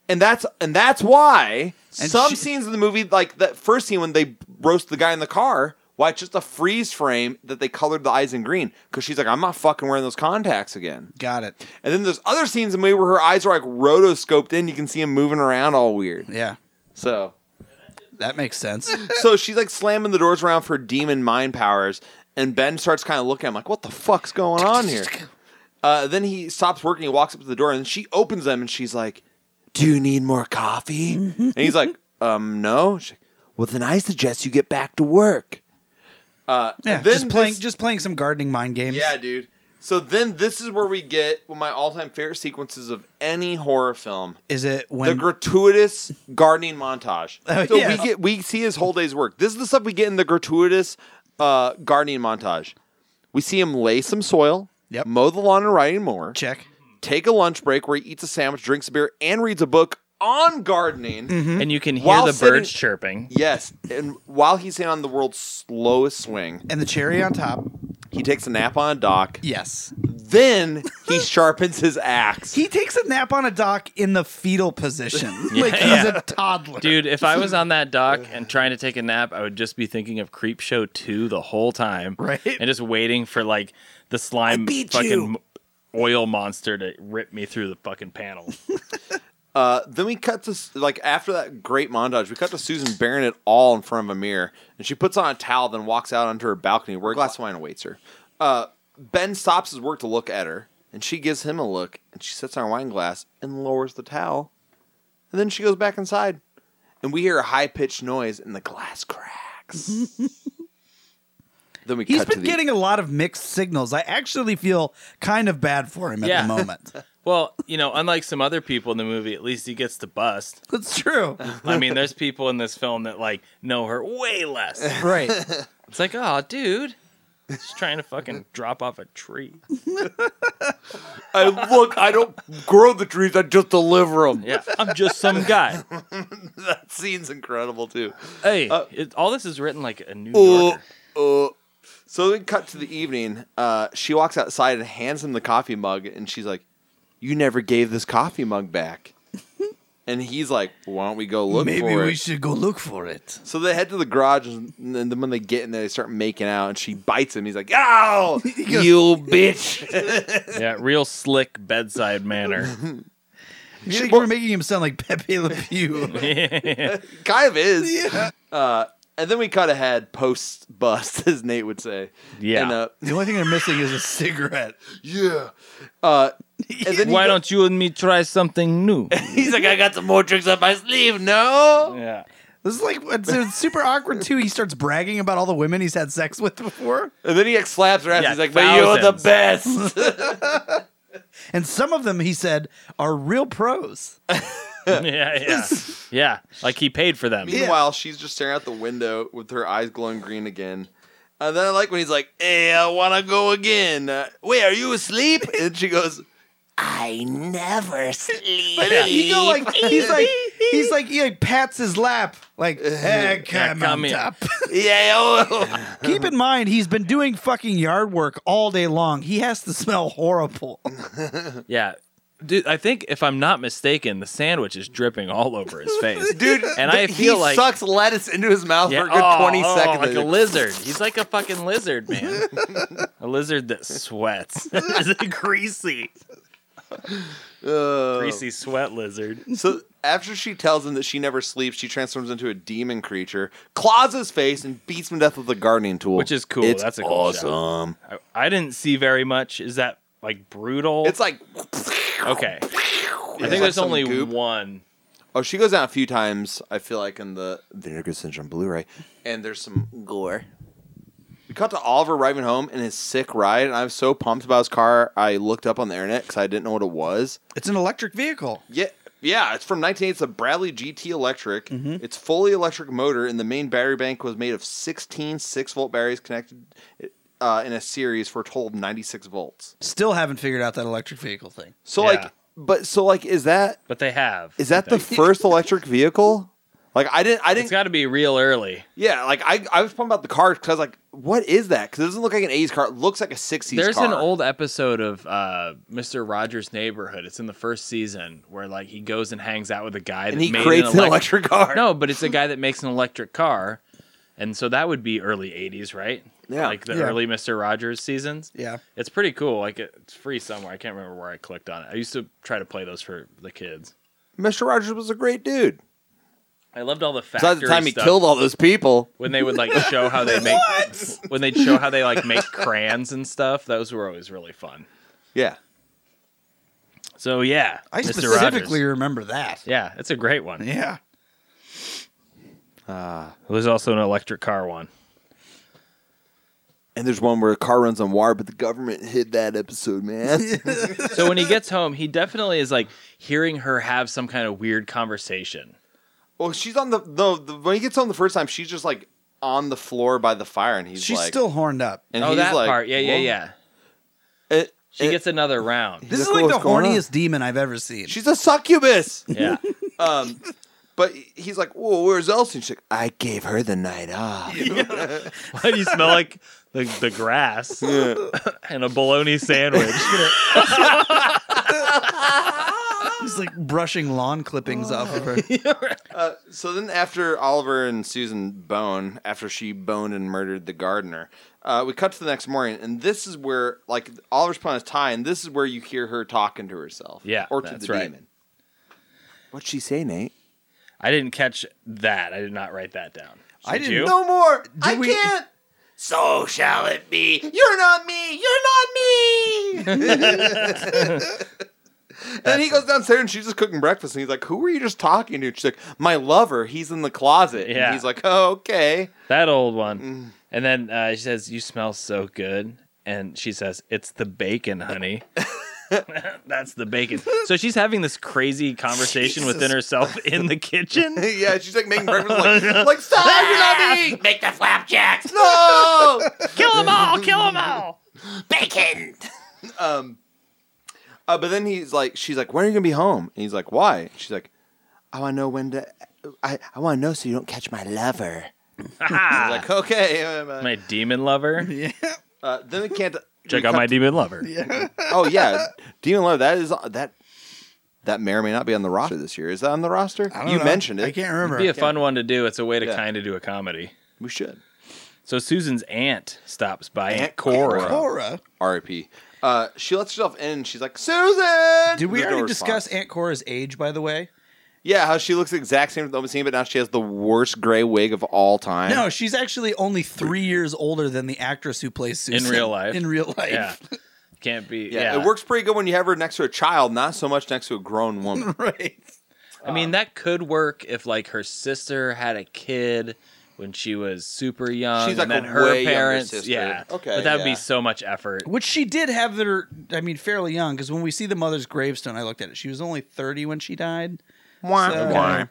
Speaker 2: And that's and that's why
Speaker 3: And
Speaker 2: some
Speaker 3: she-
Speaker 2: scenes in the movie, like that first scene when they roast the guy in the car, why it's just a freeze frame that they colored the eyes in green because she's like, I'm not fucking wearing those contacts again.
Speaker 3: Got it.
Speaker 2: And then there's other scenes in the movie where her eyes are like rotoscoped in. You can see them moving around all weird.
Speaker 3: Yeah,
Speaker 2: So
Speaker 3: that makes sense.
Speaker 2: so she's like slamming the doors around for demon mind powers, and Ben starts kind of looking. I'm like, what the fuck's going on here? Uh, then he stops working. He walks up to the door, and she opens them, and she's like, "Do you need more coffee?" and he's like, "Um, no." She's like, well, then I suggest you get back to work.
Speaker 3: Yeah,
Speaker 2: And then
Speaker 3: just playing,
Speaker 2: this-
Speaker 3: just playing some gardening mind games.
Speaker 2: Yeah, dude. So then this is where we get one of my all-time favorite sequences of any horror film.
Speaker 3: Is it
Speaker 2: the
Speaker 3: when
Speaker 2: gratuitous gardening montage.
Speaker 3: Oh,
Speaker 2: so
Speaker 3: yeah.
Speaker 2: we get we see his whole day's work. This is the stuff we get in the gratuitous uh, gardening montage. We see him lay some soil,
Speaker 3: Yep.
Speaker 2: mow the lawn and ride and mower,
Speaker 3: check?
Speaker 2: take a lunch break where he eats a sandwich, drinks a beer, and reads a book on gardening.
Speaker 3: Mm-hmm.
Speaker 1: And you can hear
Speaker 2: While
Speaker 1: the
Speaker 2: sitting-
Speaker 1: birds chirping.
Speaker 2: Yes, and while he's on the world's slowest swing,
Speaker 3: And the cherry on top.
Speaker 2: he takes a nap on a dock.
Speaker 3: Yes.
Speaker 2: Then he sharpens his axe.
Speaker 3: He takes a nap on a dock in the fetal position, like he's a toddler.
Speaker 1: Dude, if I was on that dock and trying to take a nap, I would just be thinking of Creep Show 2 the whole time.
Speaker 3: Right.
Speaker 1: And just waiting for like the slime
Speaker 3: beat
Speaker 1: fucking
Speaker 3: you.
Speaker 1: oil monster to rip me through the fucking panel.
Speaker 2: Uh, then we cut to like after that great montage, we cut to Susan bearing it all in front of a mirror, and she puts on a towel, then walks out onto her balcony where a glass of wine awaits her. Uh, ben stops his work to look at her, and she gives him a look, and she sits on her wine glass and lowers the towel, and then she goes back inside, and we hear a high pitched noise, and the glass cracks. then we
Speaker 3: He's
Speaker 2: cut to
Speaker 3: been
Speaker 2: the
Speaker 3: getting a lot of mixed signals. I actually feel kind of bad for him at
Speaker 1: Yeah.
Speaker 3: the moment.
Speaker 1: well, you know, unlike some other people in the movie, at least he gets to bust.
Speaker 3: That's true.
Speaker 1: I mean, there's people in this film that like know her way less.
Speaker 3: Right.
Speaker 1: It's like, oh, dude. She's trying to fucking drop off a tree.
Speaker 2: I look. I don't grow the trees; I just deliver them.
Speaker 1: Yeah, I'm just some guy.
Speaker 2: that scene's incredible too.
Speaker 1: Hey,
Speaker 2: Uh,
Speaker 1: it, all this is written like a New
Speaker 2: Oh,
Speaker 1: Yorker.
Speaker 2: oh. So we cut to the evening. Uh, she walks outside and hands him the coffee mug, and she's like, "You never gave this coffee mug back." and he's like, "Why don't we go look
Speaker 3: Maybe
Speaker 2: for
Speaker 3: we
Speaker 2: it?"
Speaker 3: should go look for it.
Speaker 2: so they head to the garage, and and then when they get in there, they start making out, and she bites him. He's like, "Ow, you bitch!"
Speaker 1: Yeah, real slick bedside manner.
Speaker 3: You think we're making him sound like Pepe Le Pew.
Speaker 2: kind of is. Uh, and then we cut ahead post bust, as Nate would say.
Speaker 1: Yeah.
Speaker 2: And, uh,
Speaker 3: the only thing they're missing is a cigarette.
Speaker 2: yeah. Uh, and then he
Speaker 1: Why
Speaker 2: go-
Speaker 1: don't you and me try something new?
Speaker 2: He's like, I got some more tricks up my sleeve. No.
Speaker 1: yeah.
Speaker 3: This is like it's, it's super awkward too. He starts bragging about all the women he's had sex with before,
Speaker 2: And then he like slaps her ass.
Speaker 1: Yeah,
Speaker 2: He's like, "But you're the best."
Speaker 3: and some of them he said are real pros.
Speaker 1: yeah, yeah. Yeah, like he paid for them.
Speaker 2: Meanwhile, she's just staring out the window with her eyes glowing green again. And then I like when he's like, "Hey, I want to go again." Uh, Wait, are you asleep? And she goes,
Speaker 6: I never sleep.
Speaker 3: But then you go like he's like he's like he like pats his lap like hey, come,
Speaker 1: come
Speaker 3: on
Speaker 1: here."
Speaker 3: top.
Speaker 2: "Yeah, oh."
Speaker 3: Keep in mind he's been doing fucking yard work all day long. He has to smell horrible.
Speaker 1: Yeah. Dude, I think if I'm not mistaken, the sandwich is dripping all over his face.
Speaker 2: dude."
Speaker 1: And I
Speaker 2: th-
Speaker 1: feel
Speaker 2: he
Speaker 1: like-
Speaker 2: sucks lettuce into his mouth
Speaker 1: Yeah,
Speaker 2: for a good
Speaker 1: oh,
Speaker 2: twenty
Speaker 1: oh,
Speaker 2: seconds.
Speaker 1: Like a lizard. He's like a fucking lizard, man. a lizard that sweats. It's a greasy,
Speaker 2: Ugh.
Speaker 1: greasy sweat lizard.
Speaker 2: So after she tells him that she never sleeps, she transforms into a demon creature, claws his face, and beats him to death with a gardening tool.
Speaker 1: Which is cool.
Speaker 2: It's
Speaker 1: That's a cool shot.
Speaker 2: awesome.
Speaker 1: I, I didn't see very much. Is that like brutal?
Speaker 2: It's like
Speaker 1: okay. I
Speaker 2: like
Speaker 1: think there's
Speaker 2: some
Speaker 1: only
Speaker 2: goop.
Speaker 1: one.
Speaker 2: oh, she goes down a few times. I feel like in the Vinegar Good Syndrome Blu-ray, and there's some gore. We cut to Oliver arriving home in his sick ride, and I'm so pumped about his car. I looked up on the internet because I didn't know what it was.
Speaker 3: It's an electric vehicle.
Speaker 2: Yeah, yeah, it's from 1980. It's a Bradley GT Electric. It's fully electric motor, and the main battery bank was made of 16 6 volt batteries connected uh, in a series for a total of 96 volts.
Speaker 3: Still haven't figured out that electric vehicle thing.
Speaker 2: So
Speaker 1: Yeah.
Speaker 2: like, but so like, is that
Speaker 1: But they have.
Speaker 2: is
Speaker 1: I
Speaker 2: that the
Speaker 1: think.
Speaker 2: first electric vehicle? Like I didn't, I
Speaker 1: It's
Speaker 2: didn't.
Speaker 1: got to be real early.
Speaker 2: yeah, like I, I was pumped about the car because I was like, what is that? Because it doesn't look like an 80s car. It looks like a 60s.
Speaker 1: There's
Speaker 2: car.
Speaker 1: an old episode of uh, Mr. Rogers' Neighborhood. It's in the first season where like he goes and hangs out with a guy
Speaker 2: and
Speaker 1: that
Speaker 2: he
Speaker 1: made
Speaker 2: creates an
Speaker 1: elec-
Speaker 2: electric car.
Speaker 1: No, but it's a guy that makes an electric car, and so that would be early '80s, right?
Speaker 2: Yeah.
Speaker 1: like the
Speaker 3: Yeah.
Speaker 1: early Mr. Rogers seasons.
Speaker 3: Yeah.
Speaker 1: it's pretty cool. Like it- it's free somewhere. I can't remember where I clicked on it. I used to try to play those for the kids.
Speaker 2: Mr. Rogers was a great dude.
Speaker 1: I loved all the factory
Speaker 2: Besides the time he
Speaker 1: stuff.
Speaker 2: killed all those people.
Speaker 1: when they would like show how they make when they would show how they like make crayons and stuff. Those were always really fun.
Speaker 2: Yeah.
Speaker 1: So yeah,
Speaker 3: I
Speaker 1: Mr.
Speaker 3: specifically
Speaker 1: Rogers.
Speaker 3: remember that.
Speaker 1: Yeah, it's a great one.
Speaker 3: Yeah.
Speaker 1: There's also an electric car one.
Speaker 2: And there's one where a car runs on wire, but the government hid that episode, man.
Speaker 1: So when he gets home, he definitely is like hearing her have some kind of weird conversation.
Speaker 2: well, she's on the, the, the when he gets home the first time, she's just like on the floor by the fire, and he's
Speaker 3: She's
Speaker 2: like,
Speaker 3: still horned up.
Speaker 2: and
Speaker 1: oh,
Speaker 2: he's
Speaker 1: that
Speaker 2: like,
Speaker 1: part. Yeah, yeah,
Speaker 2: "Whoa." Eh,
Speaker 1: yeah.
Speaker 2: It-
Speaker 1: She
Speaker 2: it-
Speaker 1: gets another round.
Speaker 3: This
Speaker 2: He's
Speaker 3: is
Speaker 2: like,
Speaker 3: like the
Speaker 2: "What's going on?"
Speaker 3: horniest demon I've ever seen.
Speaker 2: she's a succubus.
Speaker 1: Yeah.
Speaker 2: um, But he's like, "Whoa, where's Elsie?" She's like, "I gave her the night off."
Speaker 1: Why do you smell like the, the grass and a bologna sandwich?
Speaker 3: He's like brushing lawn clippings off of her.
Speaker 2: So then, after Oliver and Susan bone, after she boned and murdered the gardener, uh, we cut to the next morning, and this is where, like, Oliver's playing his tie, and this is where you hear her talking to herself.
Speaker 1: Yeah,
Speaker 2: Or to
Speaker 1: that's
Speaker 2: the
Speaker 1: right.
Speaker 2: demon. What'd she say, Nate?
Speaker 1: I didn't catch that. I did not write that down.
Speaker 3: I
Speaker 1: Did
Speaker 3: didn't
Speaker 1: you?
Speaker 2: No more! I
Speaker 3: we-
Speaker 2: can't! So shall it be! You're not me! You're not me! and then he goes downstairs and she's just cooking breakfast, and he's like, Who were you just talking to? She's like, My lover, he's in the closet.
Speaker 1: Yeah.
Speaker 2: And he's like, Oh, okay.
Speaker 1: That old one.
Speaker 2: Mm.
Speaker 1: And then uh, she says, "You smell so good," and she says, "It's the bacon, honey." That's the bacon. So she's having this crazy conversation within herself in the kitchen.
Speaker 2: yeah, she's like making breakfast, like, like stop, you're not me.
Speaker 6: Make the flapjacks.
Speaker 2: No.
Speaker 1: kill them all! Kill them all!
Speaker 6: Bacon.
Speaker 2: Um, Uh, but then he's like, she's like, when are you gonna be home? And he's like, why? And she's like, "Oh, I want to know when to. I, I want to know so you don't catch my lover.
Speaker 1: Ah,
Speaker 2: Like, okay. um, uh,
Speaker 1: my demon lover.
Speaker 2: uh, then we can't
Speaker 1: Check
Speaker 2: we
Speaker 1: out
Speaker 2: cut-
Speaker 1: my demon lover.
Speaker 2: Oh yeah, Demon Lover. That is that. That may or may not be on the roster this year. Is that on the roster?
Speaker 3: I don't
Speaker 2: you
Speaker 3: know.
Speaker 2: mentioned it.
Speaker 3: I can't remember.
Speaker 1: Be a fun one to do. It's a way to
Speaker 2: Yeah.
Speaker 1: kind of do a comedy.
Speaker 2: We should.
Speaker 1: So Susan's aunt stops by.
Speaker 2: Aunt
Speaker 1: Aunt Cora.
Speaker 2: Cora.
Speaker 3: Cora.
Speaker 2: R.I.P. Uh, she lets herself in. and She's like, Susan.
Speaker 3: Did we
Speaker 2: There's no
Speaker 3: already
Speaker 2: response.
Speaker 3: discuss Aunt Cora's age, by the way?
Speaker 2: Yeah, how she looks the exact same as the open scene, but now she has the worst gray wig of all time.
Speaker 3: No, she's actually only three years older than the actress who plays Susan
Speaker 1: real life.
Speaker 3: In real life,
Speaker 1: Yeah. Can't be.
Speaker 2: yeah, it works pretty good when you have her next to a child, not so much next to a grown woman.
Speaker 3: right?
Speaker 1: I mean, that could work if like her sister had a kid when she was super young.
Speaker 2: She's,
Speaker 1: and
Speaker 2: like,
Speaker 1: then
Speaker 2: a
Speaker 1: her
Speaker 2: way younger
Speaker 1: parents.
Speaker 2: sister.
Speaker 1: Yeah.
Speaker 2: Okay,
Speaker 1: But that would
Speaker 2: yeah.
Speaker 1: be so much effort.
Speaker 3: Which she did have their, I mean, fairly young because when we see the mother's gravestone, I looked at it. She was only thirty when she died.
Speaker 2: Wah,
Speaker 3: So,
Speaker 2: wah.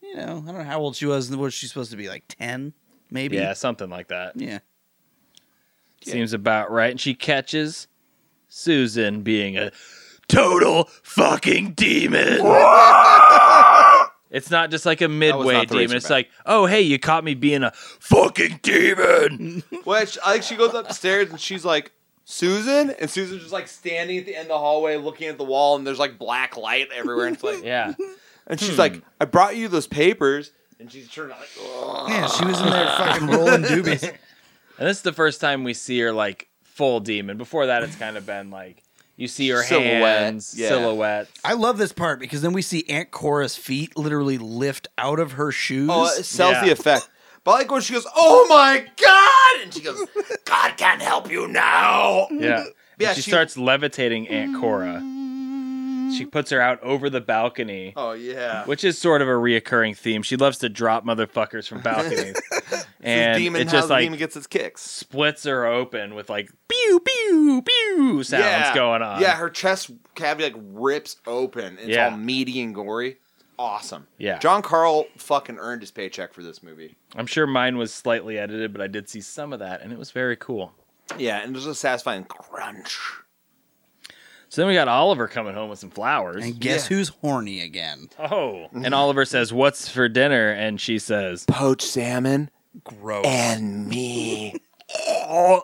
Speaker 3: You know, I don't know how old she was. Was she supposed to be like ten? Maybe.
Speaker 1: Yeah, something like that.
Speaker 3: Yeah.
Speaker 1: Seems about right. And she catches Susan being a total fucking demon. It's not just like a midway
Speaker 2: not the
Speaker 1: demon. It's
Speaker 2: Razorback.
Speaker 1: like, oh hey, you caught me being a fucking demon.
Speaker 2: Which like she goes upstairs and she's like, Susan, and Susan's just like standing at the end of the hallway, looking at the wall, and there's like black light everywhere, and it's like,
Speaker 1: yeah.
Speaker 2: and she's
Speaker 1: Hmm.
Speaker 2: like, I brought you those papers, and she's turning like, "Oh, "Ugh."
Speaker 3: Yeah, she was in there fucking rolling doobies.
Speaker 1: And this is the first time we see her like full demon. Before that, it's kind of been like you see her
Speaker 2: Silhouette,
Speaker 1: hands,
Speaker 2: yeah.
Speaker 1: silhouette.
Speaker 3: I love this part because then we see Aunt Cora's feet literally lift out of her shoes.
Speaker 2: oh, it sells the
Speaker 1: Yeah.
Speaker 2: effect. But I like when she goes, Oh my god, and she goes, God can't help you now.
Speaker 1: Yeah,
Speaker 2: Yeah,
Speaker 1: And she,
Speaker 2: she-
Speaker 1: starts levitating Aunt Cora. She puts her out over the balcony.
Speaker 2: Oh yeah,
Speaker 1: Which is sort of a reoccurring theme. She loves to drop motherfuckers from balconies, and
Speaker 2: demon
Speaker 1: it
Speaker 2: how
Speaker 1: just
Speaker 2: the
Speaker 1: like
Speaker 2: demon gets its kicks.
Speaker 1: splits her open with like pew pew pew sounds going on.
Speaker 2: Yeah, her chest cavity like rips open. It's
Speaker 1: Yeah.
Speaker 2: all meaty and gory. Awesome.
Speaker 1: Yeah.
Speaker 2: John Carl fucking earned his paycheck for this movie.
Speaker 1: I'm sure mine was slightly edited, but I did see some of that, and it was very cool.
Speaker 2: Yeah, and there's a satisfying crunch.
Speaker 1: So then we got Oliver coming home with some flowers.
Speaker 3: and guess who's horny again?
Speaker 1: Oh. And Oliver says, What's for dinner? And she says,
Speaker 2: Poached salmon
Speaker 3: Gross.
Speaker 2: and me. and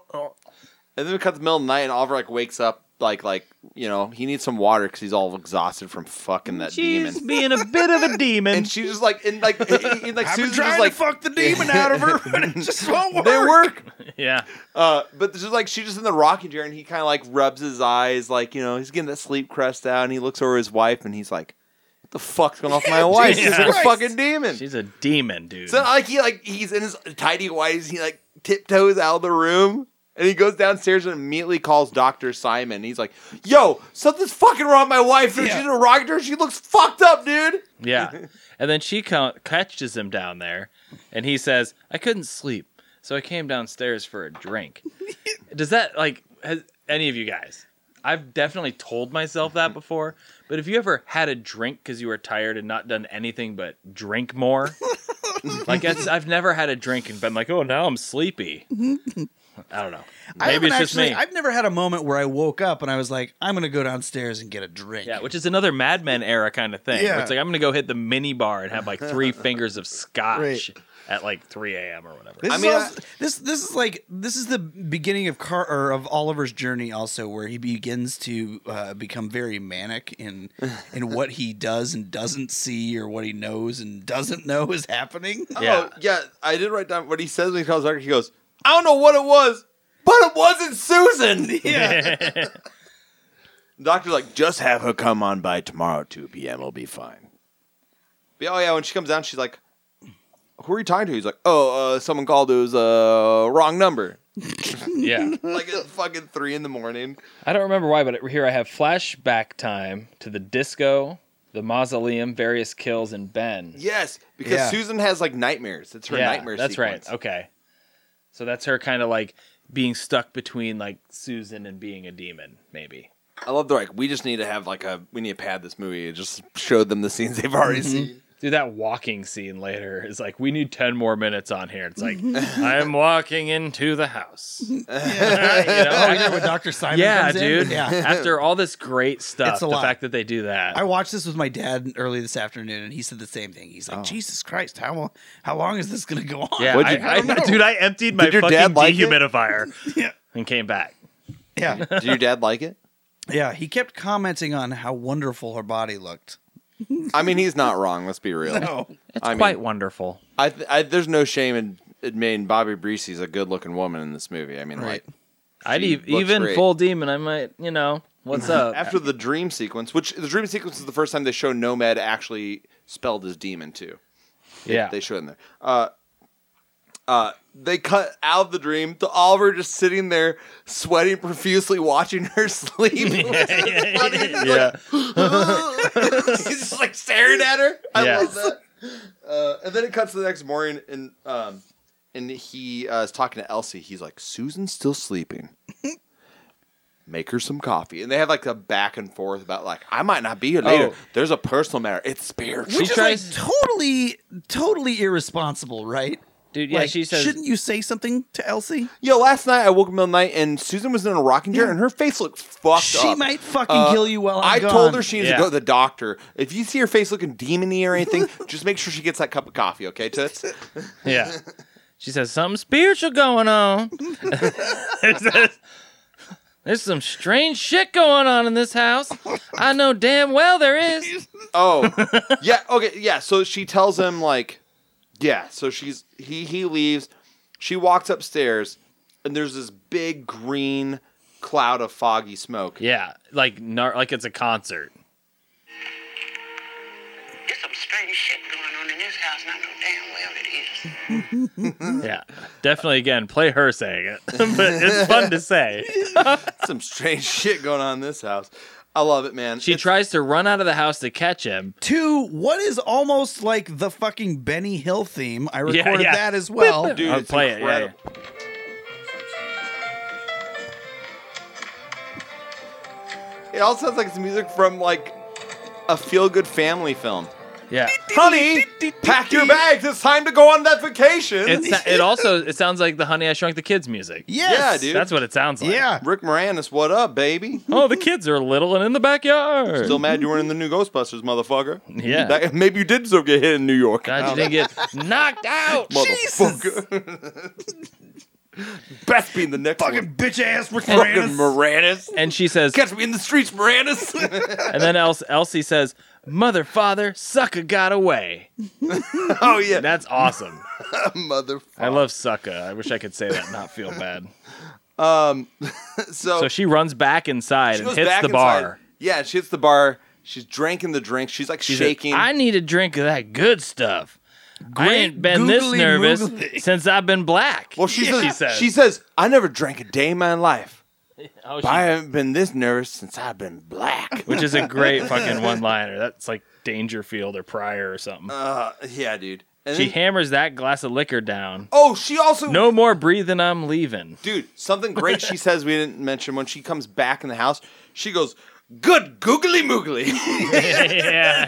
Speaker 2: then we cut to the middle of the night, and Oliver like wakes up like like you know he needs some water because he's all exhausted from fucking that
Speaker 1: She's
Speaker 2: demon.
Speaker 1: being a bit of a demon.
Speaker 2: And she's just like and like and, like
Speaker 3: I've been
Speaker 2: Susan's
Speaker 3: trying
Speaker 2: just like
Speaker 3: to fuck the demon out of her, but it just won't work.
Speaker 2: they work.
Speaker 1: yeah.
Speaker 2: Uh, but this is like she's just in the rocking chair, and he kind of like rubs his eyes, like you know he's getting that sleep crust out, and he looks over his wife, and he's like, "What the fuck's going off my wife? She's
Speaker 1: Jesus
Speaker 2: like a
Speaker 3: Christ.
Speaker 2: fucking demon."
Speaker 1: She's a demon, dude.
Speaker 2: so like he like he's in his tidy whities, he like tiptoes out of the room, and he goes downstairs and immediately calls Doctor Simon. He's like, "Yo, something's fucking wrong with my wife. Dude.
Speaker 3: Yeah.
Speaker 2: She's in a rocking chair. She looks fucked up, dude."
Speaker 1: yeah. And then she co- catches him down there, and he says, I couldn't sleep, so I came downstairs for a drink. Does that, like, has any of you guys? I've definitely told myself that before, but have you ever had a drink because you were tired and not done anything but drink more? like, that's, I've never had a drink and been like, oh, now I'm sleepy. I don't know.
Speaker 3: I
Speaker 1: Maybe
Speaker 3: haven't
Speaker 1: it's just
Speaker 3: actually-
Speaker 1: me.
Speaker 3: I've never had a moment where I woke up and I was like, I'm gonna go downstairs and get a drink.
Speaker 1: Yeah, which is another Mad Men era kind of thing. where
Speaker 3: Yeah.
Speaker 1: It's like I'm gonna go hit the mini bar and have like three fingers of scotch at like 3 a.m. or whatever.
Speaker 3: This
Speaker 2: I
Speaker 3: is
Speaker 2: mean,
Speaker 3: also- this this is like this is the beginning of Car or of Oliver's journey, also where he begins to uh, become very manic in in what he does and doesn't see, or what he knows and doesn't know is happening.
Speaker 1: Yeah.
Speaker 2: Oh, yeah. I did write down what he says when he calls Archer. He goes, I don't know what it was, but it wasn't Susan. Doctor's like, just have her come on by tomorrow, 2 p.m. It'll be fine. But, oh, yeah. When she comes down, she's like, who are you talking to? He's like, oh, uh, someone called. It was uh, wrong number.
Speaker 1: yeah.
Speaker 2: Like at fucking three in the morning.
Speaker 1: I don't remember why, but here I have flashback time to the disco, the mausoleum, various kills, and Ben.
Speaker 2: Yes, because
Speaker 3: Yeah.
Speaker 2: Susan has like nightmares. It's her nightmare.
Speaker 1: That's
Speaker 2: sequence.
Speaker 1: right. Okay. So that's her kind of like being stuck between like Susan and being a demon, maybe.
Speaker 2: I love the like. We just need to have like a. We need to pad this movie. It just showed them the scenes they've already seen.
Speaker 1: Dude, that walking scene later is like, we need 10 more minutes on here. It's like, I'm walking into the house. You
Speaker 2: Oh,
Speaker 1: know?
Speaker 3: I Oh, know when Doctor Simon.
Speaker 1: Yeah,
Speaker 3: comes in.
Speaker 1: dude.
Speaker 3: Yeah.
Speaker 1: After all this great stuff,
Speaker 3: It's a
Speaker 1: the
Speaker 3: lot.
Speaker 1: fact that they do that.
Speaker 3: I watched this with my dad early this afternoon, and he said the same thing. He's like, "Jesus Christ, how long? How long is this going to go on?"
Speaker 1: Oh. yeah,
Speaker 2: What'd you-
Speaker 1: I- I- dude, I emptied my
Speaker 2: Did your
Speaker 1: fucking
Speaker 2: dad like it?
Speaker 1: dehumidifier
Speaker 3: Yeah.
Speaker 1: and came back.
Speaker 3: yeah,
Speaker 2: Did your dad like it?
Speaker 3: yeah. He kept commenting on how wonderful her body looked.
Speaker 2: I mean, he's not wrong. Let's be real.
Speaker 3: Oh,
Speaker 1: It's
Speaker 2: I mean-
Speaker 1: quite wonderful.
Speaker 2: I, th- I there's no shame in admitting Bobby Breesy's a good-looking woman in this movie. I mean,
Speaker 3: Right.
Speaker 2: like
Speaker 1: I'd
Speaker 2: She
Speaker 1: e-
Speaker 2: looks
Speaker 1: even
Speaker 2: great.
Speaker 1: full demon. I might, you know, what's up?
Speaker 2: after the dream sequence, which the dream sequence is the first time they show Nomad actually spelled as demon too.
Speaker 1: yeah,
Speaker 2: They show it in there. Uh, uh, they cut out of the dream to Oliver just sitting there sweating profusely, watching her sleep.
Speaker 1: yeah.
Speaker 2: He's just like staring at her. I
Speaker 1: Yeah.
Speaker 2: love that. Uh, and then it cuts to the next morning, and um, and he uh, is talking to Elsie. He's like, "Susan's still sleeping. Make her some coffee." And they have like a back and forth about like, "I might not be here later.
Speaker 1: Oh.
Speaker 2: There's a personal matter. It's spiritual."
Speaker 3: which is
Speaker 1: tries-
Speaker 3: like totally, totally irresponsible, right?
Speaker 1: dude. Yeah,
Speaker 3: Like,
Speaker 1: she says.
Speaker 3: shouldn't you say something to Elsie?
Speaker 2: Yo, last night I woke up in the middle of the night, and Susan was in a rocking chair, and her face looked fucked up.
Speaker 3: She might fucking
Speaker 2: Uh,
Speaker 3: kill you while I'm
Speaker 2: I
Speaker 3: gone.
Speaker 2: told her she needs
Speaker 1: Yeah.
Speaker 2: to go to the doctor. If you see her face looking demony or anything, just make sure she gets that cup of coffee, okay, Toots?
Speaker 1: yeah, she says something spiritual going on. It says, There's some strange shit going on in this house. I know damn well there is.
Speaker 2: Oh, yeah. Okay, yeah. So she tells him like, yeah. So she's he he leaves. She walks upstairs, and there's this big green cloud of foggy smoke.
Speaker 1: Yeah, like nar- like it's a concert.
Speaker 4: There's some strange shit going on in this house, and I know damn well it is.
Speaker 1: Yeah, definitely. Again, play her saying it, but it's fun to say.
Speaker 2: Some strange shit going on in this house. I love it, man.
Speaker 1: She
Speaker 2: It's-
Speaker 1: tries to run out of the house to catch him.
Speaker 3: to what is almost like the fucking Benny Hill theme. I
Speaker 1: Yeah,
Speaker 3: recorded
Speaker 1: yeah.
Speaker 3: that as well.
Speaker 2: Dude,
Speaker 1: I'll
Speaker 2: it's
Speaker 1: play it, yeah,
Speaker 2: incredible. It all sounds like it's music from like a feel-good family film.
Speaker 1: Yeah.
Speaker 2: Honey, pack your bags. It's time to go on that vacation.
Speaker 1: It's, it also it sounds like the Honey I Shrunk the Kids music.
Speaker 2: yeah,
Speaker 3: Yes.
Speaker 2: dude.
Speaker 1: That's what it sounds like.
Speaker 3: Yeah.
Speaker 2: Rick Moranis, what up, baby?
Speaker 1: Oh, the kids are little and in the backyard.
Speaker 2: Still mad you weren't in the new Ghostbusters, motherfucker.
Speaker 1: Yeah.
Speaker 2: That- maybe you did still get hit in New York.
Speaker 1: God, you didn't get knocked out.
Speaker 2: Motherfucker. Best being the next
Speaker 3: Fucking
Speaker 2: one.
Speaker 3: bitch ass Rick
Speaker 2: Fucking
Speaker 3: Moranis.
Speaker 2: Moranis.
Speaker 1: And she says,
Speaker 2: Catch me in the streets, Moranis.
Speaker 1: and then Els- Elsie says, "Mother, father, sucker got away."
Speaker 2: oh, yeah.
Speaker 1: That's awesome.
Speaker 2: motherfucker.
Speaker 1: I love sucker. I wish I could say that, and not feel bad.
Speaker 2: So,
Speaker 1: So she runs back inside
Speaker 2: she
Speaker 1: and
Speaker 2: goes
Speaker 1: hits
Speaker 2: back
Speaker 1: the
Speaker 2: inside.
Speaker 1: bar.
Speaker 2: Yeah, she hits the bar. She's drinking the drink. She's like
Speaker 1: She's like,
Speaker 2: shaking.
Speaker 1: I need a drink of that good stuff. I ain't been this
Speaker 3: googly
Speaker 1: nervous
Speaker 3: moogly."
Speaker 1: since I've been black.
Speaker 2: well, she,
Speaker 1: she
Speaker 2: says,
Speaker 1: says.
Speaker 2: she says, I never drank a day in my life.
Speaker 1: Oh,
Speaker 2: But I
Speaker 1: she-
Speaker 2: haven't been this nervous since I've been black.
Speaker 1: which is a great fucking one-liner. That's like Dangerfield or Pryor or something.
Speaker 2: uh, yeah, dude. And
Speaker 1: she
Speaker 2: then-
Speaker 1: hammers that glass of liquor down.
Speaker 2: oh, she also
Speaker 1: No more breathing. I'm leaving.
Speaker 2: Dude, something great she says we didn't mention when she comes back in the house, she goes, Good googly moogly.
Speaker 1: yeah,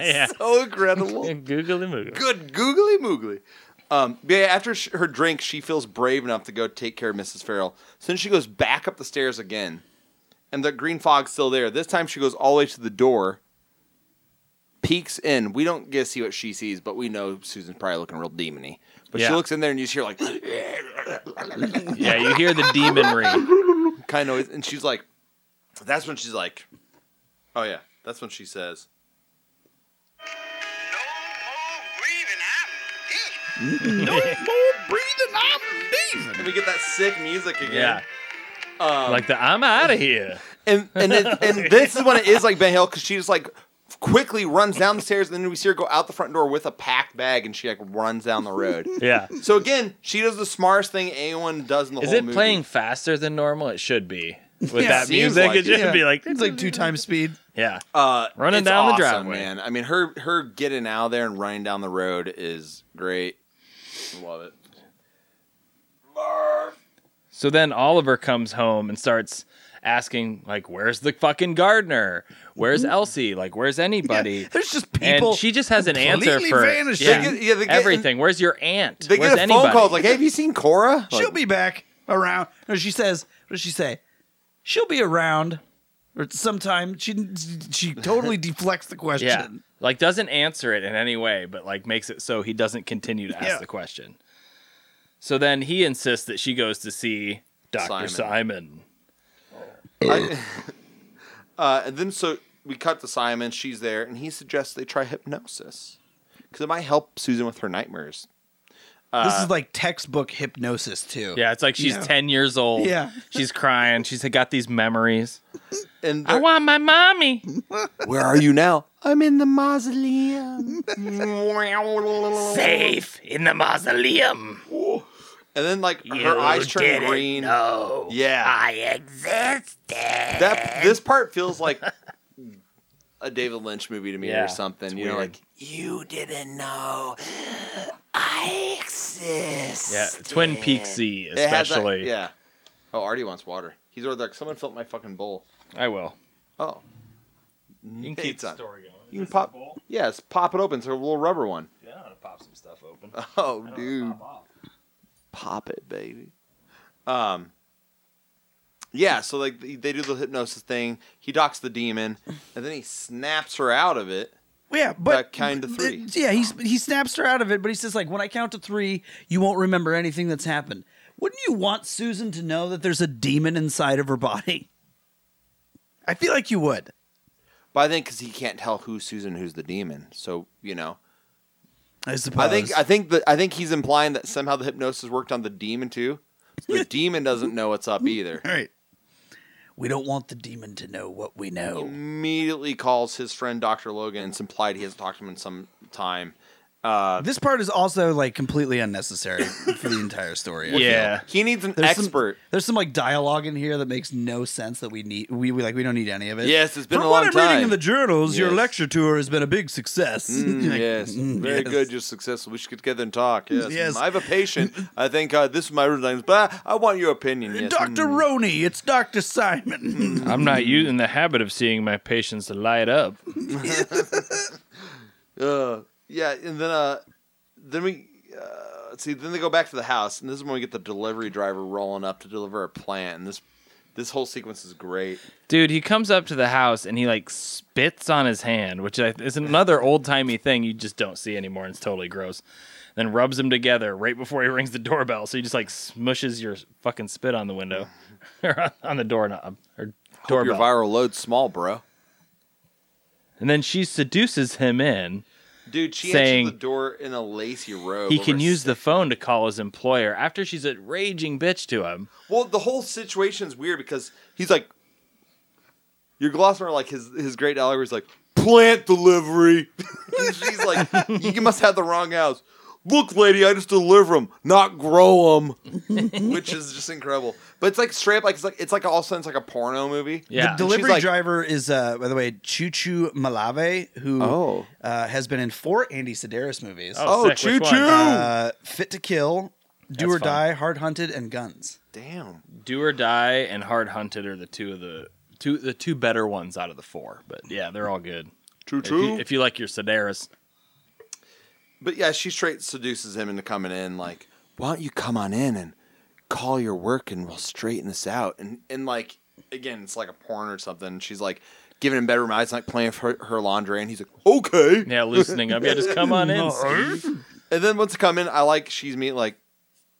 Speaker 1: yeah.
Speaker 2: so Oh, incredible.
Speaker 1: Googly moogly.
Speaker 2: Good googly moogly. Um, but yeah, after sh- her drink, she feels brave enough to go take care of Mrs. Farrell. Soon she goes back up the stairs again, and the green fog's still there. This time she goes all the way to the door, peeks in. We don't get to see what she sees, but we know Susan's probably looking real demony. But she
Speaker 1: Yeah.
Speaker 2: looks in there and you just hear like
Speaker 1: Yeah, you hear the demonry.
Speaker 2: kind of, and she's like, that's when she's like, oh yeah, that's when she says,
Speaker 4: No more breathing. I'm deep.
Speaker 2: and we get that sick music again.
Speaker 1: Yeah.
Speaker 2: Um,
Speaker 1: like the I'm out of here.
Speaker 2: and and it, and this is when it is like Ben Hill because she just like quickly runs down the stairs and then we see her go out the front door with a packed bag and she like runs down the road.
Speaker 1: Yeah.
Speaker 2: So again, she does the smartest thing anyone does in the
Speaker 1: Is
Speaker 2: whole
Speaker 1: it
Speaker 2: movie.
Speaker 1: playing faster than normal? It should be. With
Speaker 3: Yeah,
Speaker 1: that
Speaker 2: seems
Speaker 1: music,
Speaker 2: like
Speaker 1: it should
Speaker 2: it.
Speaker 1: be like
Speaker 3: It's like two times speed.
Speaker 1: Yeah.
Speaker 2: uh,
Speaker 1: running
Speaker 2: it's
Speaker 1: down the
Speaker 2: awesome,
Speaker 1: driveway.
Speaker 2: Man, I mean her her getting out of there and running down the road is great. Love it.
Speaker 1: So then Oliver comes home and starts asking, like, where's the fucking gardener? Where's
Speaker 2: Mm-hmm.
Speaker 1: Elsie? Like, where's anybody?
Speaker 3: There's just people.
Speaker 1: and she just has an answer
Speaker 3: completely
Speaker 1: for
Speaker 3: vanished.
Speaker 1: yeah,
Speaker 2: They get- yeah, they get-
Speaker 1: everything. Where's your aunt?
Speaker 2: They
Speaker 1: where's
Speaker 2: get a
Speaker 1: anybody?
Speaker 2: phone call like, "Hey, have you seen Cora?"
Speaker 3: She'll be back around. No, she says. What does she say? She'll be around, or sometime. She she totally deflects the question.
Speaker 1: yeah. Like doesn't answer it in any way, but like makes it so he doesn't continue to ask
Speaker 3: Yeah.
Speaker 1: the question. So then he insists that she goes to see Dr. Simon.
Speaker 2: Simon. I- uh, and then so we cut to Simon. She's there, and he suggests they try hypnosis because it might help Susan with her nightmares.
Speaker 3: this is like textbook hypnosis too.
Speaker 1: uh, Yeah, it's like she's
Speaker 3: Yeah.
Speaker 1: 10 years old.
Speaker 3: Yeah.
Speaker 1: She's crying. She's got these memories.
Speaker 2: And
Speaker 1: I
Speaker 2: they're-
Speaker 1: want my mommy.
Speaker 2: where are you now? I'm in the mausoleum.
Speaker 1: Safe in the mausoleum.
Speaker 2: And then like her eyes turn green. yeah, I existed. That this part feels like a David Lynch movie to me
Speaker 1: Yeah,
Speaker 2: or something.
Speaker 1: it's
Speaker 2: You know,
Speaker 1: weird.
Speaker 2: like you didn't know I exist.
Speaker 1: Yeah, Twin Peaksy
Speaker 2: It has that-
Speaker 1: especially.
Speaker 2: yeah. Oh, Artie wants water. He's over there. Someone filled my fucking bowl.
Speaker 1: I will.
Speaker 2: Oh,
Speaker 1: You can
Speaker 2: Hey,
Speaker 1: keep
Speaker 2: it's on.
Speaker 1: the story going.
Speaker 2: you can pop. Yes, pop it open. It's a little rubber one.
Speaker 1: Yeah, I'm gonna pop some stuff open.
Speaker 2: Oh, dude.
Speaker 1: off.
Speaker 2: pop it, baby. Um, yeah, so like they they do the hypnosis thing. He docks the demon, and then he snaps her out of it.
Speaker 3: Well, yeah, but
Speaker 2: That kind of three.
Speaker 3: th- yeah, he's he snaps her out of it, but he says like, when I count to three, you won't remember anything that's happened. Wouldn't you want Susan to know that there's a demon inside of her body? I feel like you would.
Speaker 2: But I think because he can't tell who's Susan, who's the demon. So you know,
Speaker 3: I suppose.
Speaker 2: I think I think that I think he's implying that somehow the hypnosis worked on the demon too. The demon doesn't know what's up either.
Speaker 3: All right. We don't want the demon to know what we know.
Speaker 2: Immediately calls his friend Doctor Logan. and It's implied he hasn't talked to him in some time. Uh,
Speaker 3: This part is also like completely unnecessary for the entire story. I feel.
Speaker 1: Yeah.
Speaker 2: he needs an
Speaker 3: There's
Speaker 2: expert.
Speaker 3: Some, there's some like dialogue in here that makes no sense that we need. We, we like we don't need any of it.
Speaker 2: Yes, it's been
Speaker 3: From
Speaker 2: a
Speaker 3: what
Speaker 2: long
Speaker 3: I'm reading
Speaker 2: time.
Speaker 3: in the journals, your
Speaker 2: Yes.
Speaker 3: lecture tour has been a big success.
Speaker 2: Mm,
Speaker 3: Like,
Speaker 2: yes,
Speaker 3: mm,
Speaker 2: very
Speaker 3: yes.
Speaker 2: good. You're successful. We should get together and talk. Yes,
Speaker 3: Yes.
Speaker 2: Mm, I have a patient. I think uh, this is my root language, but I, I want your opinion. Yes.
Speaker 3: Dr.
Speaker 2: Mm.
Speaker 3: Roney, it's Dr. Simon.
Speaker 1: I'm not you in the habit of seeing my patients light up.
Speaker 2: Uh, yeah, and then uh, then we uh, let's see. Then they go back to the house, and this is when we get the delivery driver rolling up to deliver a plant. And this this whole sequence is great.
Speaker 1: Dude, he comes up to the house and he like spits on his hand, which I- is another old timey thing you just don't see anymore, and it's totally gross. Then rubs them together right before he rings the doorbell, so he just like smushes your fucking spit on the window or on- on the doorknob or
Speaker 2: Hope your
Speaker 1: doorbell.
Speaker 2: viral load's small, bro.
Speaker 1: and then she seduces him in.
Speaker 2: Dude, she
Speaker 1: Saying-
Speaker 2: answers the door in a lacy robe.
Speaker 1: He
Speaker 2: over
Speaker 1: can
Speaker 2: a
Speaker 1: use the phone to call his employer after she's a raging bitch to him.
Speaker 2: Well, the whole situation's weird because he's like, you're glossing over like his his great dialogue. where He's like, plant delivery. and she's like, you must have the wrong house. Look, lady, I just deliver them, not grow them, which is just incredible. But it's like straight up, like it's like it's like all of a sudden it's like a porno movie.
Speaker 1: Yeah.
Speaker 3: The delivery
Speaker 2: like-
Speaker 3: driver is, uh, by the way, Choo Choo Malave, who
Speaker 2: Oh.
Speaker 3: uh, has been in four Andy Sedaris movies
Speaker 2: Oh,
Speaker 1: sick. Which
Speaker 2: choo
Speaker 1: one?
Speaker 2: choo!
Speaker 3: uh, Fit to Kill, Do
Speaker 1: That's
Speaker 3: or
Speaker 1: fun.
Speaker 3: Die, Hard Hunted, and Guns.
Speaker 2: Damn.
Speaker 1: Do or Die and Hard Hunted are the two of the two the two better ones out of the four. But yeah, they're all good.
Speaker 2: Choo
Speaker 1: If you,
Speaker 2: choo.
Speaker 1: if you like your Sedaris,
Speaker 2: But yeah, she straight seduces him into coming in. Like, why don't you come on in and call your work and we'll straighten this out. And and like again, it's like a porn or something. She's like giving him bedroom eyes, like playing with her, her laundry, and he's like, okay.
Speaker 1: Yeah, loosening up. Yeah, just come on in. Steve.
Speaker 2: And then once they come in, I like she's me like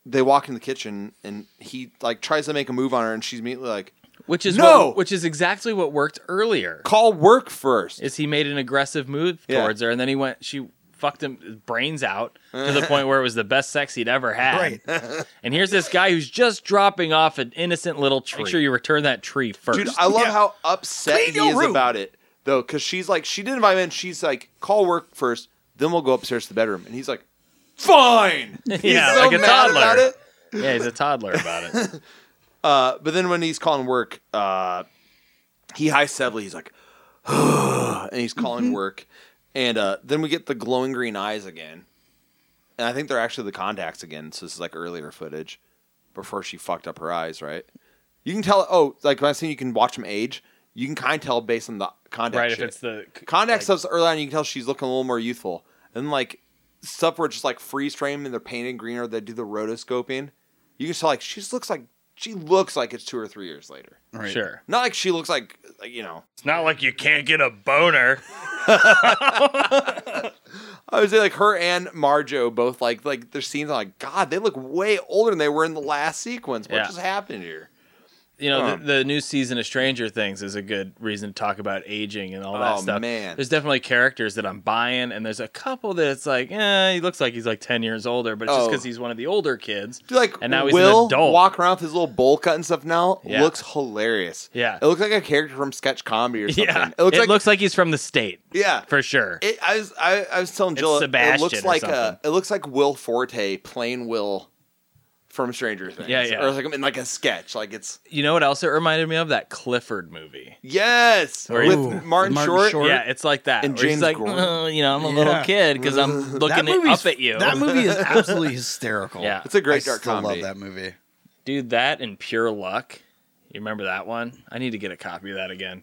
Speaker 2: they walk in the kitchen and he like tries to make a move on her, and she's immediately like,
Speaker 1: Which is
Speaker 2: No!
Speaker 1: what, which is exactly what worked earlier.
Speaker 2: call work first.
Speaker 1: Is he made an aggressive move
Speaker 2: Yeah.
Speaker 1: towards her, and then he went she fucked him his brains out to the point where it was the best sex he'd ever had. and here's this guy who's just dropping off an innocent little tree. Make sure you return that tree first.
Speaker 2: Dude, I love how upset
Speaker 3: Clean
Speaker 2: he
Speaker 3: your
Speaker 2: is
Speaker 3: room.
Speaker 2: about it though, because she's like, she didn't invite him in. She's like, call work first, then we'll go upstairs to the bedroom, and he's like, fine. He's
Speaker 1: yeah,
Speaker 2: so
Speaker 1: like a
Speaker 2: mad
Speaker 1: toddler.
Speaker 2: about it.
Speaker 1: Yeah, he's a toddler about it.
Speaker 2: Uh, but then when he's calling work, uh, he high Sedley. He's like, and he's calling work, and uh, then we get the glowing green eyes again, and I think they're actually the contacts again. So this is like earlier footage, before she fucked up her eyes, right? You can tell. Oh, like when I seen you can watch them age. You can kind of tell based on the contact.
Speaker 1: right, if
Speaker 2: shit.
Speaker 1: it's the
Speaker 2: contact
Speaker 1: like-
Speaker 2: stuff's early on, you can tell she's looking a little more youthful, and like stuff where it's just like freeze frame and they're painted green or they do the rotoscoping. You can tell like she just looks like she looks like it's two or three years later.
Speaker 3: Right.
Speaker 1: Sure.
Speaker 2: Not like she looks like, like you know.
Speaker 1: It's not like you can't get a boner.
Speaker 2: I would say like her and Marjo both like like their scenes. I'm like, God, they look way older than they were in the last sequence. What
Speaker 1: Yeah.
Speaker 2: just happened here?
Speaker 1: you know,
Speaker 2: Um,
Speaker 1: the, the new season of Stranger Things is a good reason to talk about aging and all that
Speaker 2: Oh,
Speaker 1: stuff.
Speaker 2: man.
Speaker 1: There's definitely characters that I'm buying, and there's a couple that it's like, eh, he looks like he's like 10 years older, but it's just
Speaker 2: Oh.
Speaker 1: because he's one of the older kids.
Speaker 2: Dude, like
Speaker 1: and now he's
Speaker 2: Will
Speaker 1: an adult.
Speaker 2: walk around with his little bowl cut and stuff now
Speaker 1: Yeah.
Speaker 2: looks hilarious.
Speaker 1: Yeah.
Speaker 2: it looks like a character from sketch comedy or something.
Speaker 1: yeah.
Speaker 2: it looks like
Speaker 1: he's from the state,
Speaker 2: yeah.
Speaker 1: for sure.
Speaker 2: It, I was I, I was telling
Speaker 1: It's
Speaker 2: Jill it
Speaker 1: Sebastian
Speaker 2: looks
Speaker 1: or
Speaker 2: like a,
Speaker 1: something.
Speaker 2: it looks like Will Forte playing Will from Stranger Things.
Speaker 1: Yeah, yeah.
Speaker 2: Or like in like a sketch. Like it's
Speaker 1: you know what else it reminded me of? That Clifford movie.
Speaker 2: yes
Speaker 1: Or
Speaker 2: with
Speaker 1: you-
Speaker 2: Martin,
Speaker 3: Martin
Speaker 2: Short.
Speaker 3: Short. Or-
Speaker 1: yeah, it's like that.
Speaker 2: And
Speaker 1: where he's
Speaker 2: James
Speaker 1: like,
Speaker 2: Gordon.
Speaker 1: "Uh, you know, I'm a
Speaker 3: Yeah.
Speaker 1: little kid because I'm looking it
Speaker 3: movie's-
Speaker 1: up at you.
Speaker 3: That movie is absolutely hysterical.
Speaker 1: Yeah.
Speaker 2: It's a great
Speaker 3: I
Speaker 2: dark
Speaker 3: still
Speaker 2: comedy.
Speaker 3: love that movie.
Speaker 1: Dude, that and Pure Luck. You remember that one? I need to get a copy of that again.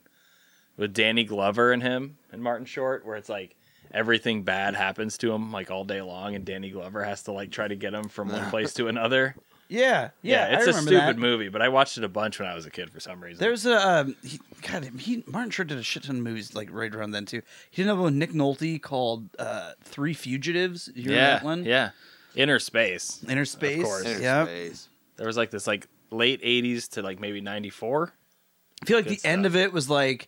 Speaker 1: With Danny Glover and him and Martin Short, where it's like everything bad happens to him like all day long, and Danny Glover has to like try to get him from one place to another.
Speaker 3: Yeah, yeah,
Speaker 1: it's
Speaker 3: a
Speaker 1: a stupid movie, but I watched it a bunch when I was a kid for some reason.
Speaker 3: There's a um, he, God. He Martin Short did a shit ton of movies like right around then too. He did another one with Nick Nolte called uh, Three Fugitives. You remember
Speaker 1: yeah,
Speaker 3: that one?
Speaker 1: yeah, Inner Space.
Speaker 3: Inner Space.
Speaker 1: course.
Speaker 2: Inner
Speaker 3: Yeah.
Speaker 2: Space.
Speaker 1: There was like this like late '80s to like maybe '94.
Speaker 3: I feel like the
Speaker 1: Good
Speaker 3: end
Speaker 1: stuff.
Speaker 3: of it was like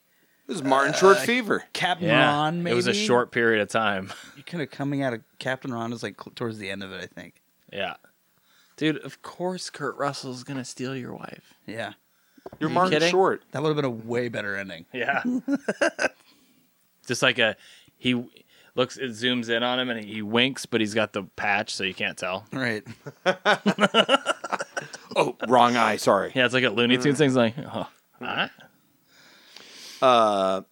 Speaker 2: It was Martin
Speaker 1: Uh,
Speaker 2: Short fever.
Speaker 3: Captain
Speaker 1: Yeah,
Speaker 3: Ron. Maybe
Speaker 1: it was a short period of time.
Speaker 3: Kind of coming out of Captain Ron is like cl- towards the end of it. I think.
Speaker 1: yeah, dude. Of course, Kurt Russell's gonna steal your wife.
Speaker 3: Yeah,
Speaker 2: You're Martin
Speaker 1: kidding?
Speaker 2: Short.
Speaker 3: that would have been a way better ending.
Speaker 1: Yeah. Just like a he looks it zooms in on him and he winks, but he's got the patch so you can't tell.
Speaker 3: Right.
Speaker 2: Oh, wrong eye. Sorry.
Speaker 1: Yeah, it's like a Looney Tunes thing's like, oh, huh?
Speaker 2: So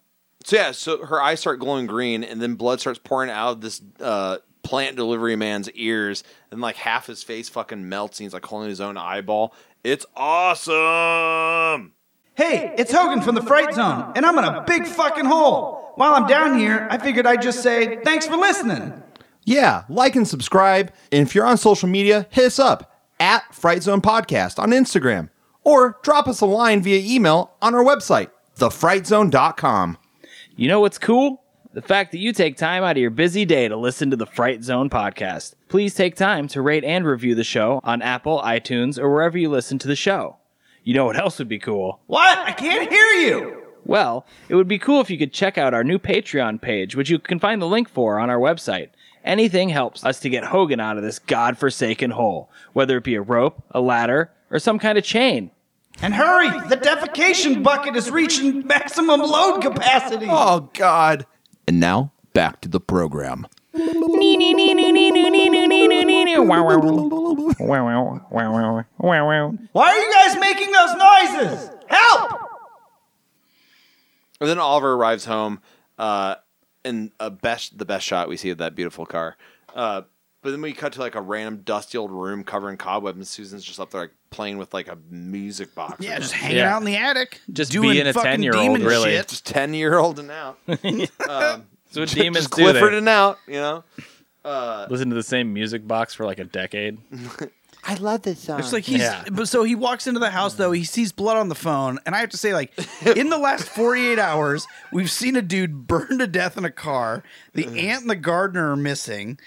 Speaker 2: yeah, so her eyes start glowing green, and then blood starts pouring out of this uh, plant delivery man's ears, and like half his face fucking melts, and he's like holding his own eyeball. It's awesome.
Speaker 10: Hey, it's Hogan from the Fright Zone, and I'm in a big fucking hole. While I'm down here, I figured I'd just say thanks for listening.
Speaker 2: Yeah, like and subscribe. And if you're on social media, hit us up at Fright Zone Podcast on Instagram, or drop us a line via email on our website, thefrightzone.com.
Speaker 1: You know what's cool? The fact that you take time out of your busy day to listen to the Fright Zone podcast. Please take time to rate and review the show on Apple, iTunes, or wherever you listen to the show. You know what else would be cool?
Speaker 10: What? I can't hear you.
Speaker 1: Well, it would be cool if you could check out our new Patreon page, which you can find the link for on our website. Anything helps us to get Hogan out of this godforsaken hole, whether it be a rope, a ladder, or some kind of chain.
Speaker 10: And hurry, the defecation bucket is reaching maximum load capacity. Oh,
Speaker 2: God. And now back to the program.
Speaker 10: why are you guys making those noises? Help!
Speaker 2: And then Oliver arrives home, uh, and a best the best shot we see of that beautiful car. Uh, but then we cut to like a random dusty old room covered in cobwebs, and Susan's just up there like playing with like a music box.
Speaker 3: Yeah, just hanging
Speaker 1: Yeah.
Speaker 3: out in the attic,
Speaker 1: Just
Speaker 3: doing
Speaker 1: being a
Speaker 3: fucking
Speaker 1: 10-year-old,
Speaker 3: demon
Speaker 1: really.
Speaker 3: shit.
Speaker 2: just ten year old and out.
Speaker 1: So
Speaker 2: just Clifford and out, you know.
Speaker 1: Listen to the same music box for like a decade.
Speaker 2: I love this song.
Speaker 3: It's like he's
Speaker 1: Yeah.
Speaker 3: but so he walks into the house though he sees blood on the phone and I have to say like in the last 48 hours we've seen a dude burned to death in a car the
Speaker 1: Mm.
Speaker 3: aunt and the gardener are missing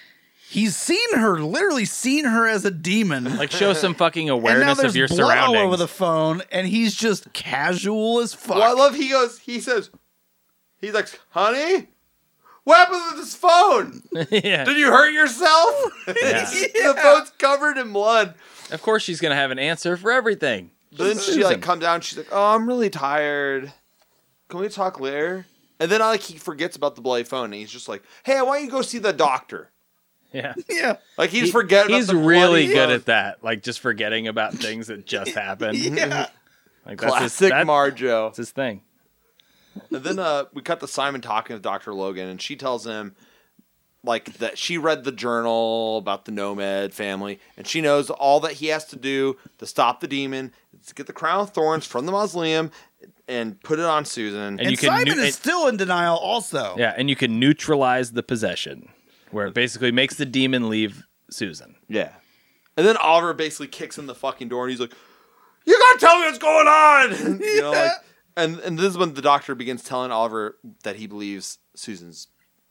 Speaker 3: he's seen her literally seen her as a demon
Speaker 1: Like show some fucking
Speaker 3: and now
Speaker 1: awareness
Speaker 3: there's
Speaker 1: of your
Speaker 3: blood all
Speaker 1: surroundings.
Speaker 3: over the phone and he's just casual as fuck
Speaker 2: Well, I love he goes, he says, he's like, honey, what happened with this phone?
Speaker 1: yeah.
Speaker 2: Did you hurt yourself? the phone's covered in blood.
Speaker 1: Of course, she's gonna have an answer for everything.
Speaker 2: Then she
Speaker 1: Susan.
Speaker 2: like comes down. She's like, "Oh, I'm really tired. Can we talk later?" And then I like he forgets about the bloody phone, and he's just like, "Hey, why don't you go see the doctor?"
Speaker 1: Yeah,
Speaker 3: yeah
Speaker 2: Like he's forgetting.
Speaker 1: he's really
Speaker 2: uh,
Speaker 1: good at that. Like just forgetting about things that just happened.
Speaker 3: yeah
Speaker 1: mm-hmm. Like that's his,
Speaker 2: Classic
Speaker 1: that-
Speaker 2: Marjo.
Speaker 1: that's his thing.
Speaker 2: And then uh, we cut to Simon talking with Dr. Logan, and she tells him, like, that she read the journal about the Nomad family, and she knows all that he has to do to stop the demon is to get the crown of thorns from the mausoleum and put it on Susan.
Speaker 1: And
Speaker 3: and,
Speaker 1: you can
Speaker 3: Simon
Speaker 1: nu-
Speaker 3: is
Speaker 1: it-
Speaker 3: still in denial also
Speaker 1: Yeah, and you can neutralize the possession, where it basically makes the demon leave Susan.
Speaker 2: yeah. And then Oliver basically kicks in the fucking door, and he's like, You gotta tell me what's going on! you know, like, and, and this is when the doctor begins telling Oliver that he believes Susan's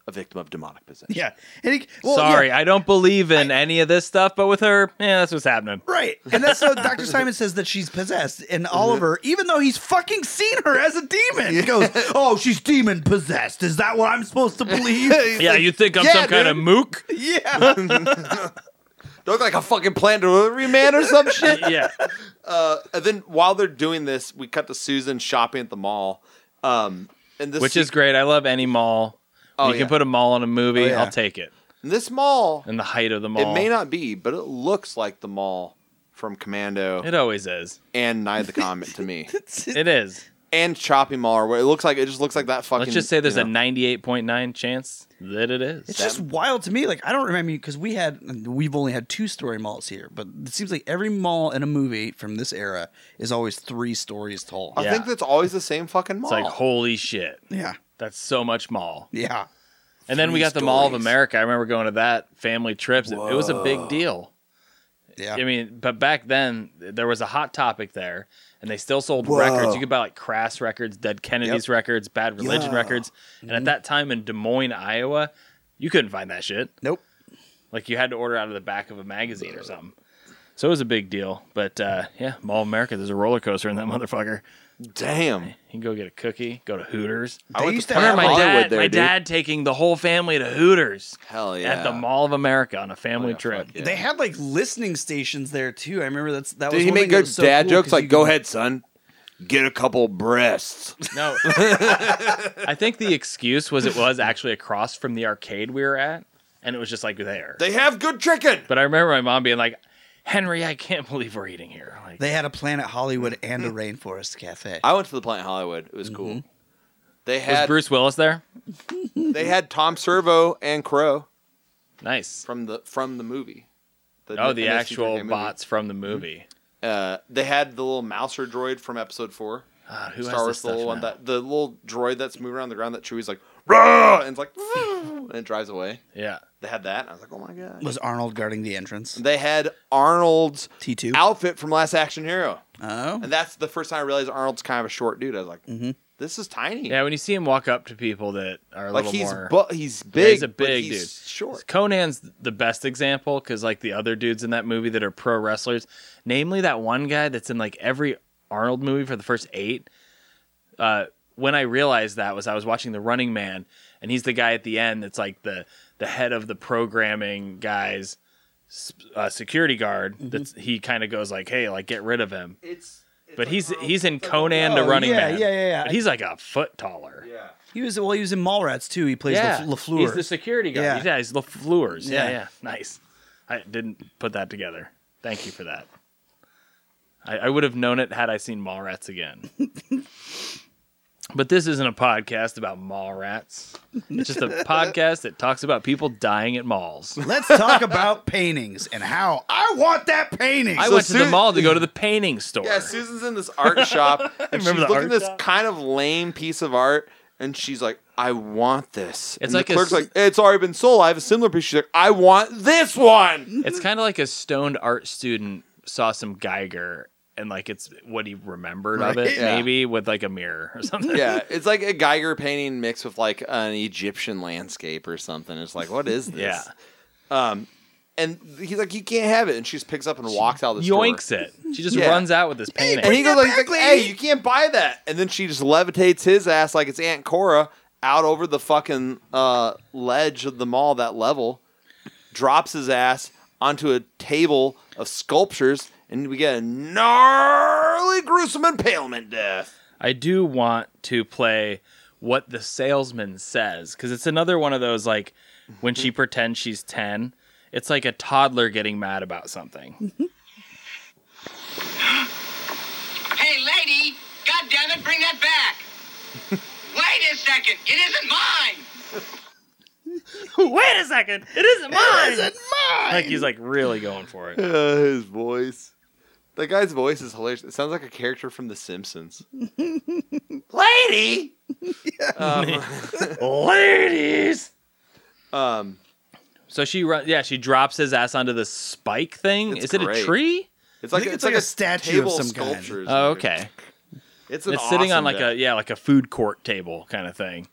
Speaker 2: a victim of demonic possession.
Speaker 3: yeah and he, well, yeah,
Speaker 1: Sorry, I don't believe in any of this stuff, but with her, yeah, that's what's happening.
Speaker 3: Right. And that's so Dr. Simon says that she's possessed. And Oliver, even though he's fucking seen her as a demon, goes, Oh, she's demon possessed. Is that what I'm supposed to believe?
Speaker 1: Yeah, you think I'm
Speaker 2: "Yeah,
Speaker 1: some kind of
Speaker 2: dude."
Speaker 1: mook?
Speaker 3: yeah.
Speaker 2: Look like a fucking planned delivery man or some shit.
Speaker 1: yeah.
Speaker 2: Uh, and then while they're doing this, we cut to Susan shopping at the mall. Um, and this
Speaker 1: Which is great. I love any mall.
Speaker 2: Oh,
Speaker 1: you
Speaker 2: yeah.
Speaker 1: can put a mall in a movie,
Speaker 3: yeah.
Speaker 1: I'll take it.
Speaker 2: This mall,
Speaker 1: And the height of the mall.
Speaker 2: it may not be, but it looks like the mall from Commando
Speaker 1: It always is.
Speaker 2: and Nye the Comet to me,
Speaker 1: It is.
Speaker 2: and Shopping Mall. Or what it looks like it just looks like that fucking.
Speaker 1: Let's just say there's
Speaker 2: you
Speaker 1: a
Speaker 2: know.
Speaker 1: 98.9 chance that it is.
Speaker 3: It's just wild to me. Like, I don't remember because we had, we've only had two story malls here, but it seems like every mall in a movie from this era is always three stories tall.
Speaker 2: I
Speaker 1: Yeah.
Speaker 2: think that's always the same fucking mall.
Speaker 1: It's like, holy shit.
Speaker 3: Yeah.
Speaker 1: That's so much mall.
Speaker 3: Yeah.
Speaker 1: And then we got the Mall of America. I remember going to that family trips. It, it was a big deal.
Speaker 3: Yeah.
Speaker 1: I mean, but back then there was a hot topic there, and they still sold records. You could buy like Crass records, Dead Kennedys records, Bad Religion records, and
Speaker 3: Mm-hmm.
Speaker 1: at that time in Des Moines, Iowa, you couldn't find that shit.
Speaker 3: Nope.
Speaker 1: Like you had to order out of the back of a magazine or something. So it was a big deal. But uh, yeah, Mall of America, there's a roller coaster in that motherfucker.
Speaker 2: Damn,
Speaker 1: You can go get a cookie, go to Hooters.
Speaker 2: I went
Speaker 3: used
Speaker 2: to
Speaker 3: to have
Speaker 1: I
Speaker 2: Planet
Speaker 1: remember my
Speaker 2: Hollywood
Speaker 1: dad,
Speaker 2: there,
Speaker 1: my
Speaker 2: dude.
Speaker 1: dad taking the whole family to Hooters
Speaker 2: Hell yeah,
Speaker 1: at the Mall of America on a family
Speaker 2: Yeah,
Speaker 1: trip.
Speaker 2: fuck yeah.
Speaker 3: They had like listening stations there too. I remember that's that
Speaker 2: Dude,
Speaker 3: was
Speaker 2: he
Speaker 3: one
Speaker 2: made
Speaker 3: thing that
Speaker 2: good
Speaker 3: was so
Speaker 2: dad
Speaker 3: cool
Speaker 2: jokes
Speaker 3: 'cause
Speaker 2: like,
Speaker 3: you
Speaker 2: "Go
Speaker 3: could-
Speaker 2: ahead, son, get a couple breasts."
Speaker 1: No. I think the excuse was it was actually across from the arcade we were at, and it was just like there.
Speaker 2: They have good chicken.
Speaker 1: But I remember my mom being like, Henry, I can't believe we're eating here. Like,
Speaker 3: They had a Planet Hollywood and a Rainforest Cafe.
Speaker 2: I went to the Planet Hollywood. It was cool. They
Speaker 1: was
Speaker 2: had
Speaker 1: Bruce Willis there?
Speaker 2: they had Tom Servo and Crow
Speaker 1: Nice.
Speaker 2: from the from the movie. The,
Speaker 1: Oh, the
Speaker 2: MST3K
Speaker 1: actual
Speaker 2: movie.
Speaker 1: bots from the
Speaker 2: Mm-hmm.
Speaker 1: movie.
Speaker 2: Uh, they had the little mouser droid from Episode Four.
Speaker 1: Ah, who
Speaker 2: Star
Speaker 1: has this
Speaker 2: Wars, the
Speaker 1: stuff
Speaker 2: little one
Speaker 1: now?
Speaker 2: that the little droid that's moving around the ground that Chewie's like, Rah! and it's like, and it drives away.
Speaker 1: Yeah.
Speaker 2: They had that, and I was like, oh my god.
Speaker 3: was Arnold guarding the entrance?
Speaker 2: They had Arnold's
Speaker 3: T2.
Speaker 2: outfit from Last Action Hero,
Speaker 3: Oh.
Speaker 2: and that's the first time I realized Arnold's kind of a short dude. I was like, this is tiny.
Speaker 1: Yeah, when you see him walk up to people that are a
Speaker 2: like
Speaker 1: little
Speaker 2: he's
Speaker 1: more.
Speaker 2: bu- he's big.
Speaker 1: Yeah, he's a
Speaker 2: but
Speaker 1: big
Speaker 2: he's
Speaker 1: dude.
Speaker 2: Short.
Speaker 1: Conan's the best example because, like, the other dudes in that movie that are pro wrestlers, namely that one guy that's in like every Arnold movie for the first eight. Uh, when I realized that was I was watching The Running Man, and he's the guy at the end that's like the the head of the programming guys. sp- Uh, security guard
Speaker 2: Mm-hmm.
Speaker 1: that's he kind of goes like hey like get rid of him
Speaker 2: It's
Speaker 1: but he's he's in conan the
Speaker 3: Oh,
Speaker 1: running
Speaker 3: yeah,
Speaker 1: man
Speaker 3: yeah, yeah, yeah.
Speaker 1: But he's like a foot taller
Speaker 2: yeah.
Speaker 3: He was well. He was in Mallrats too. He plays yeah. Lafleur.
Speaker 1: He's the security guy.
Speaker 3: Yeah.
Speaker 1: Yeah, he's LaFleur's. Yeah.
Speaker 3: Yeah.
Speaker 1: yeah, Nice. I didn't put that together. Thank you for that. I, I would have known it had I seen Mallrats again. but this isn't a podcast about Mallrats. It's just a podcast that talks about people dying at malls.
Speaker 3: Let's talk about paintings and how I want that painting.
Speaker 1: I
Speaker 2: So
Speaker 1: went to the
Speaker 2: Su-
Speaker 1: mall to go to the painting store.
Speaker 2: Yeah, Susan's in this art shop and she's
Speaker 1: Remember the
Speaker 2: looking at
Speaker 1: art
Speaker 2: this
Speaker 1: shop?
Speaker 2: kind of lame piece of art and she's like, I want this.
Speaker 1: It's
Speaker 2: and
Speaker 1: like a
Speaker 2: the clerk's
Speaker 1: s-
Speaker 2: like, it's already been sold. I have a similar piece. She's like, I want this one.
Speaker 1: It's kind of like a stoned art student saw some Geiger and like it's what he remembered of
Speaker 2: Right,
Speaker 1: it,
Speaker 2: yeah.
Speaker 1: maybe with like a mirror or something.
Speaker 2: yeah, it's like a Geiger painting mixed with like an Egyptian landscape or something. It's like, what is this?
Speaker 1: Yeah.
Speaker 2: And he's like, you can't have it. And she just picks up and walks out of the store.
Speaker 1: Yoinks it. She just
Speaker 2: Yeah.
Speaker 1: runs out with this painting.
Speaker 2: And he goes like, he's like, "Hey, you can't buy that!" And then she just levitates his ass like it's Aunt Cora out over the fucking uh, ledge of the mall, that level, drops his ass onto a table of sculptures, and we get a gnarly, gruesome impalement death.
Speaker 1: I do want to play what the salesman says because it's another one of those like when she pretends she's 10, it's like a toddler getting mad about something.
Speaker 6: Hey, lady! God damn it, bring that back! Wait a second! It isn't mine!
Speaker 1: Wait a second, it isn't mine. It isn't mine. Like he's like really going for it.
Speaker 2: Uh, his voice. That guy's voice is hilarious. It sounds like a character from The Simpsons. Lady,
Speaker 1: Ladies.
Speaker 2: um,
Speaker 1: So she run, yeah, she drops his ass onto this spike thing.
Speaker 2: It's
Speaker 1: Is it
Speaker 2: great.
Speaker 1: a tree?
Speaker 2: it's like
Speaker 3: think
Speaker 2: it's, like, a statue table
Speaker 3: of
Speaker 2: of
Speaker 3: some kind.
Speaker 2: sculptures.
Speaker 1: Oh, okay.
Speaker 2: It's, an
Speaker 1: It's sitting on
Speaker 2: awesome
Speaker 1: like
Speaker 2: death.
Speaker 1: a yeah, like a food court table kind of thing.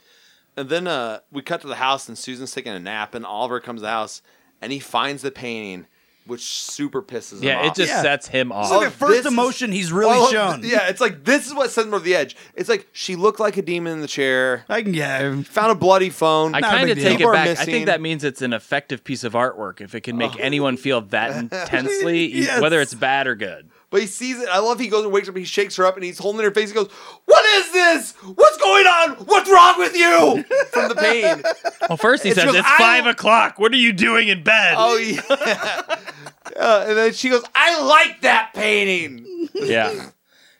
Speaker 2: And then uh, we cut to the house, and Susan's taking a nap, and Oliver comes to the house, and he finds the painting, which super pisses him off.
Speaker 1: Yeah, it just
Speaker 3: Yeah.
Speaker 1: sets him
Speaker 3: It's
Speaker 1: off.
Speaker 3: like the
Speaker 2: Oh,
Speaker 3: first
Speaker 2: this is-
Speaker 3: emotion he's really
Speaker 2: Oh,
Speaker 3: shown.
Speaker 2: Yeah, it's like this is what sent him over the edge. It's like she looked like a demon in the chair,
Speaker 3: I can get him.
Speaker 2: found a bloody phone.
Speaker 1: I
Speaker 3: Not a
Speaker 1: kind of take
Speaker 3: big
Speaker 2: deal.
Speaker 1: it
Speaker 2: People are
Speaker 1: back. I
Speaker 2: missing- Oh.
Speaker 1: think that means it's an effective piece of artwork if it can make anyone feel that intensely, e-
Speaker 3: Yes.
Speaker 1: whether it's bad or good.
Speaker 2: but he sees it. I love he goes and wakes up, he shakes her up, and he's holding her face. He goes, "What is this? What's going on? What's wrong with you?" From the pain.
Speaker 1: Well, first he
Speaker 2: It's
Speaker 1: says,
Speaker 2: just,
Speaker 1: "It's
Speaker 2: "I
Speaker 1: five
Speaker 2: will-
Speaker 1: o'clock. What are you doing in bed?"
Speaker 2: oh yeah. Uh, and then she goes, "I like that painting."
Speaker 1: yeah.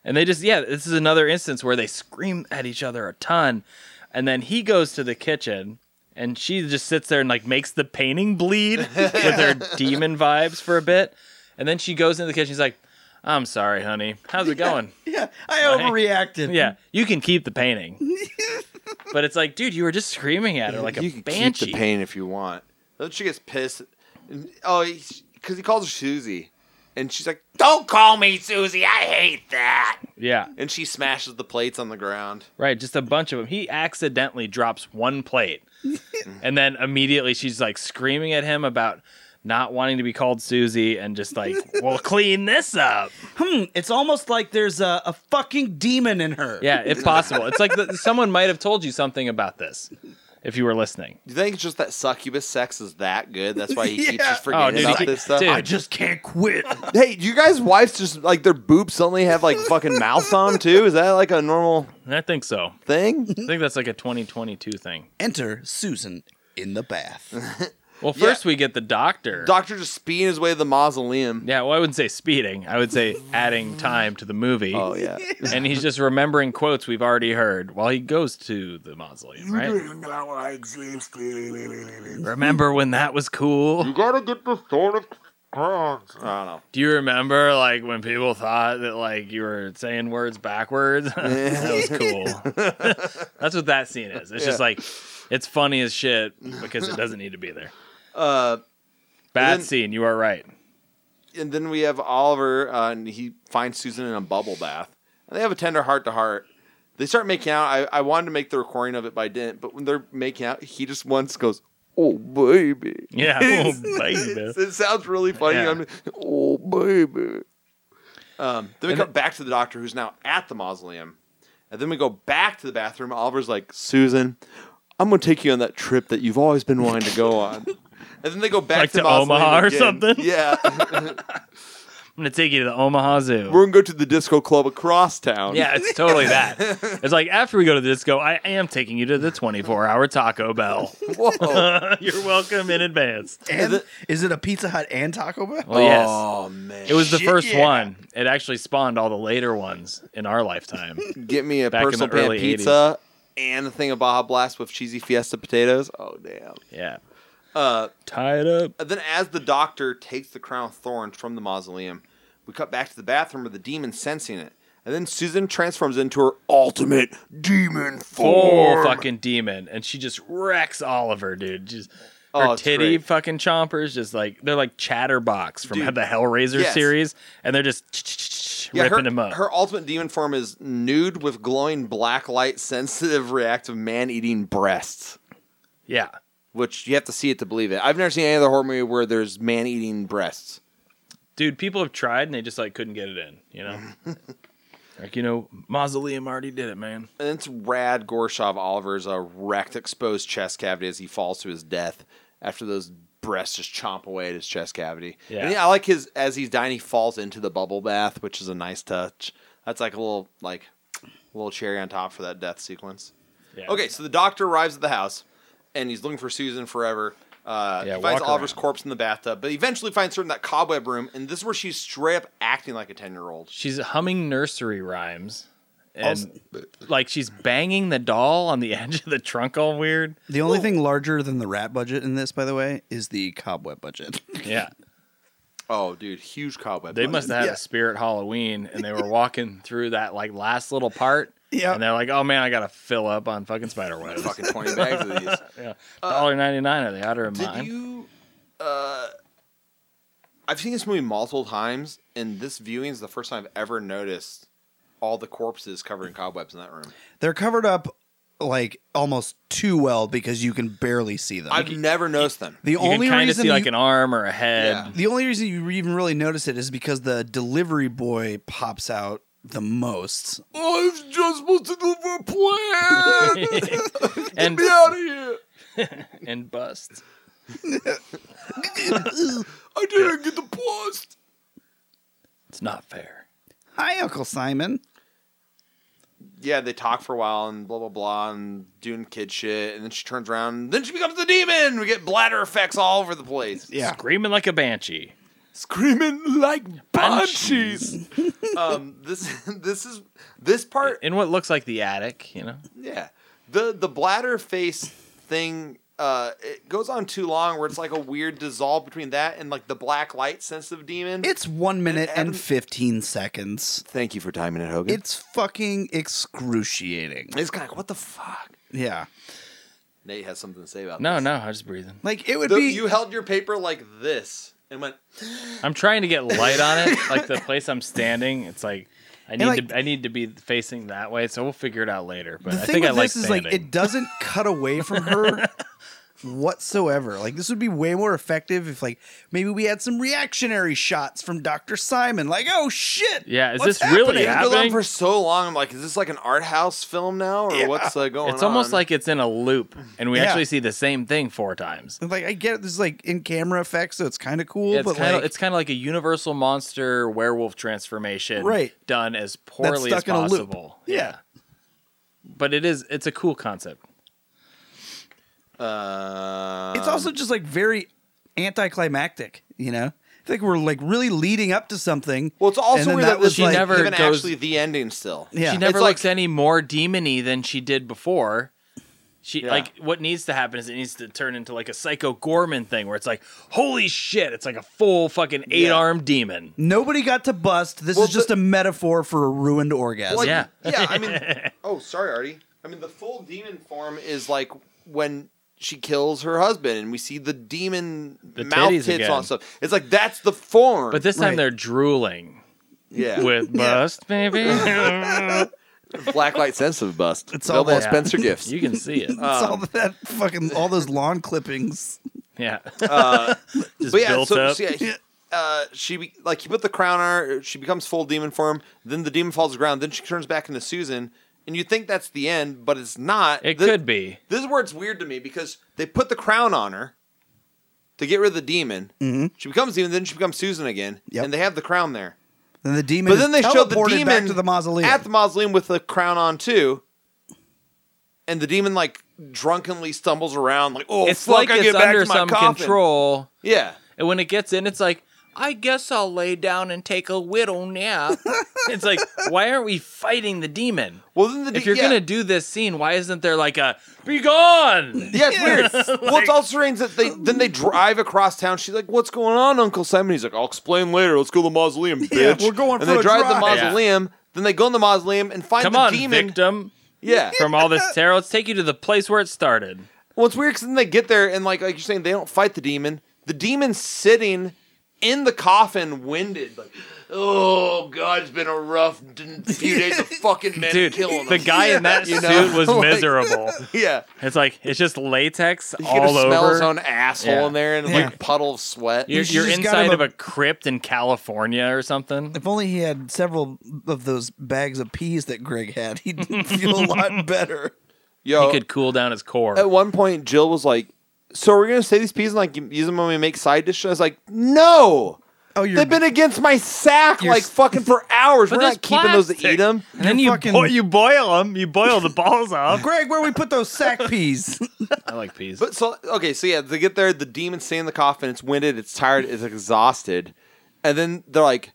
Speaker 1: And they just yeah, this is another instance where they scream at each other a ton, and then he goes to the kitchen and she just sits there and like makes the painting bleed with her demon vibes for a bit, and then she goes into the kitchen. She's like, "I'm sorry, honey. How's it going?"
Speaker 3: Yeah, I
Speaker 1: Like-
Speaker 3: overreacted.
Speaker 1: Yeah, you can keep the painting. but it's like, dude, you were just screaming at her like a
Speaker 2: you can
Speaker 1: banshee.
Speaker 2: keep the pain if you want. Then she gets pissed. And- Oh, because he calls her Susie, and she's like, "Don't call me Susie. I hate that."
Speaker 1: Yeah,
Speaker 2: And she smashes the plates on the ground.
Speaker 1: right. Just a bunch of them. He accidentally drops one plate, and then immediately she's like screaming at him about not wanting to be called Susie, and just like, "We'll clean this up."
Speaker 3: Hmm, it's almost like there's a, a fucking demon in her.
Speaker 1: Yeah, if possible. It's like the, someone might have told you something about this if you were listening.
Speaker 2: Do you think it's just that succubus sex is that good? That's why he keeps
Speaker 3: Yeah.
Speaker 2: just
Speaker 1: Oh,
Speaker 2: forgetting
Speaker 1: dude,
Speaker 2: about
Speaker 1: he-
Speaker 2: this stuff.
Speaker 1: dude.
Speaker 3: I just can't quit.
Speaker 2: Hey, do you guys' wives just like their boobs suddenly have like fucking mouths on 'em, too? Is that like a normal
Speaker 1: I think so.
Speaker 2: thing?
Speaker 1: I think that's like a 2022 thing.
Speaker 3: Enter Susan in the bath.
Speaker 1: Well, first we get the doctor.
Speaker 2: Doctor just speeding his way to the mausoleum.
Speaker 1: Yeah, well, I wouldn't say speeding. I would say adding time to the movie.
Speaker 2: Oh yeah.
Speaker 1: And he's just remembering quotes we've already heard while he goes to the mausoleum, right? Remember when that was cool?
Speaker 7: gotta get the sword of crowns.
Speaker 2: I don't know.
Speaker 1: Do you remember like when people thought that like you were saying words backwards? that was cool. That's what that scene is. It's just
Speaker 2: Yeah.
Speaker 1: like it's funny as shit because it doesn't need to be there.
Speaker 2: Uh,
Speaker 1: Bad
Speaker 2: then-
Speaker 1: scene, you are right.
Speaker 2: and then we have Oliver, uh, and he finds Susan in a bubble bath, and they have a tender heart to heart. They start making out. I, I wanted to make the recording of it, but I didn't. But when they're making out, he just once goes, "Oh baby,"
Speaker 1: Yeah. Oh, baby.
Speaker 2: it sounds really funny.
Speaker 1: Yeah.
Speaker 2: I'm, oh baby. Um, then we come back to the doctor, who's now at the mausoleum, and then we go back to the bathroom. Oliver's like, "Susan, I'm gonna take you on that trip that you've always been wanting to go on." And then they go back
Speaker 1: Like
Speaker 2: to, the
Speaker 1: to
Speaker 2: mausoleum
Speaker 1: Omaha or
Speaker 2: again.
Speaker 1: something?
Speaker 2: Yeah.
Speaker 1: I'm gonna take you to the Omaha Zoo.
Speaker 2: We're gonna go to the disco club across town.
Speaker 1: Yeah, it's totally that. It's like after we go to the disco, I am taking you to the 24 hour Taco Bell.
Speaker 2: Whoa.
Speaker 1: You're welcome in advance.
Speaker 2: Is
Speaker 10: And
Speaker 2: it-
Speaker 10: is it a Pizza Hut and Taco Bell?
Speaker 1: Well, yes.
Speaker 2: Oh man.
Speaker 1: It was the
Speaker 10: shit,
Speaker 1: first
Speaker 10: yeah.
Speaker 1: one. It actually spawned all the later ones in our lifetime.
Speaker 2: Get me a
Speaker 1: Back in
Speaker 2: personal
Speaker 1: the
Speaker 2: pan
Speaker 1: early
Speaker 2: pizza and a thing of Baja Blast with cheesy fiesta potatoes. Oh damn.
Speaker 1: Yeah.
Speaker 2: Uh,
Speaker 1: Tie it up.
Speaker 2: And then as the doctor takes the crown of thorns from the mausoleum, we cut back to the bathroom with the demon sensing it. And then Susan transforms into her ultimate demon
Speaker 1: full
Speaker 2: form.
Speaker 1: Oh, fucking demon, and she just wrecks Oliver, dude. Just her
Speaker 2: Oh, it's
Speaker 1: titty
Speaker 2: great.
Speaker 1: fucking chompers, just like they're like Chatterbox from
Speaker 2: Dude.
Speaker 1: the Hellraiser
Speaker 2: Yes.
Speaker 1: series, and they're just
Speaker 2: Yeah,
Speaker 1: ripping
Speaker 2: her,
Speaker 1: him up.
Speaker 2: her ultimate demon form is nude with glowing black light sensitive reactive man eating breasts,
Speaker 1: yeah,
Speaker 2: which you have to see it to believe it. I've never seen any other horror movie where there's man eating breasts.
Speaker 1: dude, people have tried and they just like couldn't get it in, you know. like you know, Mausoleum already did it, man.
Speaker 2: And it's rad Gorshov Oliver's a wrecked exposed chest cavity as he falls to his death after those breasts just chomp away at his chest cavity.
Speaker 1: Yeah.
Speaker 2: And yeah, I like his as he's dying he falls into the bubble bath, which is a nice touch. That's like a little like little cherry on top for that death sequence.
Speaker 1: Yeah.
Speaker 2: Okay, so the doctor arrives at the house and he's looking for Susan forever. Uh,
Speaker 1: Yeah,
Speaker 2: he finds
Speaker 1: walk
Speaker 2: Oliver's
Speaker 1: around.
Speaker 2: corpse in the bathtub, but eventually finds her in that cobweb room, and this is where she's straight up acting like a 10 year old.
Speaker 1: She's humming nursery rhymes. And
Speaker 3: Also-
Speaker 1: like she's banging the doll on the edge of the trunk, all weird.
Speaker 3: The only thing larger than the rat budget in this, by the way, is the cobweb budget.
Speaker 1: Yeah,
Speaker 2: Oh, dude, huge cobweb.
Speaker 1: They
Speaker 2: button.
Speaker 1: must have had
Speaker 3: Yeah.
Speaker 1: a spirit Halloween, and they were walking through that like last little part.
Speaker 3: Yeah.
Speaker 1: and they're like, "Oh man, I gotta fill up on fucking spider webs."
Speaker 2: fucking 20 bags of these.
Speaker 1: Dollar ninety nine. Are they out of their
Speaker 2: Did
Speaker 1: mind?
Speaker 2: you? Uh, I've seen this movie multiple times, and this viewing is the first time I've ever noticed all the corpses covered in cobwebs in that room.
Speaker 3: They're covered up like almost too well because you can barely see them.
Speaker 2: I've never noticed them.
Speaker 3: the
Speaker 1: You
Speaker 3: only
Speaker 1: can kind of
Speaker 3: reason
Speaker 1: see like
Speaker 3: you-
Speaker 1: an arm or a head.
Speaker 2: Yeah.
Speaker 3: the only reason you even really notice it is because the delivery boy pops out the most.
Speaker 2: I was just supposed to do for a plan.
Speaker 1: and
Speaker 2: out of here.
Speaker 1: and bust.
Speaker 2: I didn't get the post.
Speaker 1: It's not fair.
Speaker 3: Hi, Uncle Simon.
Speaker 2: Yeah, they talk for a while and blah blah blah and doing kid shit, and then she turns around, and then she becomes the demon. We get bladder effects all over the place.
Speaker 3: Yeah.
Speaker 1: Screaming like a banshee.
Speaker 2: screaming like
Speaker 1: Banshees.
Speaker 2: um, this this is this part.
Speaker 1: In what looks like the attic, you know.
Speaker 2: Yeah, the the bladder face thing. Uh, it goes on too long, where it's like a weird dissolve between that and like the black light sensitive demon.
Speaker 3: It's one minute
Speaker 2: Adam-
Speaker 3: and 15 seconds.
Speaker 2: Thank you for timing it, Hogan.
Speaker 3: It's fucking excruciating.
Speaker 2: it's kind of like what the fuck.
Speaker 3: Yeah.
Speaker 2: Nate has something to say about
Speaker 1: No,
Speaker 2: this.
Speaker 1: no, I'm just breathing.
Speaker 3: Like it would
Speaker 2: The-
Speaker 3: be
Speaker 2: you held your paper like this and went.
Speaker 1: I'm trying to get light on it. Like the place I'm standing, it's like I need
Speaker 3: like-
Speaker 1: to I need to be facing that way. So we'll figure it out later. But
Speaker 3: the
Speaker 1: I
Speaker 3: thing
Speaker 1: think
Speaker 3: with
Speaker 1: I like
Speaker 3: this is like
Speaker 1: standing.
Speaker 3: it doesn't cut away from her whatsoever. Like this would be way more effective if like maybe we had some reactionary shots from Dr. Simon. Like, oh shit.
Speaker 1: Yeah, is
Speaker 3: what's
Speaker 1: this really
Speaker 3: happening?
Speaker 2: It goes on
Speaker 1: happening?
Speaker 2: for so long. I'm like, is this like an art house film now, or what's uh, going on?
Speaker 1: It's almost like it's in a loop, and we
Speaker 3: Yeah.
Speaker 1: actually see the same thing four times.
Speaker 3: Like I get it, this is like in camera effects, so it's kind of cool,
Speaker 1: It's
Speaker 3: but
Speaker 1: kind
Speaker 3: like
Speaker 1: of it's kind of like a universal monster werewolf transformation,
Speaker 3: Right.
Speaker 1: Done as
Speaker 3: that's
Speaker 1: poorly as
Speaker 3: stuck in a loop.
Speaker 1: possible.
Speaker 3: Yeah.
Speaker 1: but it is it's a cool concept.
Speaker 2: Uh,
Speaker 3: It's
Speaker 1: Um,
Speaker 3: also just like very anticlimactic, you know? I think we're like really leading up to something.
Speaker 2: Well, it's
Speaker 3: and
Speaker 2: also
Speaker 3: then
Speaker 2: weird that, was
Speaker 1: she
Speaker 2: like,
Speaker 1: never
Speaker 2: given
Speaker 1: goes-
Speaker 2: actually the ending still.
Speaker 3: Yeah.
Speaker 1: She never
Speaker 2: It's like-
Speaker 1: looks any more demony than she did before. She
Speaker 2: Yeah.
Speaker 1: like what needs to happen is it needs to turn into like a psycho Gorman thing where it's like holy shit, it's like a full fucking eight armed demon.
Speaker 3: Nobody got to bust. This
Speaker 2: Well,
Speaker 3: is just
Speaker 2: the-
Speaker 3: a metaphor for a ruined orgasm.
Speaker 2: Well,
Speaker 1: Yeah.
Speaker 2: yeah. I mean, oh, sorry, Artie. I mean, the full demon form is like when she kills her husband, and we see the demon
Speaker 1: The
Speaker 2: mouth
Speaker 1: titties
Speaker 2: tits
Speaker 1: again.
Speaker 2: on stuff. It's like that's the form.
Speaker 1: But this time
Speaker 3: Right.
Speaker 1: they're drooling
Speaker 2: yeah,
Speaker 1: with bust, baby.
Speaker 2: black light sensitive bust. It's
Speaker 3: all
Speaker 2: all
Speaker 3: that-
Speaker 2: Spencer gifts.
Speaker 1: you can see it.
Speaker 3: It's all that fucking all those lawn clippings.
Speaker 1: Yeah. Just
Speaker 2: Uh, but yeah,
Speaker 1: built
Speaker 2: so,
Speaker 1: up.
Speaker 2: so yeah, he- uh, she be- like he put the crown on her. She becomes full demon form. Then the demon falls to the ground. Then she turns back into Susan. And you think that's the end, but it's not.
Speaker 1: It
Speaker 2: The-
Speaker 1: could be.
Speaker 2: This is where it's weird to me because they put the crown on her to get rid of the demon. Mm-hmm. She becomes demon, then she becomes Susan again,
Speaker 3: Yep.
Speaker 2: and they have the crown there.
Speaker 3: Then the demon.
Speaker 2: But then they show the demon
Speaker 3: back to the mausoleum.
Speaker 2: at the mausoleum with the crown on too, and the demon like drunkenly stumbles around like, "Oh
Speaker 1: It's
Speaker 2: fuck,
Speaker 1: like
Speaker 2: I
Speaker 1: it's
Speaker 2: get back
Speaker 1: under
Speaker 2: to my
Speaker 1: some
Speaker 2: coffin."
Speaker 1: control.
Speaker 2: Yeah,
Speaker 1: And when it gets in, it's like, I guess I'll lay down and take a little nap. it's like, why aren't we fighting the demon?
Speaker 2: Well, then the de-
Speaker 1: If you're
Speaker 2: yeah.
Speaker 1: gonna do this scene, why isn't there like a be gone?
Speaker 2: Yeah, it's weird. well, it's also strange that they then they drive across town. She's like, "What's going on, Uncle Simon?" He's like, "I'll explain later. Let's go to the mausoleum, bitch."
Speaker 3: we're going
Speaker 2: And
Speaker 3: for
Speaker 2: they
Speaker 3: a
Speaker 2: drive to the
Speaker 3: drive.
Speaker 2: mausoleum. Then they go in the mausoleum and find
Speaker 1: Come
Speaker 2: the
Speaker 1: on,
Speaker 2: demon.
Speaker 1: victim
Speaker 2: Yeah.
Speaker 1: from all this terror. Let's take you to the place where it started.
Speaker 2: Well, it's weird because then they get there and like like you're saying, they don't fight the demon. The demon's sitting in the coffin, winded, like, oh god, it's been a rough d- few days of fucking men
Speaker 1: Dude,
Speaker 2: killing
Speaker 1: the
Speaker 2: us."
Speaker 1: guy in that
Speaker 2: You know?
Speaker 1: suit was
Speaker 2: Like-
Speaker 1: miserable.
Speaker 2: Yeah,
Speaker 1: It's like it's just latex
Speaker 2: he could
Speaker 1: all over.
Speaker 2: smell his own asshole
Speaker 1: Yeah.
Speaker 2: in there and
Speaker 3: Yeah.
Speaker 2: like puddle of sweat.
Speaker 1: You're,
Speaker 3: You
Speaker 1: you're
Speaker 3: just got him
Speaker 1: inside of
Speaker 3: a-
Speaker 1: a crypt in California or something.
Speaker 3: If only he had several of those bags of peas that Greg had, he'd feel a lot better.
Speaker 2: Yo,
Speaker 1: He could cool down his core.
Speaker 2: at one point, Jill was like, "So we're gonna save these peas and like use them when we make side dishes?" I was like, "No."
Speaker 3: Oh, you're
Speaker 2: They've been against my sack
Speaker 3: You're
Speaker 2: like
Speaker 3: s-
Speaker 2: fucking for hours.
Speaker 1: But
Speaker 2: We're
Speaker 1: there's
Speaker 2: not keeping those to
Speaker 1: plastic.
Speaker 2: eat them.
Speaker 1: and then you
Speaker 3: fucking-
Speaker 1: boi- you boil them. You boil the balls off.
Speaker 3: Greg, where we put those sack peas?
Speaker 1: I like peas.
Speaker 2: But so okay, so yeah, they get there. The demon's stay in the coffin. It's winded. It's tired. It's exhausted. And then they're like,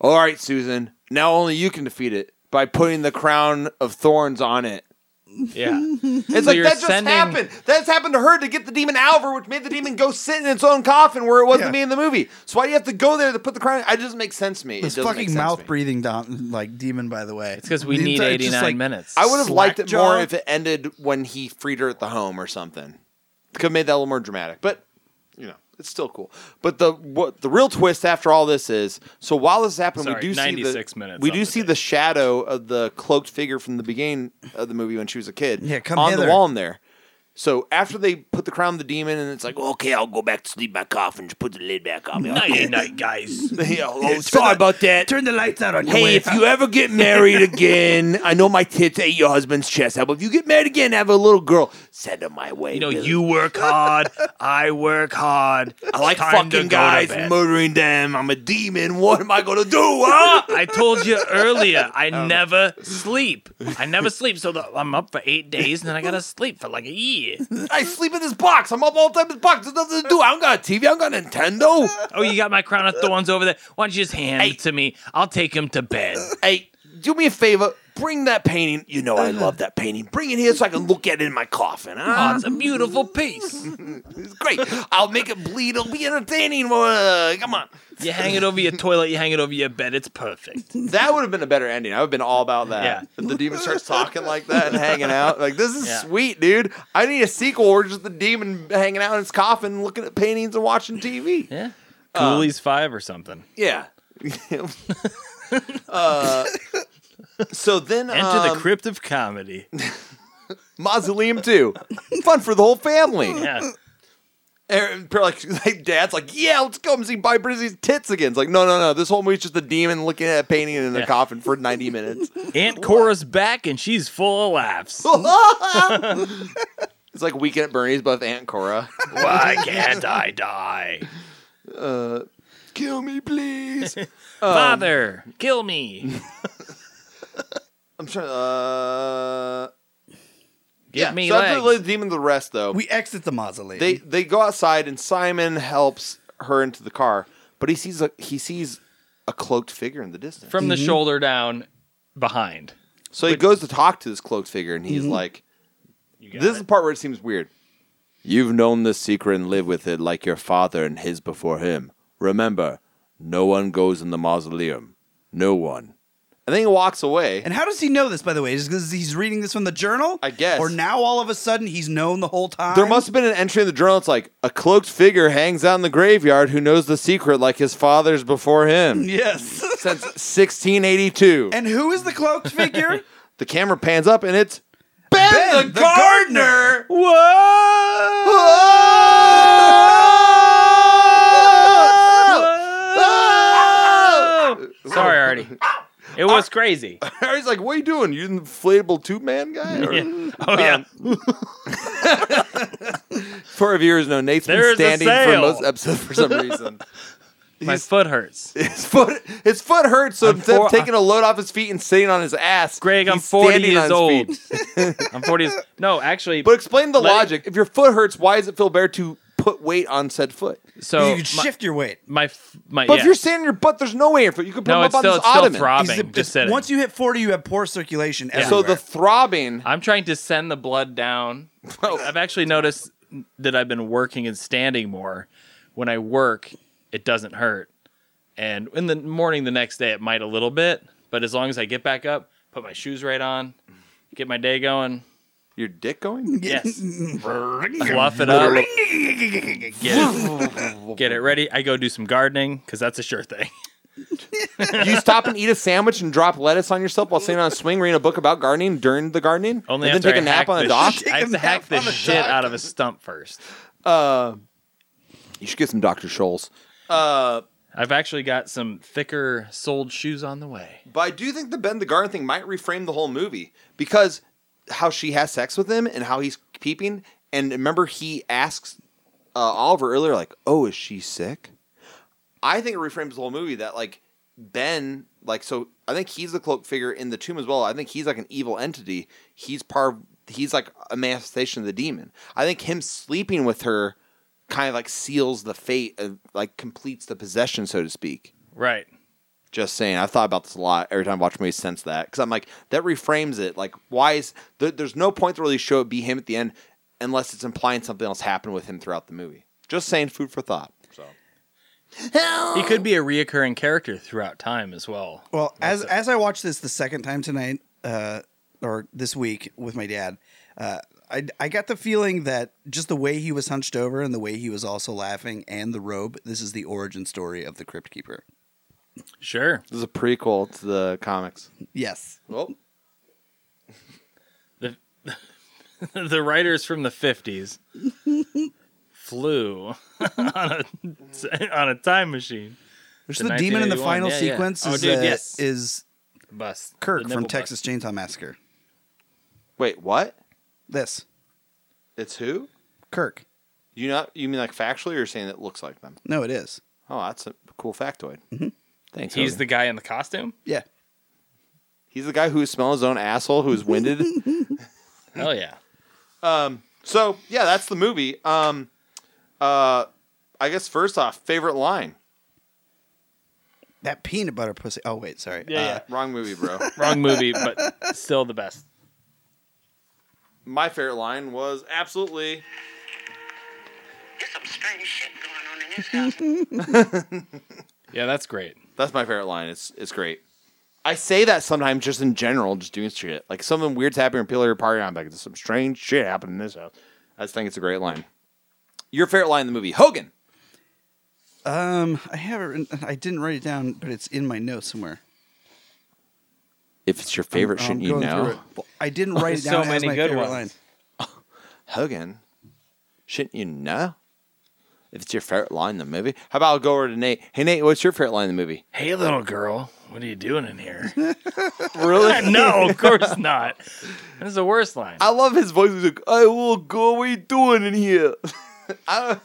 Speaker 2: "All right, Susan. Now only you can defeat it by putting the crown of thorns on it."
Speaker 1: yeah,
Speaker 2: It's
Speaker 1: So
Speaker 2: like
Speaker 1: you're
Speaker 2: that just
Speaker 1: sending-
Speaker 2: happened. That's happened to her to get the demon out of her, which made the demon go sit in its own coffin where it wasn't
Speaker 3: Yeah.
Speaker 2: being in the movie. So why do you have to go there to put the crown? It doesn't make sense to me. It
Speaker 3: This
Speaker 2: doesn't make
Speaker 3: fucking
Speaker 2: sense to
Speaker 3: mouth
Speaker 2: me.
Speaker 3: breathing don- like demon. By the way,
Speaker 1: it's because we
Speaker 3: The
Speaker 1: need
Speaker 3: entire- it's
Speaker 1: eighty
Speaker 3: just
Speaker 1: nine
Speaker 3: like-
Speaker 1: minutes.
Speaker 2: I would have liked it
Speaker 3: Slackjaw.
Speaker 2: more if it ended when he freed her at the home or something. Could have made that a little more dramatic, but you know it's still cool. But the what the real twist after all this is so while this happened,
Speaker 1: Sorry,
Speaker 2: we do see
Speaker 1: 96
Speaker 2: the
Speaker 1: minutes
Speaker 2: we
Speaker 1: on
Speaker 2: do
Speaker 1: the
Speaker 2: see
Speaker 1: date.
Speaker 2: the shadow of the cloaked figure from the beginning of the movie when she was a kid.
Speaker 3: Yeah, come
Speaker 2: on
Speaker 3: hither.
Speaker 2: the wall in there. So after they put the crown of the demon, and it's like, okay, I'll go back to sleep in my coffin. Just put the lid back on me.
Speaker 1: night night, guys.
Speaker 2: Yeah, oh, sorry about that.
Speaker 3: Turn the lights out on your
Speaker 2: Hey,
Speaker 3: way
Speaker 2: if you ever get married again, I know my tits ate your husband's chest out, but if you get married again, have a little girl, send her my way.
Speaker 1: You know,
Speaker 2: Billy.
Speaker 1: you work hard. I work hard.
Speaker 2: I like
Speaker 1: Time to go
Speaker 2: fucking
Speaker 1: to
Speaker 2: guys,
Speaker 1: bed.
Speaker 2: murdering them. I'm a demon. What am I gonna do? Huh?
Speaker 1: I told you earlier, I
Speaker 2: Um,
Speaker 1: never sleep. I never sleep. So the, I'm up for eight days, and then I gotta sleep for like a year.
Speaker 2: I sleep in this box. I'm up all the time in this box. There's nothing to do. I don't got a TV. I don't got a Nintendo.
Speaker 1: Oh, you got my crown of thorns over there. Why don't you just hand it to me? I'll take him to bed.
Speaker 2: hey, do me a favor. Bring that painting. You know I
Speaker 1: Uh-huh.
Speaker 2: love that painting. Bring it here so I can look at it in my coffin.
Speaker 1: Oh,
Speaker 2: Huh?
Speaker 1: it's a beautiful piece.
Speaker 2: It's great. I'll make it bleed. It'll be entertaining. Uh, come on.
Speaker 1: You hang it over your toilet. You hang it over your bed. It's perfect.
Speaker 2: That would have been a better ending. I would have been all about that.
Speaker 1: Yeah.
Speaker 2: If the demon starts talking like that and hanging out. Like, this is
Speaker 1: Yeah.
Speaker 2: sweet, dude. I need a sequel where just the demon hanging out in his coffin, looking at paintings and watching TV.
Speaker 1: Yeah. Cooley's five or something.
Speaker 2: Yeah. Uh, so then,
Speaker 1: Enter the
Speaker 2: um,
Speaker 1: crypt of comedy.
Speaker 2: Mausoleum 2. Fun for the whole family.
Speaker 1: Yeah.
Speaker 2: Aaron, like, like dad's like, yeah, let's go and see Bye Brizzy's tits again. It's like, no, no, no. This whole movie's just a demon looking at a painting in a
Speaker 1: Yeah.
Speaker 2: coffin for 90 minutes.
Speaker 1: Aunt Cora's back, and she's full of laughs.
Speaker 2: it's like Weekend at Bernie's, but with Aunt Cora.
Speaker 1: Why can't I die?
Speaker 2: Kill me, please.
Speaker 1: Father, kill me.
Speaker 2: I'm trying. Uh,
Speaker 1: Give me
Speaker 2: so after
Speaker 1: legs.
Speaker 2: they leave the demon to rest, though,
Speaker 3: we exit the mausoleum.
Speaker 2: they they go outside and Simon helps her into the car, but he sees a he sees a cloaked figure in the distance.
Speaker 1: From the shoulder down, behind.
Speaker 2: so he goes to talk to this cloaked figure, and
Speaker 1: Mm-hmm.
Speaker 2: he's like, "This is the part where it seems weird." You've known this secret and live with it like your father and his before him. Remember, no one goes in the mausoleum. No one. And then he walks away.
Speaker 3: and how does he know this? By the way, is because he's reading this from the journal?
Speaker 2: I guess.
Speaker 3: Or now all of a sudden he's known the whole time.
Speaker 2: There must have been an entry in the journal. It's like a cloaked figure hangs out in the graveyard who knows the secret like his fathers before him
Speaker 3: yes.
Speaker 2: since 1682.
Speaker 3: and who is the cloaked figure?
Speaker 2: the camera pans up and it's Ben,
Speaker 3: Ben
Speaker 2: the,
Speaker 3: the
Speaker 2: gardener.
Speaker 3: Gardener.
Speaker 1: Sorry, Artie. It was crazy.
Speaker 2: Harry's like, "What are you doing? You inflatable tube man guy?" Or-
Speaker 1: Oh yeah.
Speaker 2: For our viewers, no, Nate's
Speaker 1: There
Speaker 2: been
Speaker 1: is a
Speaker 2: standing for
Speaker 1: sale.
Speaker 2: most episodes for some reason.
Speaker 1: My foot hurts.
Speaker 2: His foot, his foot hurts. So instead
Speaker 1: four-
Speaker 2: of taking a load off his feet and sitting on his ass,
Speaker 1: Greg, I'm
Speaker 2: he's
Speaker 1: 40
Speaker 2: standing
Speaker 1: years
Speaker 2: on his
Speaker 1: old.
Speaker 2: feet.
Speaker 1: I'm 40. Years, no, actually.
Speaker 2: But explain the
Speaker 1: Let it-
Speaker 2: logic. if your foot hurts, why does it feel better to put weight on said foot?
Speaker 1: so
Speaker 3: you can
Speaker 1: my,
Speaker 3: shift your weight.
Speaker 1: my f- my.
Speaker 2: But
Speaker 1: yeah.
Speaker 2: if you're standing on your butt, there's no way in your foot. You could put
Speaker 1: no,
Speaker 2: them
Speaker 1: it's
Speaker 2: up
Speaker 1: still
Speaker 2: on this
Speaker 1: it's still
Speaker 2: otting.
Speaker 1: throbbing.
Speaker 3: He's-
Speaker 1: Ah, just sitting.
Speaker 3: Once you hit 40, you have poor circulation
Speaker 2: So
Speaker 3: everywhere.
Speaker 2: the throbbing.
Speaker 1: I'm trying to send the blood down. I've actually noticed that I've been working and standing more. When I work, it doesn't hurt. And in the morning the next day, it might a little bit. But as long as I get back up, put my shoes right on, get my day going.
Speaker 2: Your dick going?
Speaker 1: Yes. Fluff it up. Get it, get it ready. I go do some gardening because that's a sure thing.
Speaker 2: you stop and eat a sandwich and drop lettuce on yourself while sitting on a swing reading a book about gardening during the gardening?
Speaker 1: Only
Speaker 2: and
Speaker 1: after
Speaker 2: then take a
Speaker 1: I
Speaker 2: nap
Speaker 1: hack
Speaker 2: on a
Speaker 1: the
Speaker 2: dock?
Speaker 1: sh- I have to hack the shit out of a stump first.
Speaker 2: Uh, you should get some Dr. Scholl's.
Speaker 1: I've actually got some thicker soled shoes on the way.
Speaker 2: But I do think the Ben the Garden thing might reframe the whole movie because how she has sex with him and how he's peeping. And remember, he asks uh, Oliver earlier, like, "Oh, is she sick?" I think it reframes the whole movie that like Ben, like, so I think he's the cloak figure in the tomb as well. I think he's like an evil entity. He's part. Of, he's like a manifestation of the demon. I think him sleeping with her kind of like seals the fate of like completes the possession, so to speak.
Speaker 1: Right.
Speaker 2: Just saying, I've thought about this a lot every time I watch movies since that because I'm like that reframes it. Like, why is there, there's no point to really show it be him at the end unless it's implying something else happened with him throughout the movie. Just saying, food for thought. So
Speaker 1: He could be a reoccurring character throughout time as well.
Speaker 3: Well, as as I watched this the second time tonight, uh, or this week with my dad, uh, I I got the feeling that just the way he was hunched over and the way he was also laughing and the robe, this is the origin story of the Crypt Keeper.
Speaker 1: Sure.
Speaker 2: this is a prequel to the comics.
Speaker 3: Yes.
Speaker 2: Well,
Speaker 1: the writers from the 50s flew on a on a time machine.
Speaker 3: There's
Speaker 1: The
Speaker 3: the, demon in the
Speaker 1: 1981,
Speaker 3: final
Speaker 1: yeah, yeah.
Speaker 3: sequence
Speaker 1: Oh,
Speaker 3: is,
Speaker 1: dude,
Speaker 3: uh,
Speaker 1: yes.
Speaker 3: is
Speaker 1: Bust.
Speaker 3: Kirk
Speaker 1: The
Speaker 3: from
Speaker 1: nipple
Speaker 3: Texas Chainsaw Massacre.
Speaker 2: wait, what?
Speaker 3: This
Speaker 2: It's who?
Speaker 3: Kirk.
Speaker 2: You not? You mean like factually, or you're saying it looks like them?
Speaker 3: No, it is.
Speaker 2: Oh, that's a cool factoid. Thanks.
Speaker 1: bust. He's
Speaker 2: Hogan.
Speaker 1: the guy in the costume?
Speaker 3: Yeah.
Speaker 2: he's the guy who smells his own asshole, who's winded.
Speaker 1: Hell yeah.
Speaker 2: so yeah, that's the movie. Um, uh, I guess first off, favorite line.
Speaker 3: That peanut butter pussy. Oh wait, sorry.
Speaker 1: Yeah,
Speaker 3: Uh,
Speaker 2: Wrong movie, bro.
Speaker 1: Wrong movie, but still the best.
Speaker 2: My favorite line was absolutely.
Speaker 4: There's some strange shit going on in this house.
Speaker 1: Yeah, that's great.
Speaker 2: That's my favorite line. It's it's great. I say that sometimes just in general, just doing shit. Like something weird's happening in Pillar Party, I'm like, there's some strange shit happening in this house. I just think it's a great line. Your favorite line in the movie, Hogan.
Speaker 3: Um, I have it. written- I didn't write it down, but it's in my notes somewhere.
Speaker 2: If it's your favorite,
Speaker 3: I'm
Speaker 2: shouldn't you
Speaker 3: going through
Speaker 2: know?
Speaker 3: it. Well, I didn't write it
Speaker 1: So
Speaker 3: down. as
Speaker 1: many
Speaker 3: my
Speaker 1: good
Speaker 3: favorite
Speaker 1: ones.
Speaker 3: Line.
Speaker 2: Hogan, shouldn't you know? If it's your favorite line in the movie, how about I'll go over to Nate? Hey Nate, what's your favorite line in the movie?
Speaker 1: Hey, little girl, what are you doing in here?
Speaker 2: Really?
Speaker 1: no, of course not. That is the worst line.
Speaker 2: I love his voice. He's like, "I will go. What are you doing in here?"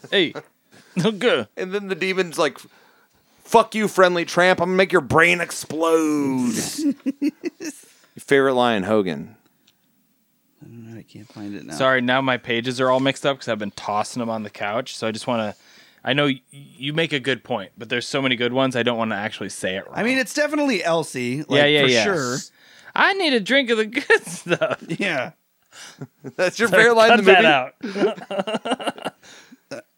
Speaker 1: hey, no good.
Speaker 2: And then the demon's like, fuck you, friendly tramp. I'm going to make your brain explode. your favorite line, Hogan.
Speaker 3: I can't find it now.
Speaker 1: Sorry, now my pages are all mixed up because I've been tossing them on the couch. So I just want to. I know y- you make a good point, but there's so many good ones. I don't want to actually say it. Wrong.
Speaker 3: I mean, it's definitely Elsie. Like,
Speaker 1: yeah, yeah,
Speaker 3: for
Speaker 1: yeah.
Speaker 3: Sure.
Speaker 1: I need a drink of the good stuff.
Speaker 3: Yeah.
Speaker 2: That's your favorite line
Speaker 1: Cut
Speaker 2: in the
Speaker 1: that
Speaker 2: movie?
Speaker 1: out.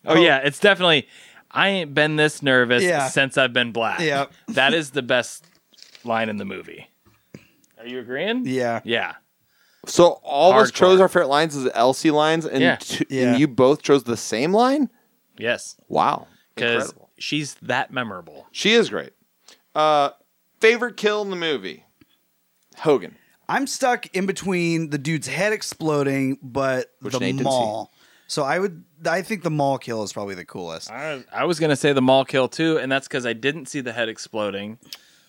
Speaker 1: oh yeah, it's definitely. I ain't been this nervous
Speaker 3: Yeah.
Speaker 1: since I've been black.
Speaker 3: Yep.
Speaker 1: that is the best line in the movie. Are you agreeing?
Speaker 3: Yeah.
Speaker 1: Yeah.
Speaker 2: So all of us
Speaker 1: Hardcore.
Speaker 2: chose our favorite lines as Elsie lines, and,
Speaker 1: Yeah.
Speaker 2: t-
Speaker 3: Yeah.
Speaker 2: and you both chose the same line?
Speaker 1: Yes.
Speaker 2: Wow.
Speaker 1: Because
Speaker 2: Incredible.
Speaker 1: she's that memorable.
Speaker 2: She is great. Uh, favorite kill in the movie? Hogan.
Speaker 3: I'm stuck in between the dude's head exploding, but
Speaker 2: Which
Speaker 3: the
Speaker 2: Nate didn't see.
Speaker 3: mall. So I would. I think the mall kill is probably the coolest.
Speaker 1: I, I was gonna say the mall kill too, and that's because I didn't see the head exploding,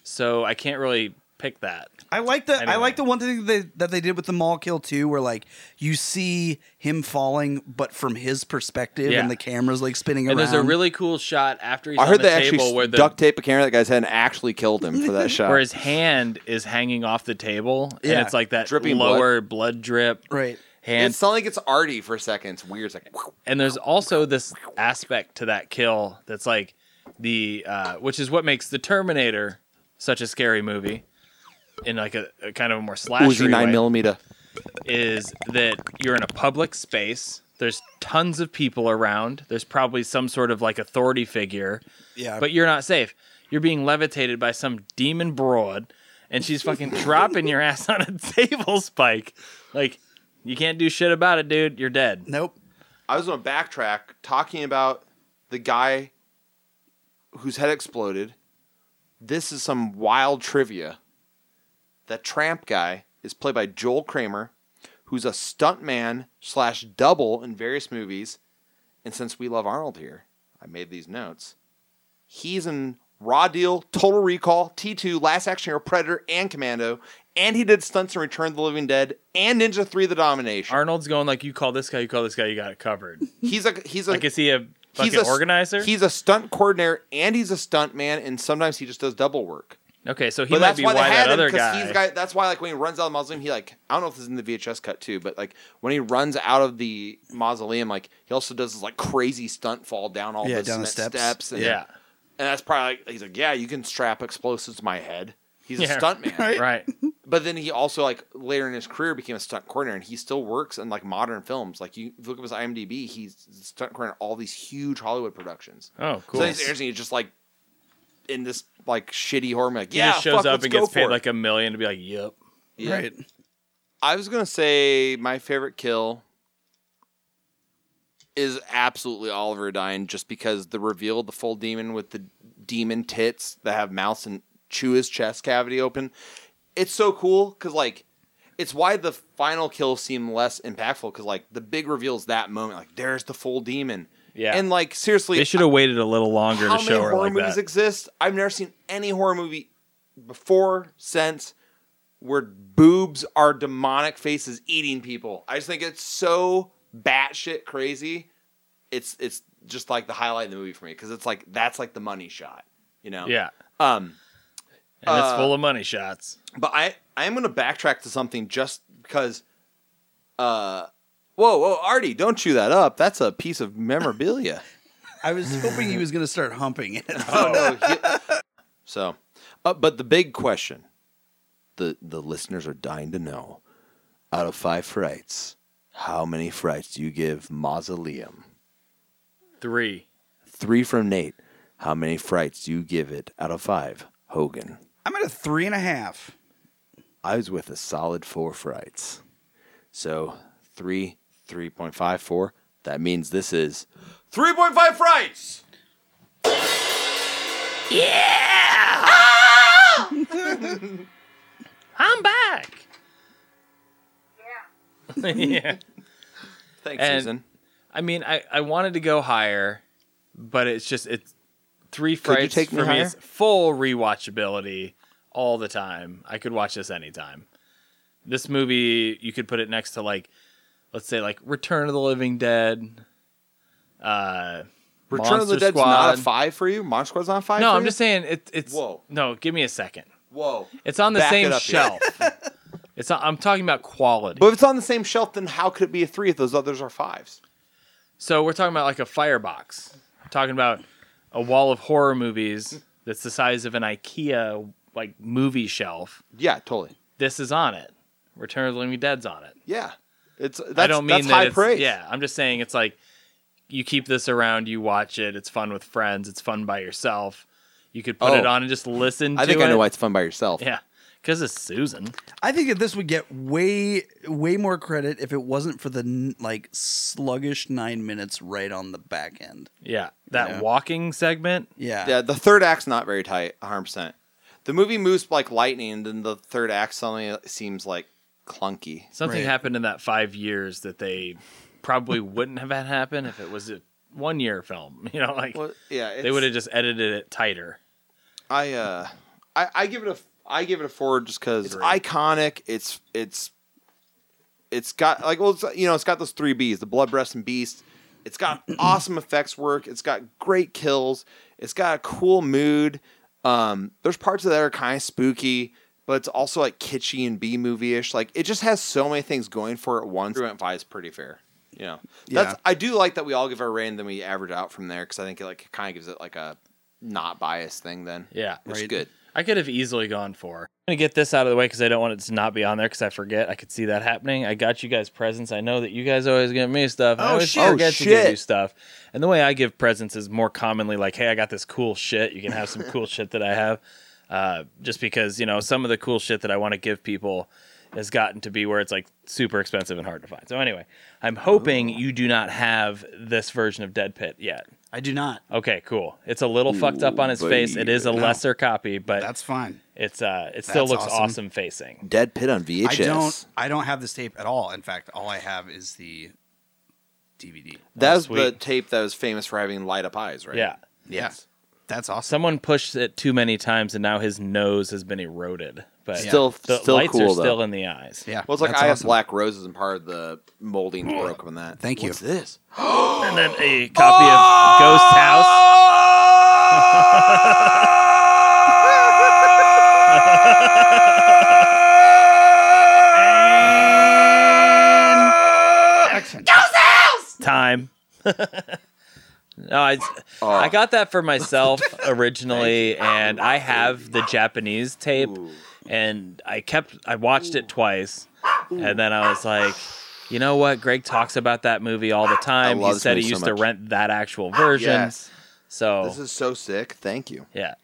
Speaker 1: so I can't really pick that.
Speaker 3: I like the I
Speaker 1: Anyway.
Speaker 3: like the one thing that they, that they did with the mall kill too, where like you see him falling, but from his perspective,
Speaker 1: Yeah.
Speaker 3: and the camera's like spinning
Speaker 1: And
Speaker 3: around.
Speaker 1: there's a really cool shot after he's
Speaker 2: I
Speaker 1: on
Speaker 2: heard
Speaker 1: the
Speaker 2: they actually
Speaker 1: table where the
Speaker 2: duct tape a camera that guy's head and actually killed him for that shot.
Speaker 1: where his hand is hanging off the table,
Speaker 3: Yeah.
Speaker 1: and it's like that
Speaker 2: Dripping
Speaker 1: lower blood, drip
Speaker 3: right.
Speaker 1: hand.
Speaker 2: it's not like it's arty for a second. It's weird. It's like,
Speaker 1: and there's also this aspect to that kill that's like the uh, which is what makes the Terminator such a scary movie in like a, a kind of a more slasher
Speaker 2: Uzi 9
Speaker 1: way.
Speaker 2: millimeter.
Speaker 1: is that you're in a public space. There's tons of people around. There's probably some sort of like authority figure,
Speaker 3: Yeah.
Speaker 1: but you're not safe. You're being levitated by some demon broad, and she's fucking dropping your ass on a table spike. Like, you can't do shit about it, dude. You're dead.
Speaker 3: Nope.
Speaker 2: I was going to backtrack talking about the guy whose head exploded. This is some wild trivia. That tramp guy is played by Joel Kramer, who's a stuntman slash double in various movies. And since we love Arnold here, I made these notes. He's in Raw Deal, Total Recall, T2, Last Action Hero, Predator, and Commando. And he did stunts in Return of the Living Dead and Ninja 3 The Domination.
Speaker 1: Arnold's going like, you call this guy, you call this guy, you got it covered.
Speaker 2: He's a he's a
Speaker 1: Like, is he a fucking
Speaker 2: he's a
Speaker 1: organizer?
Speaker 2: He's a stunt coordinator and he's a stunt man, and sometimes he just does double work.
Speaker 1: okay, so he
Speaker 2: But
Speaker 1: might
Speaker 2: that's
Speaker 1: be
Speaker 2: why
Speaker 1: why,
Speaker 2: they had
Speaker 1: that
Speaker 2: him
Speaker 1: other
Speaker 2: 'cause
Speaker 1: guy.
Speaker 2: He's guy. That's why, like when he runs out of the mausoleum, he like I don't know if this is in the VHS cut too, but like when he runs out of the mausoleum, like he also does this like crazy stunt fall down all
Speaker 3: Yeah,
Speaker 2: the
Speaker 3: down the
Speaker 2: cement
Speaker 3: steps.
Speaker 2: steps. And,
Speaker 1: yeah,
Speaker 2: and that's probably like he's like, yeah, you can strap explosives to my head. He's a
Speaker 1: Yeah.
Speaker 2: stunt man,
Speaker 1: right.
Speaker 2: but then he also like later in his career became a stunt coordinator, and he still works in like modern films. Like you if you look up his IMDb, he's a stunt coordinator in all these huge Hollywood productions.
Speaker 1: Oh, cool.
Speaker 2: So it's interesting. He's just like in this like shitty horror. Like,
Speaker 1: he
Speaker 2: yeah,
Speaker 1: just shows
Speaker 2: fuck,
Speaker 1: up
Speaker 2: let's
Speaker 1: and
Speaker 2: go
Speaker 1: gets
Speaker 2: for
Speaker 1: paid
Speaker 2: it.
Speaker 1: like a million to be like, yep.
Speaker 2: Yeah.
Speaker 3: Right.
Speaker 2: I was gonna say my favorite kill is absolutely Oliver Dine, just because the reveal of the full demon with the demon tits that have mouths and chew his chest cavity open. It's so cool because like it's why the final kills seem less impactful because like the big reveal is that moment like there's the full demon
Speaker 1: Yeah.
Speaker 2: and like seriously
Speaker 1: They should have waited a little longer
Speaker 2: how
Speaker 1: to show
Speaker 2: many
Speaker 1: her
Speaker 2: horror
Speaker 1: like
Speaker 2: movies
Speaker 1: that.
Speaker 2: exist? I've never seen any horror movie before since where boobs are demonic faces eating people. I just think it's so batshit crazy. It's it's just like the highlight of the movie for me because it's like that's like the money shot, you know?
Speaker 1: yeah,
Speaker 2: Um,
Speaker 1: and
Speaker 2: uh,
Speaker 1: it's full of money shots.
Speaker 2: but I I am gonna backtrack to something just because. Uh, whoa, whoa, Artie, don't chew that up. That's a piece of memorabilia.
Speaker 3: I was hoping he was going to start humping it.
Speaker 2: Oh no. he- so, uh, but the big question, the the listeners are dying to know. Out of five frights, how many frights do you give Mausoleum?
Speaker 1: Three.
Speaker 2: Three from Nate. How many frights do you give it out of five, Hogan?
Speaker 3: I'm at a three and a half.
Speaker 2: I was with a solid four frights. So three, three point five, four. That means this is three point five frights.
Speaker 1: I'm back. Yeah. yeah.
Speaker 2: Thanks,
Speaker 1: And-
Speaker 2: Susan.
Speaker 1: I mean, I, I wanted to go higher, but it's just it's three
Speaker 2: you
Speaker 1: frights
Speaker 2: take me
Speaker 1: for me.
Speaker 2: higher?
Speaker 1: It's full rewatchability all the time. I could watch this anytime. This movie, you could put it next to like, let's say like Return of the Living Dead. Uh,
Speaker 2: Return of the
Speaker 1: Monster
Speaker 2: Dead's
Speaker 1: Squad.
Speaker 2: not a five for you. Monster Squad's not a five.
Speaker 1: no,
Speaker 2: for
Speaker 1: I'm
Speaker 2: you?
Speaker 1: just saying it, it's
Speaker 2: Whoa.
Speaker 1: no. Give me a second.
Speaker 2: Whoa.
Speaker 1: It's on the
Speaker 2: Back it
Speaker 1: same
Speaker 2: up here.
Speaker 1: shelf. it's not, I'm talking about quality.
Speaker 2: But if it's on the same shelf, then how could it be a three if those others are fives?
Speaker 1: So we're talking about like a firebox. We're talking about a wall of horror movies that's the size of an IKEA like movie shelf.
Speaker 2: Yeah, totally.
Speaker 1: This is on it. Return of the Living Dead's on it.
Speaker 2: Yeah, it's. That's,
Speaker 1: I don't mean
Speaker 2: that's
Speaker 1: that
Speaker 2: high
Speaker 1: it's,
Speaker 2: praise.
Speaker 1: Yeah, I'm just saying it's like you keep this around, you watch it. It's fun with friends. It's fun by yourself. You could put
Speaker 2: Oh.
Speaker 1: it on and just listen. to
Speaker 2: I think I know
Speaker 1: it.
Speaker 2: why it's fun by yourself.
Speaker 1: Yeah, because it's Susan.
Speaker 3: I think that this would get way, way more credit if it wasn't for the n- like sluggish nine minutes right on the back end.
Speaker 1: Yeah, that
Speaker 3: Yeah.
Speaker 1: walking segment.
Speaker 3: Yeah.
Speaker 2: Yeah, the third act's not very tight, 100. percent The movie moves like lightning, and then the third act suddenly seems like clunky.
Speaker 1: Something
Speaker 3: Right.
Speaker 1: happened in that five years that they probably wouldn't have had happen if it was a one year film. You know, like
Speaker 2: Well, yeah, it's,
Speaker 1: they would have just edited it tighter.
Speaker 2: I uh, I, I give it a I give it a four just because it's
Speaker 1: Agreed.
Speaker 2: iconic. It's it's it's got like well, it's, you know, it's got those three B's: the blood, breast, and beast. It's got awesome effects work. It's got great kills. It's got a cool mood. Um, there's parts of that are kind of spooky, but it's also like kitschy and B movie ish. Like it just has so many things going for it. at Once three point five is pretty fair. You know, that's I do like that we all give our rating, then we average out from there because I think it like kind of gives it like a not biased thing. Then
Speaker 1: Yeah.
Speaker 2: it's good.
Speaker 1: I could have easily gone for. I'm going to get this out of the way because I don't want it to not be on there because I forget. I could see that happening. I got you guys presents. I know that you guys always give me stuff. and I
Speaker 3: Oh,
Speaker 1: always
Speaker 3: shit.
Speaker 1: forget
Speaker 2: Oh,
Speaker 1: to give
Speaker 2: shit.
Speaker 1: you stuff. And the way I give presents is more commonly like, hey, I got this cool shit. You can have some cool shit that I have. uh, just because you know some of the cool shit that I want to give people has gotten to be where it's like super expensive and hard to find. So anyway, I'm hoping you do not have this version of Dead Pit yet.
Speaker 3: I do not.
Speaker 1: Okay, cool. It's a little fucked up on his face. It is a lesser copy, but
Speaker 3: That's fine.
Speaker 1: it's uh it still
Speaker 3: That's
Speaker 1: looks awesome.
Speaker 3: awesome.
Speaker 1: facing.
Speaker 2: Dead Pit on VHS.
Speaker 3: I don't. I don't have this tape at all. In fact, all I have is the DVD.
Speaker 2: That was the
Speaker 1: sweet.
Speaker 2: tape that was famous for having light up eyes, right?
Speaker 1: Yeah.
Speaker 3: Yes, that's awesome.
Speaker 1: Someone pushed it too many times and now his nose has been eroded. But
Speaker 2: Still-
Speaker 1: the
Speaker 2: still
Speaker 1: lights
Speaker 2: cool,
Speaker 1: are
Speaker 2: though.
Speaker 1: still in the eyes.
Speaker 3: Yeah.
Speaker 2: Well, it's like
Speaker 3: that's
Speaker 2: I have
Speaker 3: awesome.
Speaker 2: black roses, and part of the molding broke on that.
Speaker 3: Thank you.
Speaker 2: What's this?
Speaker 1: And then a copy
Speaker 3: Oh!
Speaker 1: of Ghost House. time. no, I,
Speaker 2: Oh.
Speaker 1: I got that for myself originally, and I have the Japanese tape, and I kept I watched it twice, and then I was like, you know what? Greg talks about that movie all the time.
Speaker 2: love
Speaker 1: He
Speaker 2: this
Speaker 1: said he
Speaker 2: movie so
Speaker 1: used to
Speaker 2: much.
Speaker 1: rent that actual version.
Speaker 2: Yes.
Speaker 1: So
Speaker 2: This is so sick. Thank you.
Speaker 1: yeah,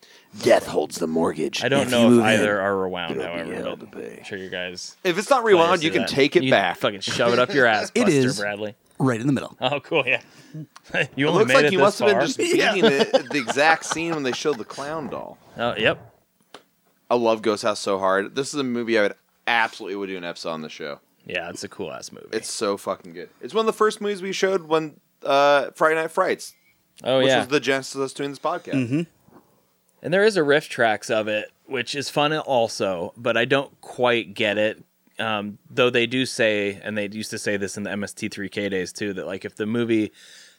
Speaker 2: Death holds the mortgage.
Speaker 1: I don't
Speaker 2: If you
Speaker 1: know if
Speaker 2: move
Speaker 1: either
Speaker 2: in-
Speaker 1: are rewound, however.
Speaker 2: hell to
Speaker 1: But
Speaker 2: pay.
Speaker 1: I'm sure you guys.
Speaker 2: If it's not rewound,
Speaker 1: players
Speaker 2: you
Speaker 1: do
Speaker 2: can
Speaker 1: that.
Speaker 2: take it
Speaker 1: You
Speaker 2: back.
Speaker 1: Fucking shove it up your ass,
Speaker 3: It
Speaker 1: Buster
Speaker 3: is.
Speaker 1: Bradley.
Speaker 3: right in the middle.
Speaker 1: Oh, cool. Yeah. you
Speaker 2: It
Speaker 1: only
Speaker 2: looks
Speaker 1: made
Speaker 2: like
Speaker 1: it
Speaker 2: you
Speaker 1: this
Speaker 2: must have been
Speaker 1: far?
Speaker 2: just beating it at the exact scene when they showed the clown doll.
Speaker 1: Oh, yep.
Speaker 2: I love Ghost House so hard. This is a movie I would absolutely would do an episode on the show.
Speaker 1: Yeah, it's a cool ass movie.
Speaker 2: It's so fucking good. It's one of the first movies we showed when uh, Friday Night Frights,
Speaker 1: oh
Speaker 2: which
Speaker 1: yeah.
Speaker 2: was the genesis of us doing this podcast.
Speaker 1: And there is a riff tracks of it, which is fun also, but I don't quite get it. Um, though they do say, and they used to say this in the MST3K days too, that like if the movie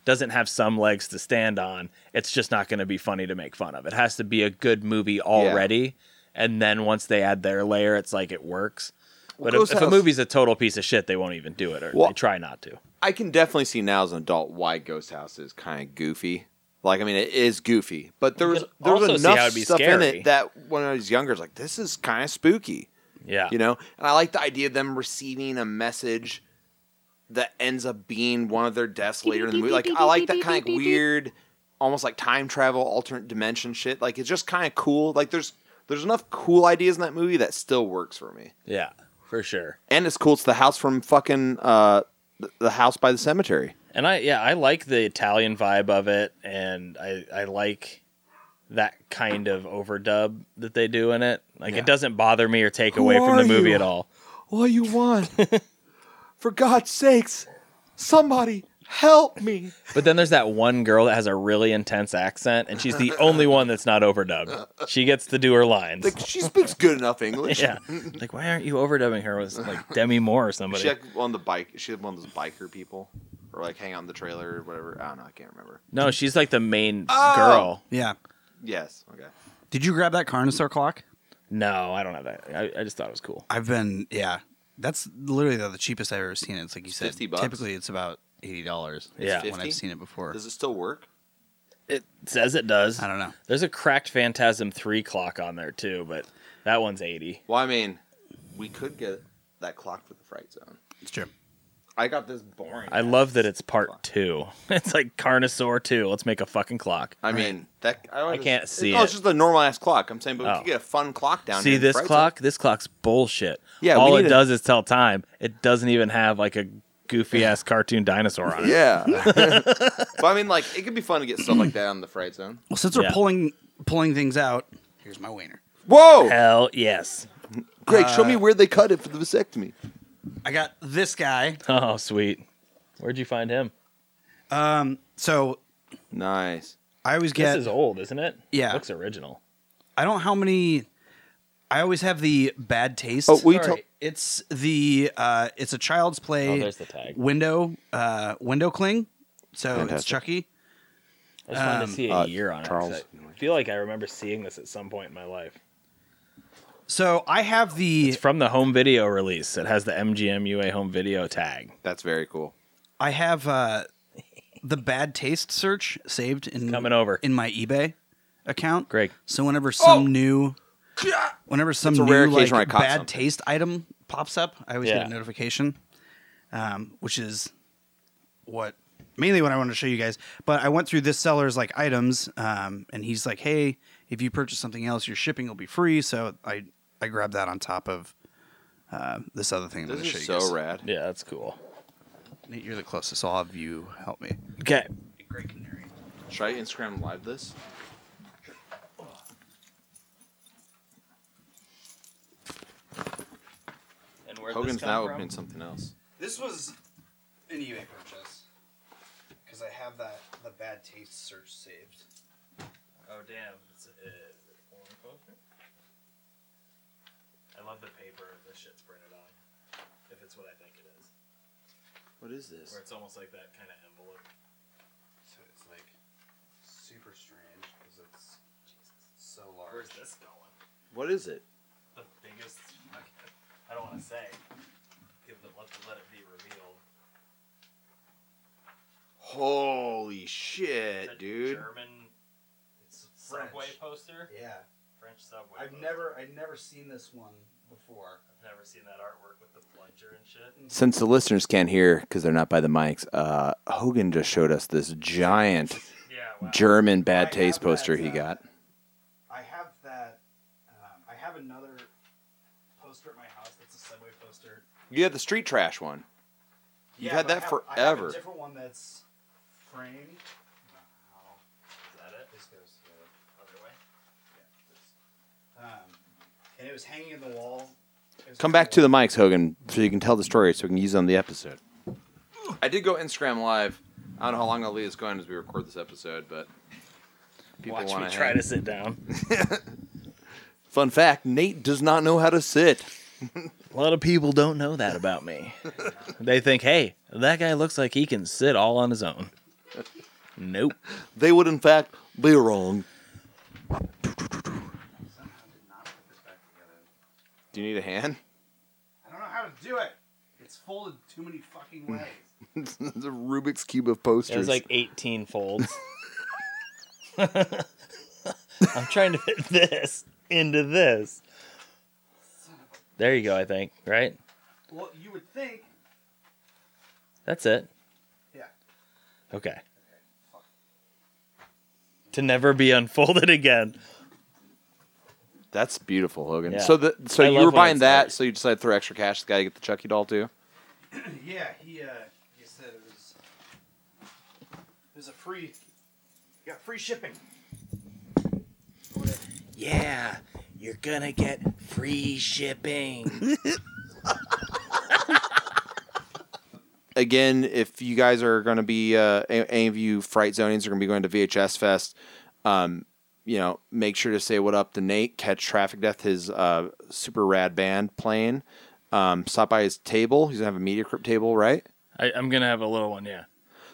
Speaker 1: doesn't have some legs to stand on, it's just not going to be funny to make fun of. It has to be a good movie already, and then once they add their layer, it's like it works. But if,
Speaker 2: Ghost
Speaker 1: if a
Speaker 2: House-
Speaker 1: movie's a total piece of shit, they won't even do it, or
Speaker 2: Well-
Speaker 1: they try not to.
Speaker 2: I can definitely see now as an adult why Ghost House is kind of goofy. Like, I mean, it is goofy, but there was
Speaker 1: can
Speaker 2: there was
Speaker 1: also see how
Speaker 2: enough
Speaker 1: it'd be
Speaker 2: stuff in
Speaker 1: scary.
Speaker 2: it that when I was younger, I was like, this is kind of spooky,
Speaker 1: Yeah,
Speaker 2: you know. And I like the idea of them receiving a message that ends up being one of their deaths later in the movie. Like, I like that kind of weird, almost like time travel, alternate dimension shit. Like, it's just kind of cool. Like, there's there's enough cool ideas in that movie that still works for me.
Speaker 1: yeah, for sure.
Speaker 2: And it's cool. It's the house from fucking uh, the- the house by the cemetery.
Speaker 1: and I yeah I like the Italian vibe of it, and I I like that kind of overdub that they do in it. Like it doesn't bother me or take away from
Speaker 2: are
Speaker 1: the movie
Speaker 2: you?
Speaker 1: at all.
Speaker 2: What you want? For God's sakes, somebody help me.
Speaker 1: But then there's that one girl that has a really intense accent, and she's the only one that's not overdubbed. She gets to do her lines.
Speaker 2: Like she speaks good enough English.
Speaker 1: yeah, like why aren't you overdubbing her with like Demi Moore or somebody?
Speaker 2: She had on the bike. She had one of those biker people, or like hang out in the trailer or whatever. I don't know. I can't remember.
Speaker 1: No, she's like the main
Speaker 2: Oh!
Speaker 1: girl.
Speaker 3: Yeah.
Speaker 2: Yes. Okay.
Speaker 3: Did you grab that Carnosaur clock?
Speaker 1: No, I don't have that. I, I just thought it was cool.
Speaker 3: I've been. Yeah. That's literally the, the cheapest I've ever seen. it. It's like you said.
Speaker 2: 50 bucks?
Speaker 3: Typically, it's about eighty dollars.
Speaker 1: Yeah.
Speaker 3: When
Speaker 2: 50?
Speaker 3: I've seen it before.
Speaker 2: Does it still work?
Speaker 1: It says it does.
Speaker 3: I don't know.
Speaker 1: There's a cracked Phantasm 3 clock on there too, but that one's 80.
Speaker 2: Well, I mean, we could get that clock for the fright zone.
Speaker 3: It's true.
Speaker 2: I got this boring.
Speaker 1: I love that it's part 2. It's like Carnosaur 2. Let's make a fucking clock.
Speaker 2: I mean, that I, don't
Speaker 1: I
Speaker 2: just-
Speaker 1: can't see
Speaker 2: No, it's
Speaker 1: it.
Speaker 2: just a normal ass clock. I'm saying, but we
Speaker 1: Oh.
Speaker 2: could get a fun clock down. here
Speaker 1: See
Speaker 2: in the
Speaker 1: this
Speaker 2: Fright Zone.
Speaker 1: clock? This clock's bullshit.
Speaker 2: Yeah, we
Speaker 1: all it
Speaker 2: need a-
Speaker 1: does is tell time. It doesn't even have like a goofy ass cartoon dinosaur on it.
Speaker 2: Yeah. but I mean, like, it could be fun to get stuff like that on the fright zone.
Speaker 3: Well, since we're
Speaker 1: Yeah.
Speaker 3: pulling pulling things out, here's my wiener.
Speaker 2: Whoa!
Speaker 1: Hell yes.
Speaker 2: Greg, show me where they cut it for the vasectomy.
Speaker 3: I got this guy.
Speaker 1: Oh, sweet. Where'd you find him?
Speaker 3: So
Speaker 2: Nice.
Speaker 3: I always
Speaker 1: This
Speaker 3: get.
Speaker 1: is old, isn't it?
Speaker 3: Yeah.
Speaker 1: Looks original.
Speaker 3: I don't know how many. I always have the bad taste.
Speaker 2: Oh, will you tell-
Speaker 3: It's the uh, it's a child's play.
Speaker 1: Oh, there's the tag.
Speaker 3: Window uh, window cling. So it's Chucky.
Speaker 1: I just
Speaker 3: Um,
Speaker 1: wanted to see a
Speaker 2: uh,
Speaker 1: year on
Speaker 2: Charles.
Speaker 1: it. 'cause I feel like I remember seeing this at some point in my life.
Speaker 3: So I have the
Speaker 1: It's from the home video release. It has the MGM UA home video tag.
Speaker 2: That's very cool.
Speaker 3: I have uh, the bad taste search saved in
Speaker 1: coming over.
Speaker 3: in my eBay account.
Speaker 1: Greg.
Speaker 3: So whenever some new whenever some
Speaker 2: It's a
Speaker 3: new
Speaker 2: rare occasion where I
Speaker 3: like,
Speaker 2: caught
Speaker 3: bad
Speaker 2: something.
Speaker 3: taste item pops up, I always
Speaker 1: Yeah.
Speaker 3: get a notification, um, which is what mainly what I wanted to show you guys. But I went through this seller's like items, um, and he's like, "Hey, if you purchase something else, your shipping will be free." So I I grabbed that on top of uh, this other thing. I'm
Speaker 2: This
Speaker 3: gonna show
Speaker 2: is
Speaker 3: you guys.
Speaker 2: so rad.
Speaker 1: Yeah, that's cool.
Speaker 3: Nate, you're the closest. So I'll have you help me.
Speaker 1: Okay.
Speaker 3: Great canary.
Speaker 2: Should I Instagram live this?
Speaker 8: And where
Speaker 2: Hogan's
Speaker 8: this come
Speaker 2: now
Speaker 8: from?
Speaker 2: would mean something else.
Speaker 3: This was an eBay purchase because I have that the bad taste search saved.
Speaker 8: Oh damn! It's, uh, porn poster? I love the paper this shit's printed on. If it's what I think it is,
Speaker 2: What is this?
Speaker 8: where it's almost like that kind of envelope.
Speaker 3: So it's like super strange because it's so
Speaker 8: Where's this going?
Speaker 2: What is it?
Speaker 8: The biggest. fucking- I don't want to say. Give the let, let it be revealed.
Speaker 2: Holy
Speaker 8: It's a
Speaker 2: shit, dude.
Speaker 8: German. It's
Speaker 3: French.
Speaker 8: subway poster.
Speaker 3: Yeah,
Speaker 8: French subway.
Speaker 3: I've
Speaker 8: poster.
Speaker 3: never I've never seen this one before.
Speaker 8: I've never seen that artwork with the plunger and shit.
Speaker 3: Mm.
Speaker 2: Since the listeners can't hear because they're not by the mics, uh, Hogan just showed us this giant
Speaker 8: Yeah. Wow.
Speaker 2: German
Speaker 3: I
Speaker 2: bad taste
Speaker 3: have
Speaker 2: poster
Speaker 3: that,
Speaker 2: he
Speaker 3: uh,
Speaker 2: got.
Speaker 3: I have that. Um, I have another poster at my house that's a subway poster.
Speaker 2: You had the street trash one. You've had
Speaker 3: but I
Speaker 2: that
Speaker 3: have- I have
Speaker 2: forever.
Speaker 3: a different one that's framed. No,
Speaker 8: Is that it?
Speaker 3: this goes here.
Speaker 8: Other way.
Speaker 3: Um, and it was hanging in the wall. It was
Speaker 2: Come
Speaker 3: on
Speaker 2: back to
Speaker 3: wall.
Speaker 2: the mics, Hogan, so you can tell the story so we can use it on the episode. I did go Instagram live. I don't know how long I'll leave this going as we record this episode, but people
Speaker 1: Watch me
Speaker 2: want
Speaker 1: try to sit down.
Speaker 2: Fun fact: Nate does not know how to sit.
Speaker 1: A lot of people don't know that about me. they think, hey, that guy looks like he can sit all on his own. Nope.
Speaker 2: They would, in fact, be wrong. Do you need a hand?
Speaker 3: I don't know how to do it. It's folded too many fucking ways.
Speaker 2: it's a Rubik's cube of
Speaker 1: It
Speaker 2: posters.
Speaker 1: was like 18 folds. I'm trying to fit this into this. There you go, I think, right?
Speaker 3: well, you would think.
Speaker 1: That's it.
Speaker 3: Yeah.
Speaker 1: Okay. To never be unfolded again.
Speaker 2: That's beautiful, Hogan.
Speaker 1: Yeah.
Speaker 2: So, the, so
Speaker 1: I
Speaker 2: you
Speaker 1: love
Speaker 2: were
Speaker 1: when
Speaker 2: buying
Speaker 1: it's
Speaker 2: that,
Speaker 1: like-
Speaker 2: so you decided to throw extra cash at the guy to get the Chucky doll too.
Speaker 3: Yeah, he uh, he said it was. It was a free. You got free shipping.
Speaker 1: Yeah, you're gonna get free shipping.
Speaker 2: again, if you guys are going to be uh, a- any of you fright zonies are going to be going to VHS Fest, um, you know, make sure to say what up to Nate. Catch Traffic Death, his uh, super rad band playing. Um, stop by his table. He's gonna have a media crypt table, right?
Speaker 1: I, I'm gonna have a little one, yeah.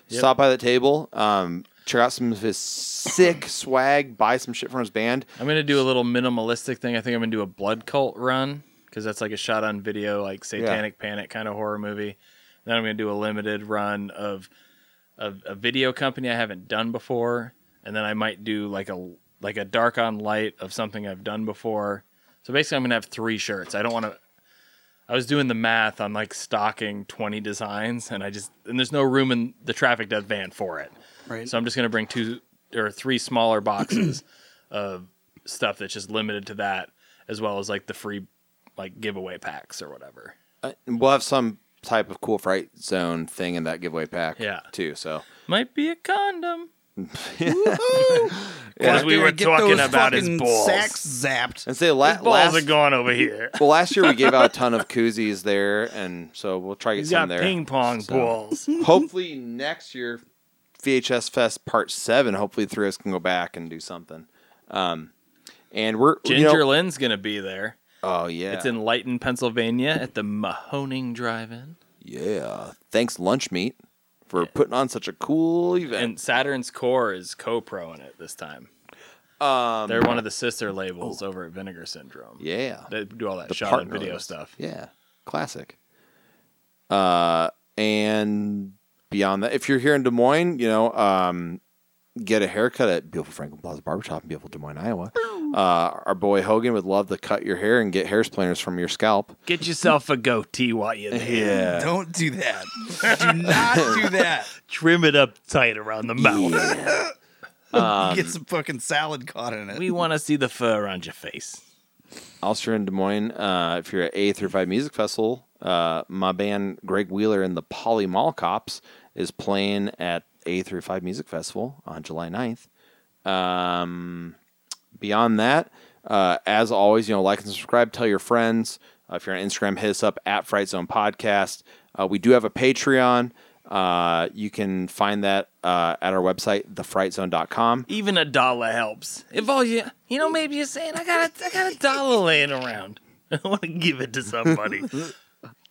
Speaker 2: Stop by the table. Um, check out some of his sick swag. Buy some shit from his band.
Speaker 1: I'm gonna do a little minimalistic thing. I think I'm gonna do a blood cult run because that's like a shot on video, like satanic panic kind of horror movie. Then I'm gonna do a limited run of, of a video company I haven't done before, and then I might do like a like a dark on light of something I've done before. So basically, I'm gonna have three shirts. I don't want to. I was doing the math on like stocking 20 designs, and I just and there's no room in the traffic death van for it.
Speaker 3: Right.
Speaker 1: So I'm just gonna bring two or three smaller boxes of stuff that's just limited to that, as well as like the free like giveaway packs or whatever.
Speaker 2: Uh, and we'll have some type of cool fright zone thing in that giveaway pack.
Speaker 1: Yeah.
Speaker 2: too. So
Speaker 1: Might be a condom.
Speaker 2: Yeah.
Speaker 1: As we were
Speaker 3: Get
Speaker 1: talking
Speaker 3: those
Speaker 1: about his
Speaker 3: fucking
Speaker 1: balls.
Speaker 3: Sacks zapped.
Speaker 2: and say la-
Speaker 1: His balls
Speaker 2: last
Speaker 1: are gone over here.
Speaker 2: Well, last year we gave out a ton of koozies there, and so we'll try to get
Speaker 1: He's got
Speaker 2: some there.
Speaker 1: ping pong
Speaker 2: So-
Speaker 1: balls.
Speaker 2: Hopefully next year, VHS Fest Part Seven. Hopefully, the three of us can go back and do something. Um, and we're you
Speaker 1: Ginger
Speaker 2: know-
Speaker 1: Lynn's gonna be there.
Speaker 2: oh yeah,
Speaker 1: It's in Lytton, Pennsylvania, at the Mahoning Drive-In.
Speaker 2: yeah. Thanks, Lunch Meat, for putting on such a cool event.
Speaker 1: And Saturn's Core is co-pro in it this time.
Speaker 2: um,
Speaker 1: They're one of the sister labels over at Vinegar Syndrome.
Speaker 2: yeah,
Speaker 1: They do all that
Speaker 2: The
Speaker 1: shot and
Speaker 2: partner
Speaker 1: video
Speaker 2: was-
Speaker 1: stuff.
Speaker 2: Yeah, classic. Uh, and beyond that, if you're here in Des Moines, you know, um, get a haircut at Beautiful Franklin Plaza Barbershop in Beautiful Des Moines, Iowa. Uh, our boy Hogan would love to cut your hair and get hair splinters from your scalp.
Speaker 1: Get yourself a goatee while you're there.
Speaker 2: Yeah.
Speaker 3: Don't do that. do not do that.
Speaker 11: Trim it up tight around the mouth.
Speaker 2: Um,
Speaker 3: Get some fucking salad caught in it.
Speaker 1: we want to see the fur on your face.
Speaker 2: Ulster and Des Moines, uh, if you're at A through 5 Music Festival, uh, my band Greg Wheeler and the Poly Mall Cops is playing at A through 5 Music Festival on July 9th. Um, beyond that, uh, as always, you know, like and subscribe, tell your friends. Uh, if you're on Instagram, hit us up at Fright Zone Podcast. Uh, we do have a Patreon. Uh, you can find that uh, at our website, thefrightzone.com.
Speaker 1: Even a dollar helps. If all you, you know, maybe you're saying, I got a, I got a dollar laying around. I want to give it to somebody.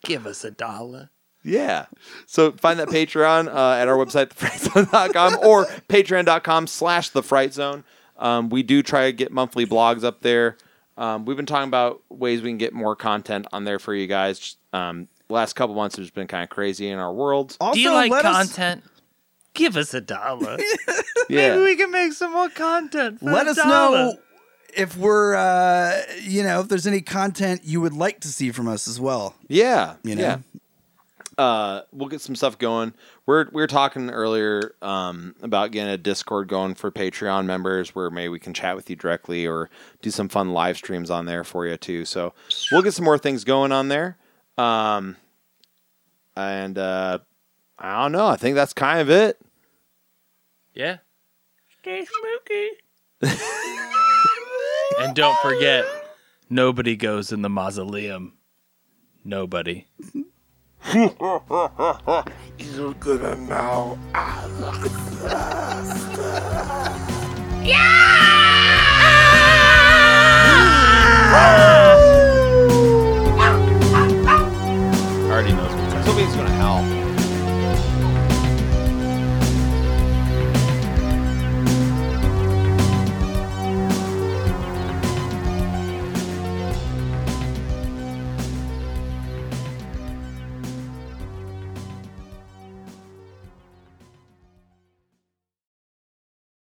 Speaker 1: give us a dollar.
Speaker 2: Yeah. So find that Patreon uh, at our website, thefrightzone.com or patreon.com slash the fright zone. Um, we do try to get monthly blogs up there. Um, we've been talking about ways we can get more content on there for you guys. Just, Um, last couple months has been kind of crazy in our world.
Speaker 1: Do you like content? Give us a dollar.
Speaker 2: Yeah.
Speaker 1: Maybe we can make some more content. for
Speaker 3: Let
Speaker 1: a
Speaker 3: us
Speaker 1: dollar.
Speaker 3: know if we're, uh, you know, if there's any content you would like to see from us as well.
Speaker 2: Yeah.
Speaker 3: You know?
Speaker 2: Yeah. Uh, we'll get some stuff going. We're we were talking earlier um, about getting a Discord going for Patreon members, where maybe we can chat with you directly or do some fun live streams on there for you too. So we'll get some more things going on there. Um, and uh, I don't know. I think that's kind of it.
Speaker 1: Yeah. Stay spooky. And don't forget, nobody goes in the mausoleum. Nobody.
Speaker 7: You're gonna know.
Speaker 5: Yeah!